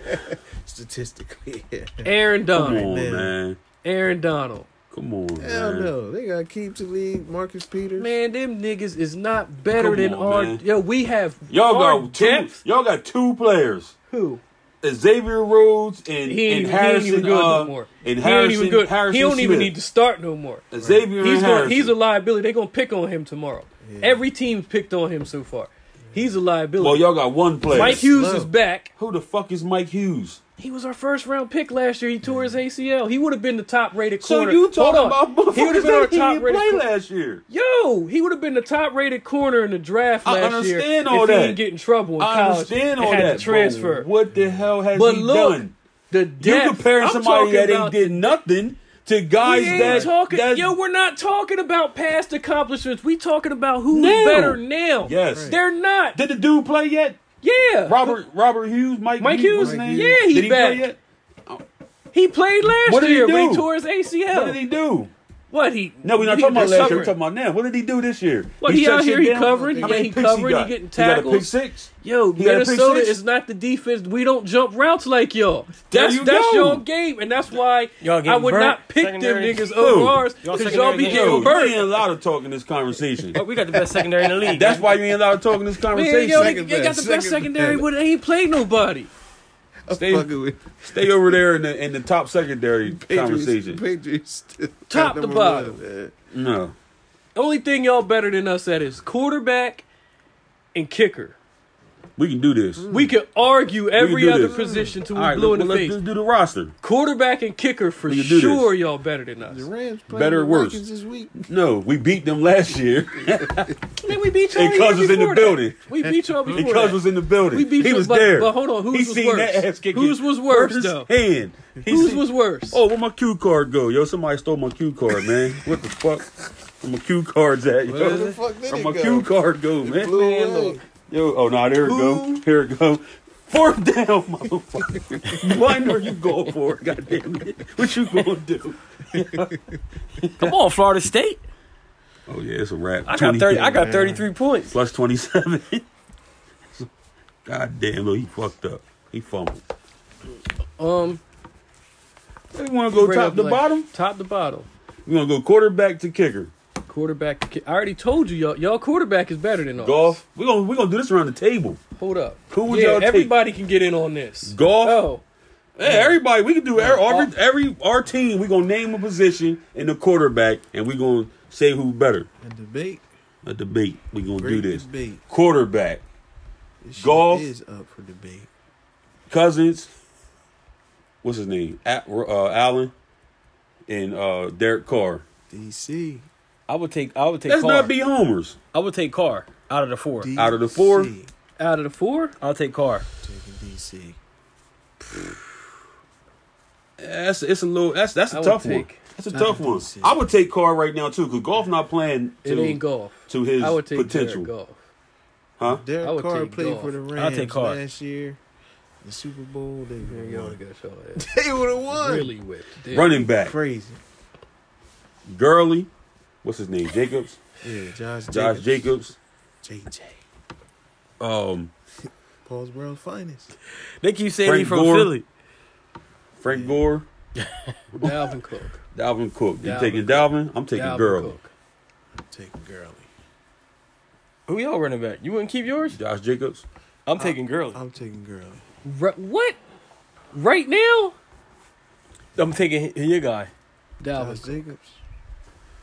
S4: Statistically.
S2: Aaron
S3: Come
S2: Donald.
S3: on,
S4: man.
S3: man.
S2: Aaron Donald.
S3: Come on,
S4: Hell
S3: man.
S4: no. They got to keep to league Marcus Peters.
S2: Man, them niggas is not better
S3: Come
S2: than
S3: on,
S2: our
S3: man.
S2: yo, we have
S3: Y'all
S2: our
S3: got two.
S2: depth.
S3: Y'all got two players.
S2: Who?
S3: Xavier Rhodes and,
S2: He ain't,
S3: and
S2: he ain't
S3: Harrison.
S2: even good
S3: uh,
S2: no more.
S3: And
S2: he
S3: Harrison,
S2: ain't even good.
S3: Harrison
S2: he don't even
S3: Smith.
S2: need to start no more.
S3: Xavier
S2: He's
S3: and
S2: gonna,
S3: Harrison.
S2: he's a liability. They're gonna pick on him tomorrow. Every team's picked on him so far. He's a liability.
S3: well, y'all got one player.
S2: Mike Hughes is
S4: Slow.
S2: back.
S3: Who the fuck is Mike Hughes?
S2: He was our first round pick last year. He tore his ACL. He would have been the top rated
S3: So
S2: corner.
S3: you talking
S2: Hold on.
S3: about motherfuckers
S2: he would have been
S3: that
S2: our
S3: he
S2: top
S3: didn't
S2: rated
S3: play
S2: cor-
S3: last year?
S2: Yo, he would have been the top rated corner in the draft
S3: I
S2: last year
S3: understand all
S2: if
S3: that.
S2: he didn't get in trouble in
S3: I
S2: college
S3: understand
S2: and
S3: all
S2: had
S3: that.
S2: to transfer.
S3: But what the hell has
S2: But
S3: he
S2: look,
S3: done?
S2: the
S3: You
S2: depth,
S3: comparing
S2: I'm
S3: somebody
S2: talking
S3: that ain't
S2: about
S3: did nothing to guys
S2: we ain't
S3: that
S2: talking.
S3: that-
S2: yo, we're not talking about past accomplishments. We talking about who's
S3: Now.
S2: better now.
S3: Yes. Right.
S2: they're not.
S3: did the dude play yet?
S2: yeah,
S3: Robert Robert Hughes, Mike
S2: Mike
S3: what's
S2: Hughes?
S3: his name?
S2: Yeah, he
S3: did he
S2: back.
S3: play yet?
S2: He played last
S3: What did he
S2: year, but he
S3: do?
S2: tore his ACL.
S3: What did he do?
S2: What he?
S3: No, we're not
S2: he
S3: talking about last
S2: recovering.
S3: year. We're talking about now. What did he do this year?
S2: What, he
S3: shut
S2: out
S3: shit
S2: here, he
S3: down?
S2: covering?
S3: How
S2: Yeah,
S3: many
S2: he
S3: picks
S2: covering, he
S3: got?
S2: getting
S3: He got a pick
S2: tackles.
S3: six.
S2: Yo,
S3: He got a pick
S2: Minnesota
S3: six?
S2: is not the defense. We don't jump routes like y'all. That's
S3: you
S2: that's
S3: go.
S2: your game, and that's why
S1: Y'all
S2: I
S1: getting
S2: would
S1: burnt,
S2: not pick
S1: secondary.
S2: them niggas
S3: Who?
S2: over ours
S1: Y'all
S2: because y'all be
S1: secondary
S2: getting
S1: game.
S3: Yo, you ain't
S2: burned.
S3: allowed to talk in this conversation.
S1: Oh, we got the best secondary in the league.
S3: That's why you ain't allowed to talk in this
S2: Man,
S3: conversation.
S2: yo, they,
S4: Second
S2: they got
S4: best,
S2: the best
S4: second
S2: secondary,
S4: best.
S2: but they ain't played nobody.
S3: stay,
S4: Fucking with
S3: stay over there in the, in the top secondary
S4: Patriots.
S3: conversation.
S4: Patriots. still got
S2: Top to
S4: number
S2: bottom.
S4: one, man.
S3: No.
S2: Only thing y'all better than us at is quarterback and kicker.
S3: We can do this.
S2: We could argue every
S3: do
S2: other
S3: this.
S2: position till we
S3: All right,
S2: blue in
S3: well,
S2: the
S3: let's
S2: face.
S3: just do the roster.
S2: Quarterback and kicker for
S3: We can do this.
S2: sure. Y'all better than us.
S4: The Rams played
S3: Better or
S4: the
S3: worse?
S4: Vikings this week.
S3: No, we beat them last year.
S2: Man, we beat y'all.
S3: And
S2: the year
S3: Cuz was in the
S2: before that.
S3: building.
S2: We beat y'all before
S3: And Cuz
S2: that.
S3: was in the building.
S2: We beat
S3: he
S2: you,
S3: was
S2: but-
S3: there.
S2: but hold on, whose
S3: he
S2: was
S3: seen
S2: worse?
S3: that ass kicking.
S2: Whose was worse, though?
S3: Hand. He
S2: Whose
S3: seen-
S2: was worse?
S3: Oh, where my cue card go? Yo, somebody stole my cue card, man. what the fuck? Where my cue cards at? Yo?
S4: Where the fuck did
S3: Where
S4: it
S3: my
S4: go?
S3: cue card go, man?
S4: Blew
S2: Man,
S4: away.
S2: look.
S3: Yo, oh no, there it go.
S4: Who?
S3: Here it go. Fourth down, motherfucker. Blind are you going for? God damn it. What you gonna do?
S1: Come on, Florida State.
S3: Oh yeah, it's a wrap.
S1: I got
S3: 20
S1: thirty. I got
S4: man.
S1: thirty three points.
S3: plus twenty seven. God damn, look, he fucked up. He fumbled.
S2: Um,
S3: They wanna go
S2: right
S3: top
S2: up
S3: to
S2: like-
S3: bottom?
S2: Top to bottom.
S3: We gonna go quarterback to kicker.
S2: Quarterback. to ki- I already told you, y'all. Y'all quarterback is better than us.
S3: Golf. We gonna we gonna do this around the table.
S2: Hold up.
S3: Who would
S2: yeah,
S3: y'all take?
S2: everybody can get in on this.
S3: Golf.
S2: Oh,
S3: Hey, everybody, we can do every, every, every our team. We gonna name a position and the quarterback, and we gonna say who better.
S4: A debate.
S3: A debate. We gonna
S4: Great
S3: do this.
S4: debate.
S3: Quarterback,
S4: This shit
S3: Golf.
S4: is up for debate.
S3: Cousins. What's his name? At, uh, Allen and uh, Derek Carr.
S4: DC.
S1: I would take. I would take.
S3: Let's
S1: Carr.
S3: not be homers.
S1: I would take Carr out of the four.
S4: DC.
S3: Out of the four?
S4: Taking
S2: out of the four,
S1: I'll take Carr.
S4: DC.
S3: That's it's a little. That's that's
S2: I
S3: a
S2: would
S3: tough
S2: take.
S3: one. That's a tough one.
S4: shit.
S3: I would take Carr right now too, because golf not playing
S2: It
S3: to,
S2: ain't golf.
S3: to his
S2: I would take
S3: potential.
S2: Jared Goff.
S3: Huh?
S2: I
S4: Derek
S2: would
S4: Carr
S2: take
S4: played
S2: golf.
S4: for the
S1: I'll
S4: Rams
S1: take Carr.
S4: last year. The Super Bowl, they
S2: There
S4: would
S2: you go. I
S4: have
S2: got y'all ass.
S4: They would have won.
S2: Really whipped. Damn.
S3: Running back.
S4: Crazy.
S3: Gurley. What's his name? Jacobs.
S4: Yeah, Josh.
S3: Josh Jacobs.
S4: Jacobs. JJ.
S3: Um,
S4: Paul's world's finest.
S1: They keep saying
S3: Frank
S1: he from
S3: Gore.
S1: Philly.
S3: Frank Gore.
S2: Dalvin Cook.
S3: Dalvin Cook. You
S2: Dalvin
S3: taking
S2: Cook.
S3: Dalvin? I'm taking
S2: Dalvin
S3: Gurley.
S2: Cook.
S4: I'm taking Gurley.
S1: Who y'all running back? You wouldn't keep yours?
S3: Josh Jacobs.
S1: I'm taking Gurley.
S4: I'm taking Gurley.
S2: Ru- what? Right now?
S1: I'm taking hi- your guy.
S4: Josh
S2: Dalvin. Cook.
S4: Jacobs.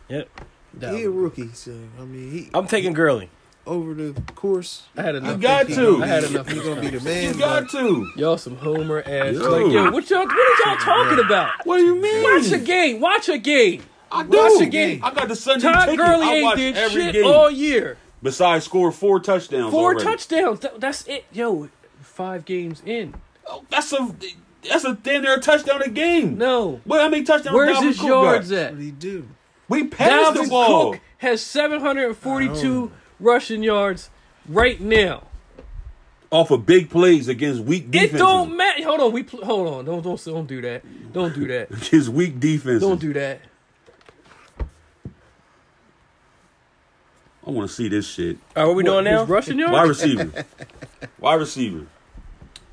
S1: Yep.
S4: He a
S2: Dalvin.
S4: rookie, so I mean, he
S1: I'm taking Gurley.
S4: over the course.
S2: I had enough.
S3: You got
S2: of-
S3: to.
S2: I had enough.
S4: He's gonna be the
S3: You
S4: man.
S3: got to.
S2: Y'all some homer ass.
S3: Yo.
S2: Like, yo, what y'all? What are y'all talking about?
S3: What do you mean?
S2: Watch a game. Watch a game.
S3: I do.
S2: watch the game.
S3: I got the Sunday
S2: Todd
S3: ticket.
S2: Gurley
S3: I
S2: ain't
S3: watch
S2: did
S3: every
S2: shit
S3: game.
S2: all year.
S3: Besides, score four touchdowns.
S2: Four
S3: already.
S2: touchdowns. Th- that's it. Yo, five games in.
S3: Oh, that's a that's a damn near touchdown a game.
S2: No.
S3: Well, how many touchdowns?
S2: Where's
S3: Dalvin
S2: his
S3: Cook
S2: yards
S3: got?
S4: What
S2: at?
S4: do he do?
S3: We passed the
S2: Dalvin
S3: ball.
S2: Cook has 742 rushing yards right now.
S3: off of big plays against weak defenses.
S2: It don't matter. Hold on, we pl- hold on. Don't don't don't do that. Don't do that.
S3: His weak defense.
S2: Don't do that.
S3: I want to see this shit.
S1: All right, what we doing now?
S2: His rushing yards.
S3: Wide receiver. Wide receiver.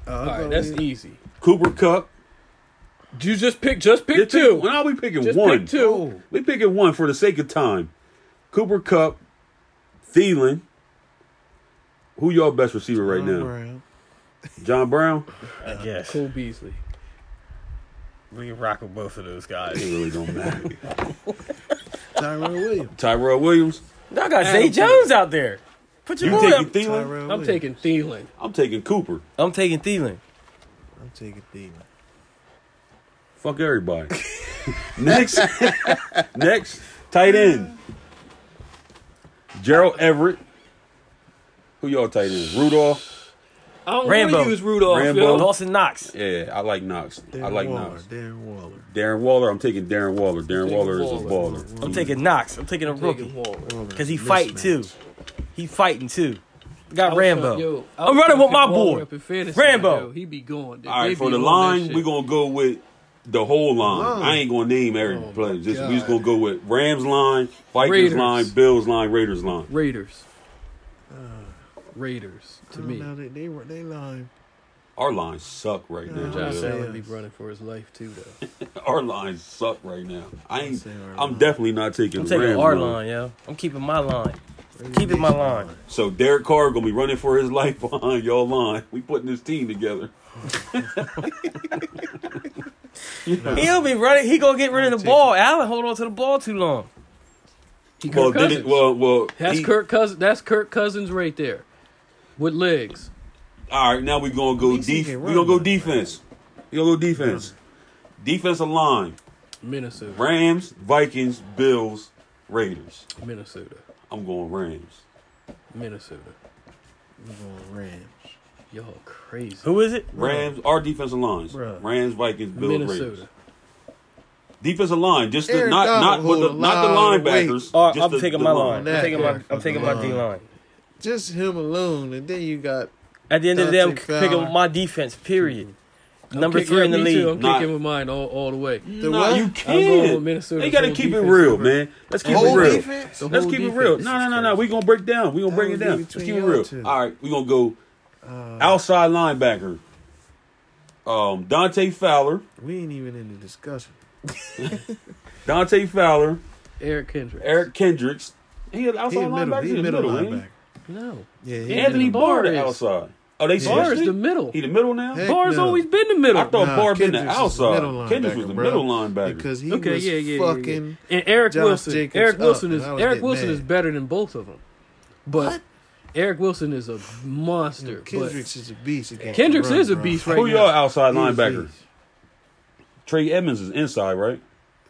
S4: Uh,
S2: All right, that's easy.
S3: Cooper Cup.
S2: You just pick just pick
S3: Just pick-
S2: two.
S3: Now we picking
S2: Just
S3: one. Oh.
S2: pick two.
S3: We picking one for the sake of time. Cooper Cup, Thielen. Who y'all best receiver right now?
S4: Brown.
S3: John Brown.
S1: I guess.
S2: Cole Beasley.
S1: We can rock with both of those
S3: It
S1: guys.
S3: really don't matter.
S4: Tyrell Williams.
S3: Tyrell Williams.
S1: Y'all got Zay Jones out there. Put your
S3: You
S1: boy up.
S3: taking Thielen?
S4: Tyrell
S2: I'm
S4: Williams.
S2: taking Thielen.
S3: I'm taking Cooper.
S1: I'm taking Thielen.
S4: I'm taking Thielen.
S3: Fuck everybody. next, next tight end. Gerald Everett. Who y'all tight ends? Rudolph.
S2: I don't
S1: Rambo.
S2: want to use Rudolph.
S3: Rambo.
S2: yo.
S1: Dawson Knox.
S3: Yeah, I like Knox. I like Knox.
S4: Darren Waller.
S3: Darren Waller. I'm taking Darren Waller. Darren
S2: Taking
S3: Waller is a
S2: Waller.
S3: baller.
S1: I'm taking Knox. I'm taking a
S2: Taking
S1: rookie.
S2: Waller.
S4: Waller.
S1: Because he fight too.
S4: Mismatch.
S1: He fighting too. Got
S2: I was
S1: Rambo.
S2: trying- yo, I
S1: I'm
S2: was
S1: running
S2: trying
S1: with
S2: to
S1: my
S2: pick Waller
S1: boy.
S2: up in fantasy,
S1: Rambo.
S2: yo. He be going.
S3: All right,
S2: They
S3: for
S2: be
S3: the
S2: on that
S3: line,
S2: shit.
S3: we're gonna go with the whole line.
S4: Line.
S3: I ain't gonna name every
S2: Oh,
S3: player.
S2: my
S3: Just we just
S2: God.
S3: gonna go with Rams line, Vikings
S2: Raiders.
S3: line, Bills line, Raiders line.
S2: Raiders. Uh, Raiders
S4: I
S2: to
S4: don't
S2: me.
S4: know, they they were they lying.
S3: Our lines suck right now.
S4: Nah.
S2: Josh
S3: yo.
S4: Yeah.
S2: Allen be running for his life too, though.
S3: Our lines suck right now. I ain't.
S4: say our
S3: I'm
S4: line.
S3: definitely not taking.
S1: I'm taking
S3: Rams
S1: our line, yo. I'm keeping my line. Keeping my line.
S3: So Derek Carr gonna be running for his life behind y'all line. We putting this team together.
S1: He'll be running. He gonna get rid of the ball. Allen hold on to the ball too long.
S2: He Kirk
S3: well,
S2: Cousins.
S3: did it, well, well.
S2: that's
S3: he-
S2: Kirk Cousins. That's Kirk Cousins right there, with legs.
S3: All right, now we gonna go
S4: least he
S3: def-
S4: can
S3: We
S4: run,
S3: gonna go
S4: though.
S3: defense. We gonna go defense. Defensive line:
S2: Minnesota.
S3: Rams, Vikings, Bills, Raiders.
S2: Minnesota.
S3: I'm going Rams.
S2: Minnesota.
S4: We're going Rams.
S2: Y'all crazy.
S1: Who is it?
S3: Rams, our defensive lines:
S4: Bruh.
S3: Rams, Vikings, Bills, Raiders.
S2: Minnesota.
S3: Defensive line, just the,
S4: Eric
S3: not not
S4: Donald
S3: with the
S4: hold a
S3: not the
S4: lot of weight.
S3: linebackers.
S1: Oh,
S3: just
S1: I'm
S3: the-
S1: taking
S3: the
S1: my line.
S4: That
S1: I'm taking my. I'm
S4: fucking
S1: taking my
S4: line.
S1: D line.
S4: Just him alone, and then you got
S1: At the end of the day, I'm
S4: Dante
S1: picking
S4: Fowler.
S1: my defense. Period.
S2: I'm
S1: Number
S2: kicking-
S1: three in the
S2: yeah, me too.
S1: league.
S2: I'm
S3: Nah.
S2: kicking with mine all, all the way.
S4: the
S3: nah,
S4: what?
S3: you
S2: going with
S3: can't.
S2: Minnesota's
S3: They gotta
S2: whole
S3: keep it
S2: defense
S3: real,
S2: cover.
S3: man. Let's keep it
S4: whole
S3: real.
S4: defense.
S2: The
S3: Let's
S2: whole
S3: keep it real.
S2: defense
S3: No,
S2: is
S3: no, no, no.
S2: crazy.
S3: We gonna break down. We gonna
S4: That
S3: break it
S4: would be
S3: down. Let's
S4: between
S3: keep it
S4: y'all
S3: real.
S4: two. Uh,
S3: All right, we gonna go outside linebacker. Um, Dante Fowler,
S4: We ain't even in the discussion.
S3: Dante Fowler,
S2: Eric Kendricks.
S3: Eric Kendricks. He an
S4: He
S3: outside
S4: middle.
S3: linebacker.
S4: He
S3: in
S4: middle
S3: ain't he?
S4: linebacker.
S2: No.
S4: Yeah, he
S3: Anthony
S4: middle.
S3: Barr the
S2: Barr is-
S3: outside. Oh, they
S2: Barr is
S3: switched
S2: the
S3: it?
S2: middle.
S3: He the middle now.
S4: Heck
S2: Bar's
S4: no.
S2: always been the middle.
S3: I thought Barr been the
S4: Kendricks is middle
S3: outside. Kendricks was
S4: linebacker,
S3: the
S4: bro.
S3: middle linebacker.
S4: because he
S2: okay,
S4: was
S2: yeah, yeah, yeah,
S4: fucking.
S2: yeah. And Eric
S4: Josh
S2: Wilson.
S4: Jacobs
S2: Eric
S4: up,
S2: Wilson
S4: and
S2: is
S4: I was
S2: Eric
S4: getting
S2: Wilson
S4: mad.
S2: is better than both of them. But
S4: What?
S2: Eric Wilson is a monster. but
S4: Kendricks is a beast. against the
S2: Kendricks
S4: run,
S2: is a
S4: bro.
S2: beast right
S3: Who
S2: now.
S3: y'all outside
S4: He a
S3: linebacker?
S4: beast.
S3: Trey Edmonds is inside, right?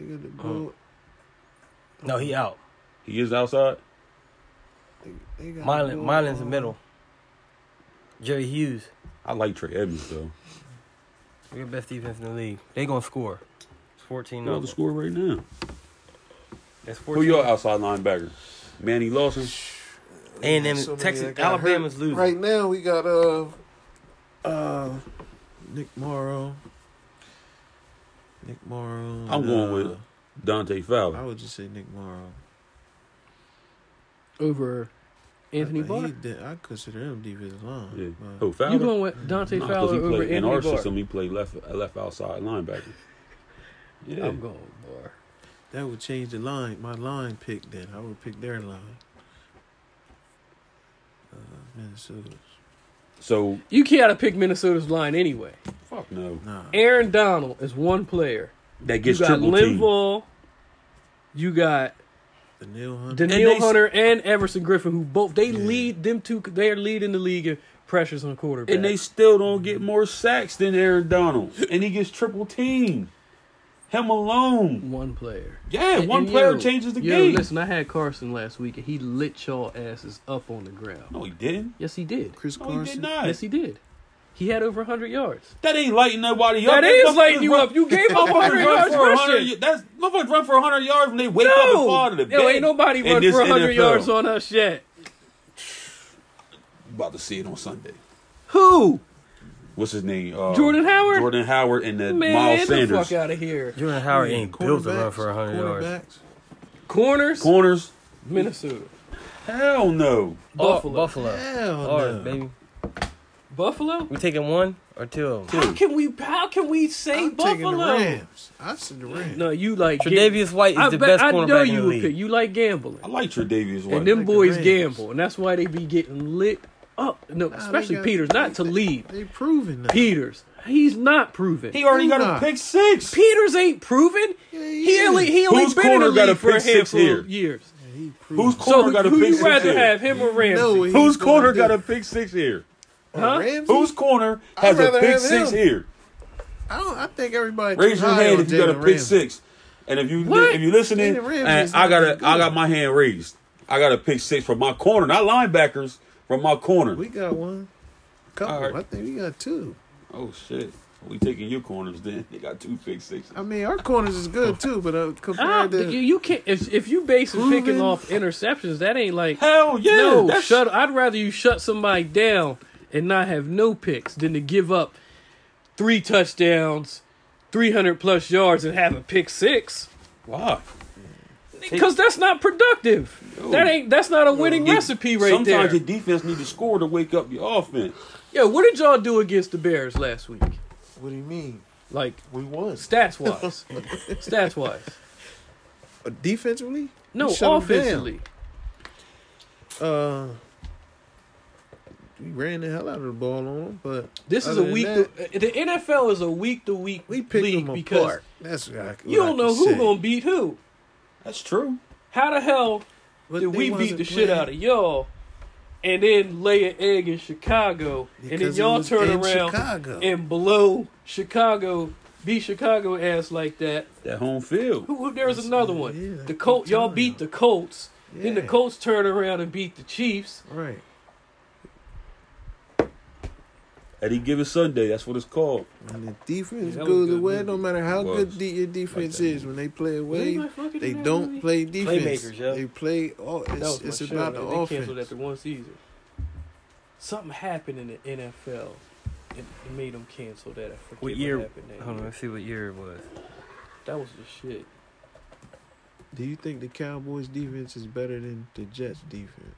S4: They got the
S2: Oh.
S4: ball-
S1: No, he out.
S3: He is outside.
S4: they got the
S1: Milan,
S4: ball
S1: Milan's the
S4: on-
S1: middle. Jerry Hughes.
S3: I like Trey Edmonds though.
S1: We're the best defense in the league. They gonna score. fourteen
S3: Know the
S1: number.
S3: score right now.
S1: That's
S3: Who
S1: fourteen.
S3: your outside linebacker? Manny Lawson.
S1: And then
S4: So many that
S1: Texas,
S4: got
S1: Alabama's
S4: hurt.
S1: losing.
S4: Right now, we got uh, uh, Nick Morrow. Nick Morrow. uh,
S3: I'm going with Dante
S4: I
S3: Fowler.
S4: would just say Nick Morrow.
S2: over Anthony
S4: I, he
S2: Barr.
S4: did- I consider him defensive line.
S3: Yeah.
S4: but-
S3: Who Fowler?
S2: You going with Dante
S3: Nah, 'cause
S2: Fowler
S3: he
S2: over
S3: played, in
S2: Anthony
S3: our
S2: Barr?
S3: system, he played left left outside linebacker. Yeah,
S2: I'm going with Barr.
S4: That would change the line. My line pick then. I would pick their line. Uh, Minnesota.
S3: so
S2: You gotta pick Minnesota's line anyway.
S3: fuck no.
S4: Nah.
S2: Aaron Donald is one player.
S3: That
S2: You
S3: gets
S2: got
S3: triple team.
S2: Linval. You got
S4: The Neil Hunter.
S2: Daniil
S1: they s-
S2: Hunter and Everson Griffin, who both they
S4: Yeah.
S2: lead them two. They are leading the league in pressures on quarterback.
S3: and they still don't get more sacks than Aaron Donald, and he gets triple teamed. Him alone.
S2: one player.
S3: Yeah,
S2: And-
S3: one
S2: and
S3: player
S2: yo,
S3: changes the
S2: yo,
S3: game.
S2: Listen, I had Carson last week, and he lit y'all asses up on the ground.
S3: No, he didn't.
S2: Yes, he did.
S4: Chris
S3: No, he did
S4: Carson.
S3: not.
S2: Yes, he did. He had over 100 yards.
S3: That ain't lighting nobody up.
S2: That is
S3: Motherfuckers
S2: lighting you
S3: run-
S2: up. You gave up 100
S3: Motherfuckers
S2: yards
S3: run for 100
S2: rushing.
S3: yards. That's motherfuckers run for 100 yards when they wake up and fall
S2: No,
S3: to the bed.
S2: yo, ain't nobody
S3: in
S2: run
S3: this
S2: for 100
S3: NFL.
S2: yards on us yet.
S3: About to see it on Sunday.
S2: Who?
S3: What's his name? Uh,
S2: Jordan Howard?
S3: Jordan Howard and the
S2: Man,
S3: Miles
S2: get the
S3: Sanders
S2: fuck out of here.
S1: Jordan Howard ain't built to run for
S4: Cornerbacks.
S1: hundred yards.
S4: Cornerbacks.
S2: Corners,
S3: corners.
S2: Minnesota,
S3: Hell no.
S1: Buffalo,
S2: Buffalo.
S1: Buffalo,
S4: Hell
S1: Ours,
S4: no.
S1: baby.
S2: Buffalo.
S1: We taking one or two of them.
S2: How can we? How can we say
S4: I'm taking the
S2: Buffalo?
S4: Rams. I said the Rams.
S2: No, you like
S1: Tre'Davious White is
S2: I
S1: the
S2: bet-
S1: best
S2: I know
S1: cornerback in the
S2: you would pick.
S1: league.
S2: You like gambling,
S3: I like Tre'Davious White.
S2: and them
S4: like the
S2: boys
S4: Rams.
S2: gamble, and that's why they be getting lit up. No,
S4: they
S2: especially
S4: got-
S2: Peters, not to lead.
S4: They proven that.
S2: Peters, he's not proven.
S3: he already got
S4: Nah.
S3: a pick six.
S2: Peters ain't proven.
S4: Yeah,
S2: he,
S4: he is.
S2: only he only
S3: Whose
S2: been in the
S3: corner got a
S2: league for a
S3: pick six
S2: handful
S3: here?
S2: of years.
S4: He proven.
S3: Who's
S2: So
S3: corner
S2: who,
S3: got a
S2: who
S3: pick
S2: you
S3: six
S2: rather
S3: here?
S2: have him or Ramsey?
S4: know he-
S3: Who's
S4: He's
S3: corner got
S4: gonna do-
S3: a pick six here?
S2: Huh?
S4: Ramsey?
S3: Whose corner
S4: I'd
S3: has a
S4: rather
S3: pick
S4: have
S3: six
S4: him.
S3: here?
S4: I don't. I think everybody. too
S3: Raise your
S4: high
S3: hand
S4: on
S3: if you got a
S4: Jalen
S3: pick
S4: Ramsey.
S3: six. And if you
S2: What?
S3: if you listening,
S4: Jalen Ramsey's
S3: and I
S4: not
S3: got a
S4: good.
S3: I got my hand raised. I got a pick six from my corner, not linebackers from my corner.
S4: We got one. Couple.
S3: All right.
S4: I think we got two.
S3: oh shit, we taking your corners then? They got two pick sixes.
S4: I mean, our corners is good too, but uh,
S2: Ah,
S4: compared
S2: but
S4: to
S2: you, you can't if, if you basing picking
S4: Proven.
S2: off interceptions, that ain't like
S3: Hell yeah,
S2: no.
S3: that's-
S2: Shut. I'd rather you shut somebody down and not have no picks than to give up three touchdowns, three hundred plus yards, and have a pick six.
S3: Wow.
S2: Because that's not productive. That ain't. That's not a winning
S3: You-
S2: recipe right
S3: sometimes
S2: there.
S3: your defense need to score to wake up your offense.
S2: Yo, what did y'all do against the Bears last week?
S4: what do you mean?
S2: Like
S4: We won
S2: stats wise, stats wise.
S4: Uh, defensively.
S2: No,
S4: We shut 'em
S2: offensively.
S4: down. Uh, we ran the hell out of the ball on them, but
S2: This is
S4: other
S2: a
S4: than
S2: week.
S4: that,
S2: to- the NFL is a week to week
S4: we picked
S2: league
S4: them
S2: because
S4: apart. That's what I,
S2: you don't know who gonna beat who.
S3: That's true.
S2: How the hell
S4: But
S2: did
S4: they
S2: we beat
S4: wasn't
S2: the shit
S4: playing.
S2: out of y'all, and then lay an egg in Chicago, and then
S4: Because it
S2: y'all
S4: was
S2: turn
S4: in
S2: around
S4: Chicago.
S2: and blow Chicago, beat Chicago ass like that?
S3: That home field.
S2: Who, who- there was another
S4: what
S2: one.
S4: it is. I
S2: the
S4: keep
S2: Colts, y'all
S4: telling
S2: beat the
S4: y'all.
S2: Colts. Then the
S4: Yeah.
S2: Colts turn around and beat the Chiefs.
S4: Right.
S3: Any given Sunday, that's what it's called.
S4: When the defense
S2: Yeah, that was
S4: goes
S2: a good
S4: away, no
S2: movie.
S4: matter how
S3: It was.
S4: good de- your defense
S3: that
S4: is, when they
S2: Was
S4: play away,
S2: anybody fucking
S4: they
S2: in that
S4: don't
S2: movie?
S4: play defense.
S1: Playmakers, yeah.
S4: They play. Oh,
S2: That
S4: it's,
S2: was my
S4: it's
S2: show,
S4: about the
S2: and they canceled
S4: offense.
S2: after one season. Something happened in the NFL. It, it made them cancel that. I forget
S1: What
S2: what
S1: year-
S2: happened that
S1: Hold on,
S2: year.
S1: let's see what year it was.
S2: That was the shit.
S4: Do you think the Cowboys' defense is better than the Jets' defense?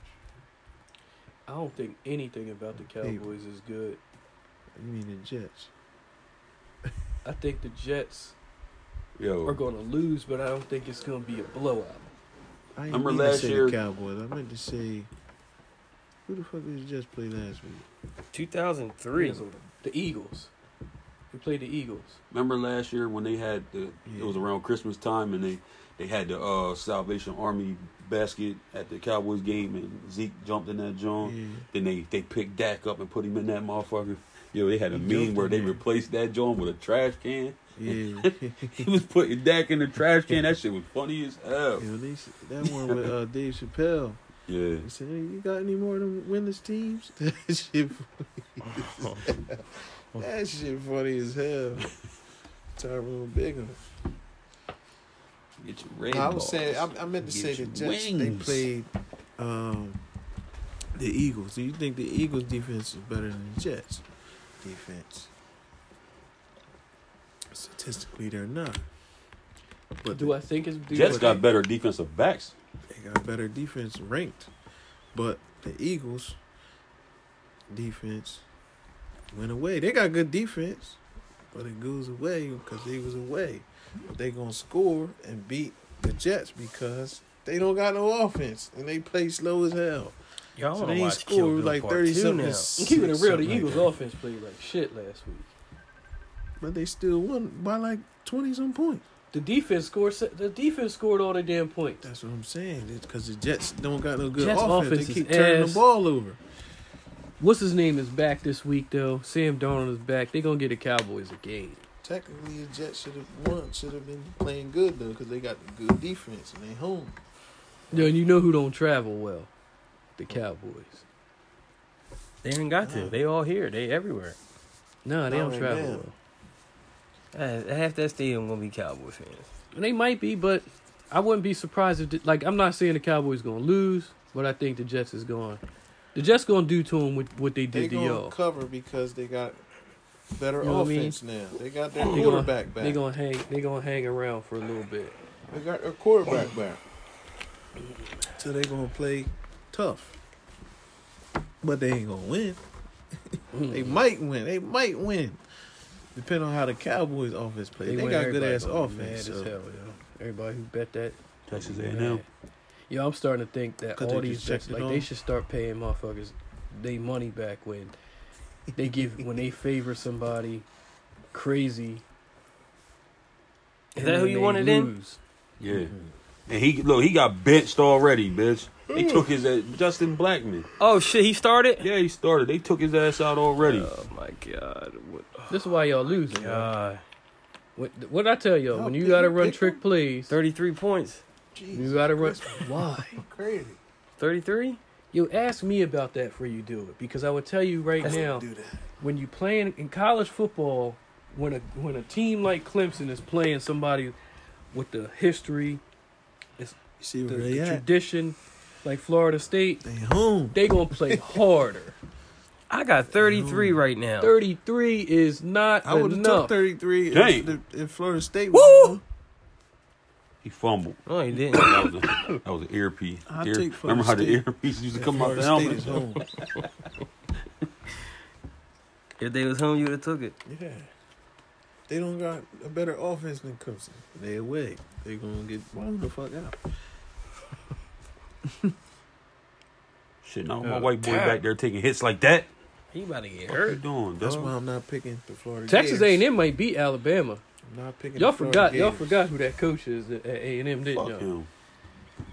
S2: I don't think anything about the
S4: Hey.
S2: Cowboys is good.
S4: You mean the Jets?
S2: I think the Jets
S3: Yo,
S2: are going to lose, but I don't think it's going to be a blowout.
S4: I ain't
S3: Remember
S4: mean to
S3: last
S4: say
S3: year-
S4: the Cowboys. I meant to say who the fuck did the Jets play last week?
S1: Two thousand three.
S2: Minnesota. The Eagles. We played the Eagles.
S3: Remember last year when they had the it
S4: Yeah.
S3: was around Christmas time and they they had the uh Salvation Army basket at the Cowboys game and Zeke jumped in that joint.
S4: Yeah.
S3: Then they they picked Dak up and put him in that motherfucker. Yo, they had a
S4: He
S3: meme
S4: jumped
S3: where
S4: in
S3: they
S4: there.
S3: replaced that joint with a trash can.
S4: Yeah.
S3: He was putting Dak in the trash can. That shit was funny as hell.
S4: You know, they, s- that one with uh, Dave Chappelle.
S3: Yeah.
S4: He said, hey, you got any more of them winless teams? That shit funny as hell. That shit funny as hell. Tyrone Bigham.
S3: Get your red
S4: I
S3: balls.
S4: was saying I, I meant to
S3: Get
S4: say the
S3: your
S4: Jets they
S3: wings.
S4: played um, the Eagles. Do you think the Eagles defense is better than the Jets defense? Statistically, they're not. But
S2: Do I think it's do
S3: Jets
S2: you-
S3: got better defensive backs.
S4: They got better defense ranked, but the Eagles defense went away. They got good defense, but it goes away because they was away. But they gonna score and beat the Jets because they don't got no offense and they play slow as hell.
S1: Y'all
S4: So
S1: want to
S4: they
S1: watch Kill
S4: scored
S1: Bill
S4: like
S1: Part
S4: 30
S1: Two
S4: something.
S1: now.
S4: s-
S2: And keeping it
S4: six,
S2: real, the
S4: something like
S2: Eagles
S4: that.
S2: offense played like shit last week.
S4: But they still won by like twenty some points.
S2: The defense scored. se- The defense scored all their damn points.
S4: That's what I'm saying. It's because the Jets don't got no good
S2: Jets
S4: offense.
S2: offense
S4: They
S2: is
S4: keep turning
S2: ass.
S4: the ball over.
S2: What's his name is back this week though. Sam Darnold is back. They gonna get the Cowboys a game.
S4: Technically, the Jets should have won. Should have been playing good though, because they got the good defense and they home.
S2: Yo, and you know who don't travel well? The Cowboys.
S1: They ain't got to. They all here. They everywhere.
S2: No, they
S4: Not
S2: don't
S4: right
S2: travel
S4: now.
S2: well.
S1: Uh, Half that stadium gonna be Cowboy fans.
S2: And they might be, but I wouldn't be surprised if. they- like, I'm not saying the Cowboys gonna lose, but I think the Jets is going. The Jets gonna do to them what, what they
S4: They
S2: did to
S4: gonna
S2: y'all.
S4: cover because they got better
S2: You know what I mean?
S4: offense now. They got their
S2: They gonna-
S4: quarterback
S2: They
S4: back.
S2: gonna hang. They gonna hang around for a little bit.
S4: They got their quarterback back. So they gonna play tough, but they ain't gonna win. They might win. They might win. Depending on how the Cowboys' offense plays. They,
S2: win,
S4: got good
S2: everybody
S4: ass
S2: gonna be
S4: offense.
S2: Mad as
S4: So.
S2: hell, yo. Everybody who bet that.
S3: Texas
S2: gonna be
S3: A&M.
S2: mad. Yo, I'm starting to think that
S4: 'Cause they
S2: all
S4: just
S2: these
S4: checked
S2: bets,
S4: it
S2: like they
S4: on.
S2: should start paying motherfuckers they money back when they give when they favor somebody crazy.
S1: Is
S2: and
S1: that who
S2: then
S1: you
S2: they
S1: wanted in?
S2: lose.
S3: Yeah.
S4: Mm-hmm.
S3: And he look, he got benched already, bitch. They took his ass, Justin Blackman.
S1: Oh shit, he started.
S3: Yeah, he started. They took his ass out already.
S1: Oh my god. What?
S2: This is why y'all losing. man.
S1: God.
S2: What what I tell y'all
S4: Y'all
S2: when you
S4: pick-
S2: gotta
S4: you
S2: run
S4: pick
S2: trick plays,
S1: Thirty-three points.
S2: you
S4: Jeez,
S2: gotta run. Why?
S4: crazy.
S1: Thirty-three.
S2: You ask me about that before you do it because I would tell you right now.
S4: Do that.
S2: when you playing in college football, when a when a team like Clemson is playing somebody with the history,
S4: You see
S2: the,
S4: where
S2: the
S4: they at?
S2: tradition, like Florida State,
S4: They home.
S2: they gonna play harder.
S1: I got thirty-three right now.
S2: Thirty three is not
S4: I would have
S2: enough.
S4: took 33
S3: Dang.
S4: if, the- if Florida State
S1: Woo!
S4: won.
S3: He fumbled.
S1: No, he didn't.
S3: That was, a, that was an earpiece.
S4: I'll
S3: Ear-
S4: take
S3: remember
S4: Florida
S3: how the
S4: State.
S3: earpiece used to
S4: if
S3: come out
S4: Florida
S3: the
S4: State is
S3: helmet?
S4: home.
S1: if they was home, you would have took it.
S4: Yeah. They don't got a better offense than Clemson. They away. They gonna get blown the fuck out.
S3: Shit, now
S1: Yeah.
S3: my white boy back there taking hits like that.
S1: He about to get
S3: What you
S1: hurt.
S3: doing,
S4: That's
S3: dog?
S4: why I'm not picking the Florida.
S2: Texas A
S4: Gators.
S2: and M might beat Alabama.
S4: I'm not picking.
S2: Y'all
S4: the Florida
S2: forgot. Y'all
S4: Gators.
S2: forgot who that coach is at A and M, didn't
S3: Fuck
S2: y'all?
S3: him.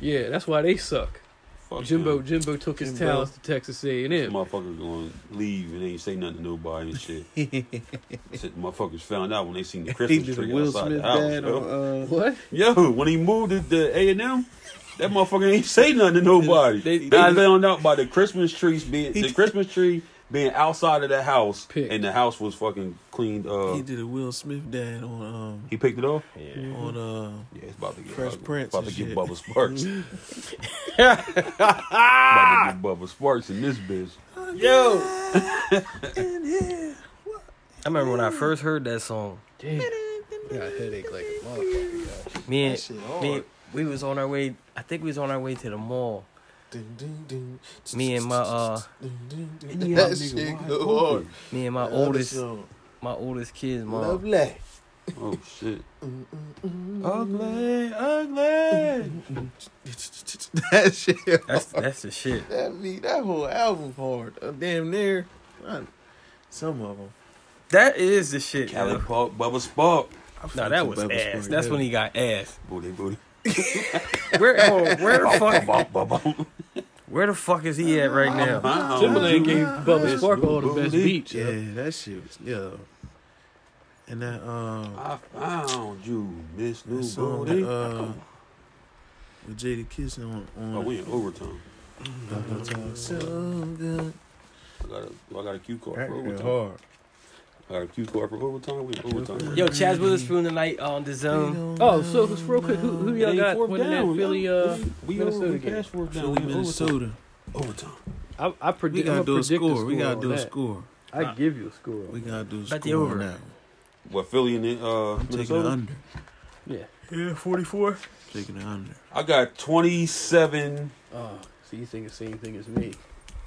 S2: Yeah, that's why they suck.
S3: Fuck
S2: Jimbo
S3: him.
S2: Jimbo took his
S4: Jimbo.
S2: talents to Texas A and
S3: This
S2: M.
S3: motherfucker gonna leave and ain't say nothing to nobody and shit. shit motherfuckers found out when they seen the
S4: He
S3: Christmas
S4: did
S3: tree
S4: a Will
S3: outside
S4: Smith
S3: the house.
S4: dad
S3: yo.
S4: on. Uh,
S2: What?
S3: Yo, when he moved to the A and M, that motherfucker ain't say nothing to nobody.
S1: They-
S3: They,
S1: they-
S3: found out by the Christmas trees being the Christmas tree being outside of the house,
S2: Picked.
S3: and the house was fucking cleaned. Uh,
S4: He
S3: he,
S4: did a Will Smith dad on
S3: picked it off. Yeah,
S4: um on uh.
S3: it's about to get
S4: Fresh
S3: ugly.
S4: Prince
S3: About to
S4: and
S3: get
S4: shit.
S3: Bubba Sparks. about to get Bubba Sparks in this bitch.
S1: Yo. I remember when I first heard that song.
S2: Damn. I got a headache like a motherfucker. y'all.
S1: Me
S4: That shit
S1: and
S4: hard.
S1: me, we was on our way. I think we was on our way to the mall.
S4: Ding, ding, ding.
S1: Me and my uh,
S4: Ding, ding, ding.
S2: And you
S4: That
S2: have
S4: shit
S2: nigga
S4: go hard.
S1: me and my
S4: That other
S1: oldest,
S4: song.
S1: my oldest kids, mom.
S4: Lovely.
S3: Oh shit!
S4: Mm,
S1: Ugly, ugly.
S4: that shit.
S1: That's that's the shit.
S4: That beat, that whole album hard. Uh, damn near. uh, some of them.
S1: That is the shit.
S3: Cali
S1: yo.
S3: Park, Bubba Spark,
S1: No, that was ass. That's when he got ass.
S3: booty booty.
S1: Where, oh, where the fuck,
S3: Bop, bop, bop.
S1: where the fuck is he at right now?
S3: Uh-uh.
S2: Timberland gave Bubba
S3: It's
S2: Spark all the
S3: Bubba
S2: best
S3: Lee.
S2: beats.
S4: Yeah,
S2: yo.
S4: that shit was yeah. And that um,
S3: I found you, Miss
S4: that
S3: New
S4: song
S3: Booty.
S4: uh, with Jada Kiss on on.
S3: oh, we in overtime.
S4: Love Talk so good.
S3: I got a, I got a cue card
S4: That
S3: for
S4: was
S3: overtime.
S4: hard.
S3: All right, Q corporate overtime. We in overtime.
S1: Yo, Chaz Witherspoon tonight on the zone.
S2: Oh, so it's real quick. Who, who
S3: It
S2: y'all
S3: ain't
S2: got
S3: fourth
S2: winning that
S3: down,
S2: Philly?
S3: yo.
S2: Uh,
S3: we, we
S2: Minnesota
S3: over
S2: game?
S3: past fourth down.
S4: Philly,
S3: we in overtime.
S4: Minnesota.
S3: Overtime.
S2: I, I predict.
S4: We gotta
S2: I'm
S4: do
S2: gonna
S4: a
S2: predict the
S4: score. We gotta
S2: on
S4: do a
S2: that.
S4: score.
S2: I give you a score.
S4: We gotta do a
S1: Bet the
S4: score
S1: over.
S4: now.
S3: What Philly and uh,
S4: I'm taking the
S3: Minnesota?
S4: under.
S2: Yeah.
S1: Yeah, 44.
S4: Taking the under.
S3: I got 27,
S2: Oh, so you think the same thing as me?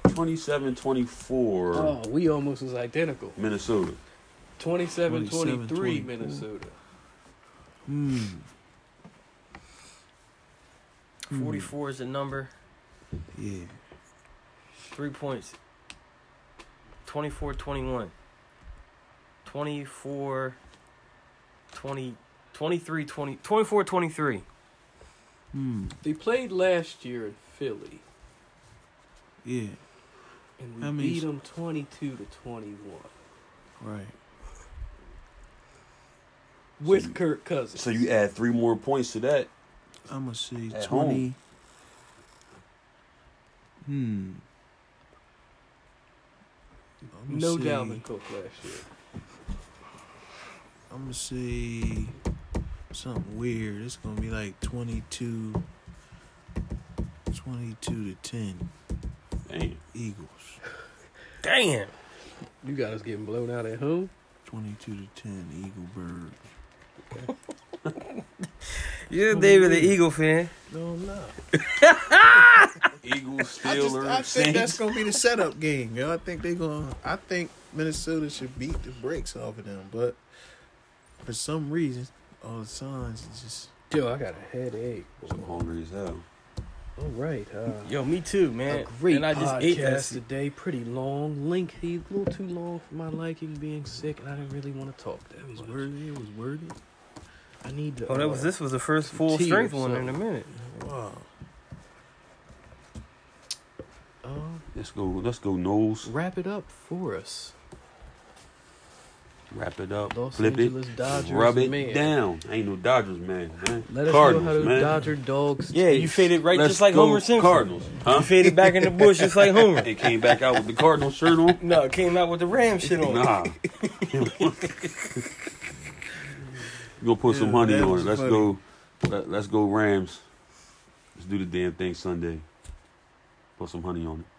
S3: 27 24
S2: Oh, we almost was identical.
S3: Minnesota.
S2: 27
S4: 27,
S2: 23
S4: 24.
S2: Minnesota.
S4: Hmm.
S1: 44 is the number.
S4: Hmm, Yeah.
S1: Three points. 24 21. 24 20, 23 20, 24 23.
S4: Hmm.
S2: They played last year in Philly,
S4: Yeah.
S2: and we
S4: How many-
S2: beat them 22 to 21
S4: Right.
S2: with Kirk Cousins.
S3: So you add three more points to that.
S4: I'm gonna say
S3: At
S4: twenty.
S3: home.
S4: Hmm. I'ma
S2: no
S4: say-
S2: Dalvin Cook last year.
S4: I'm gonna say something weird. It's gonna be like 22, 22 to ten.
S3: Damn.
S4: Eagles.
S1: Damn.
S2: You got us getting blown out at home.
S4: Twenty-two to ten. Eagle bird.
S1: You're David the Eagle fan.
S4: No, I'm not.
S3: Eagles,
S4: I just I
S3: Steelers,
S4: think that's
S3: Saints.
S4: gonna be the setup game, yo. I think they gonna. I think Minnesota should beat the brakes off of them, but for some reason, all the signs is just.
S2: Yo, I got a headache.
S3: I'm hungry as hell.
S2: All right. Uh,
S1: Yo, me too, man.
S2: a great
S1: and I just
S2: podcast
S1: ate that. shit.
S2: today. Pretty long, lengthy, a little too long for my liking. Being sick, and I didn't really want to talk that
S4: It was
S2: much.
S4: worthy. It was worthy.
S2: I need to.
S1: Oh, that
S2: uh,
S1: was this was the first
S2: Some
S1: full
S2: tea or
S1: strength one in a
S2: something.
S1: minute.
S4: Wow.
S2: um,
S3: Let's go. Let's go. Nose.
S2: wrap it up for us.
S3: Wrap it up.
S2: Los
S3: flip
S2: Angeles
S3: it.
S2: Dodgers
S3: rub it
S2: man.
S3: down. Ain't no Dodgers man. man.
S2: Let us
S3: Cardinals,
S2: know how those
S3: man.
S2: Dodger dogs.
S1: Yeah, you faded right
S3: Let's
S1: just like
S3: go
S1: Homer Simpson.
S3: Cardinals,
S1: You
S3: huh?
S1: faded back in the bush just like Homer.
S3: They came back out with the Cardinal shirt on.
S1: No, it came out with the Ram shit on.
S3: Nah. you gonna put some
S4: Yeah,
S3: honey
S4: that
S3: on it.
S4: was
S3: Let's
S4: funny.
S3: go. Let, let's go Rams. Let's do the damn thing Sunday. Put some honey on it.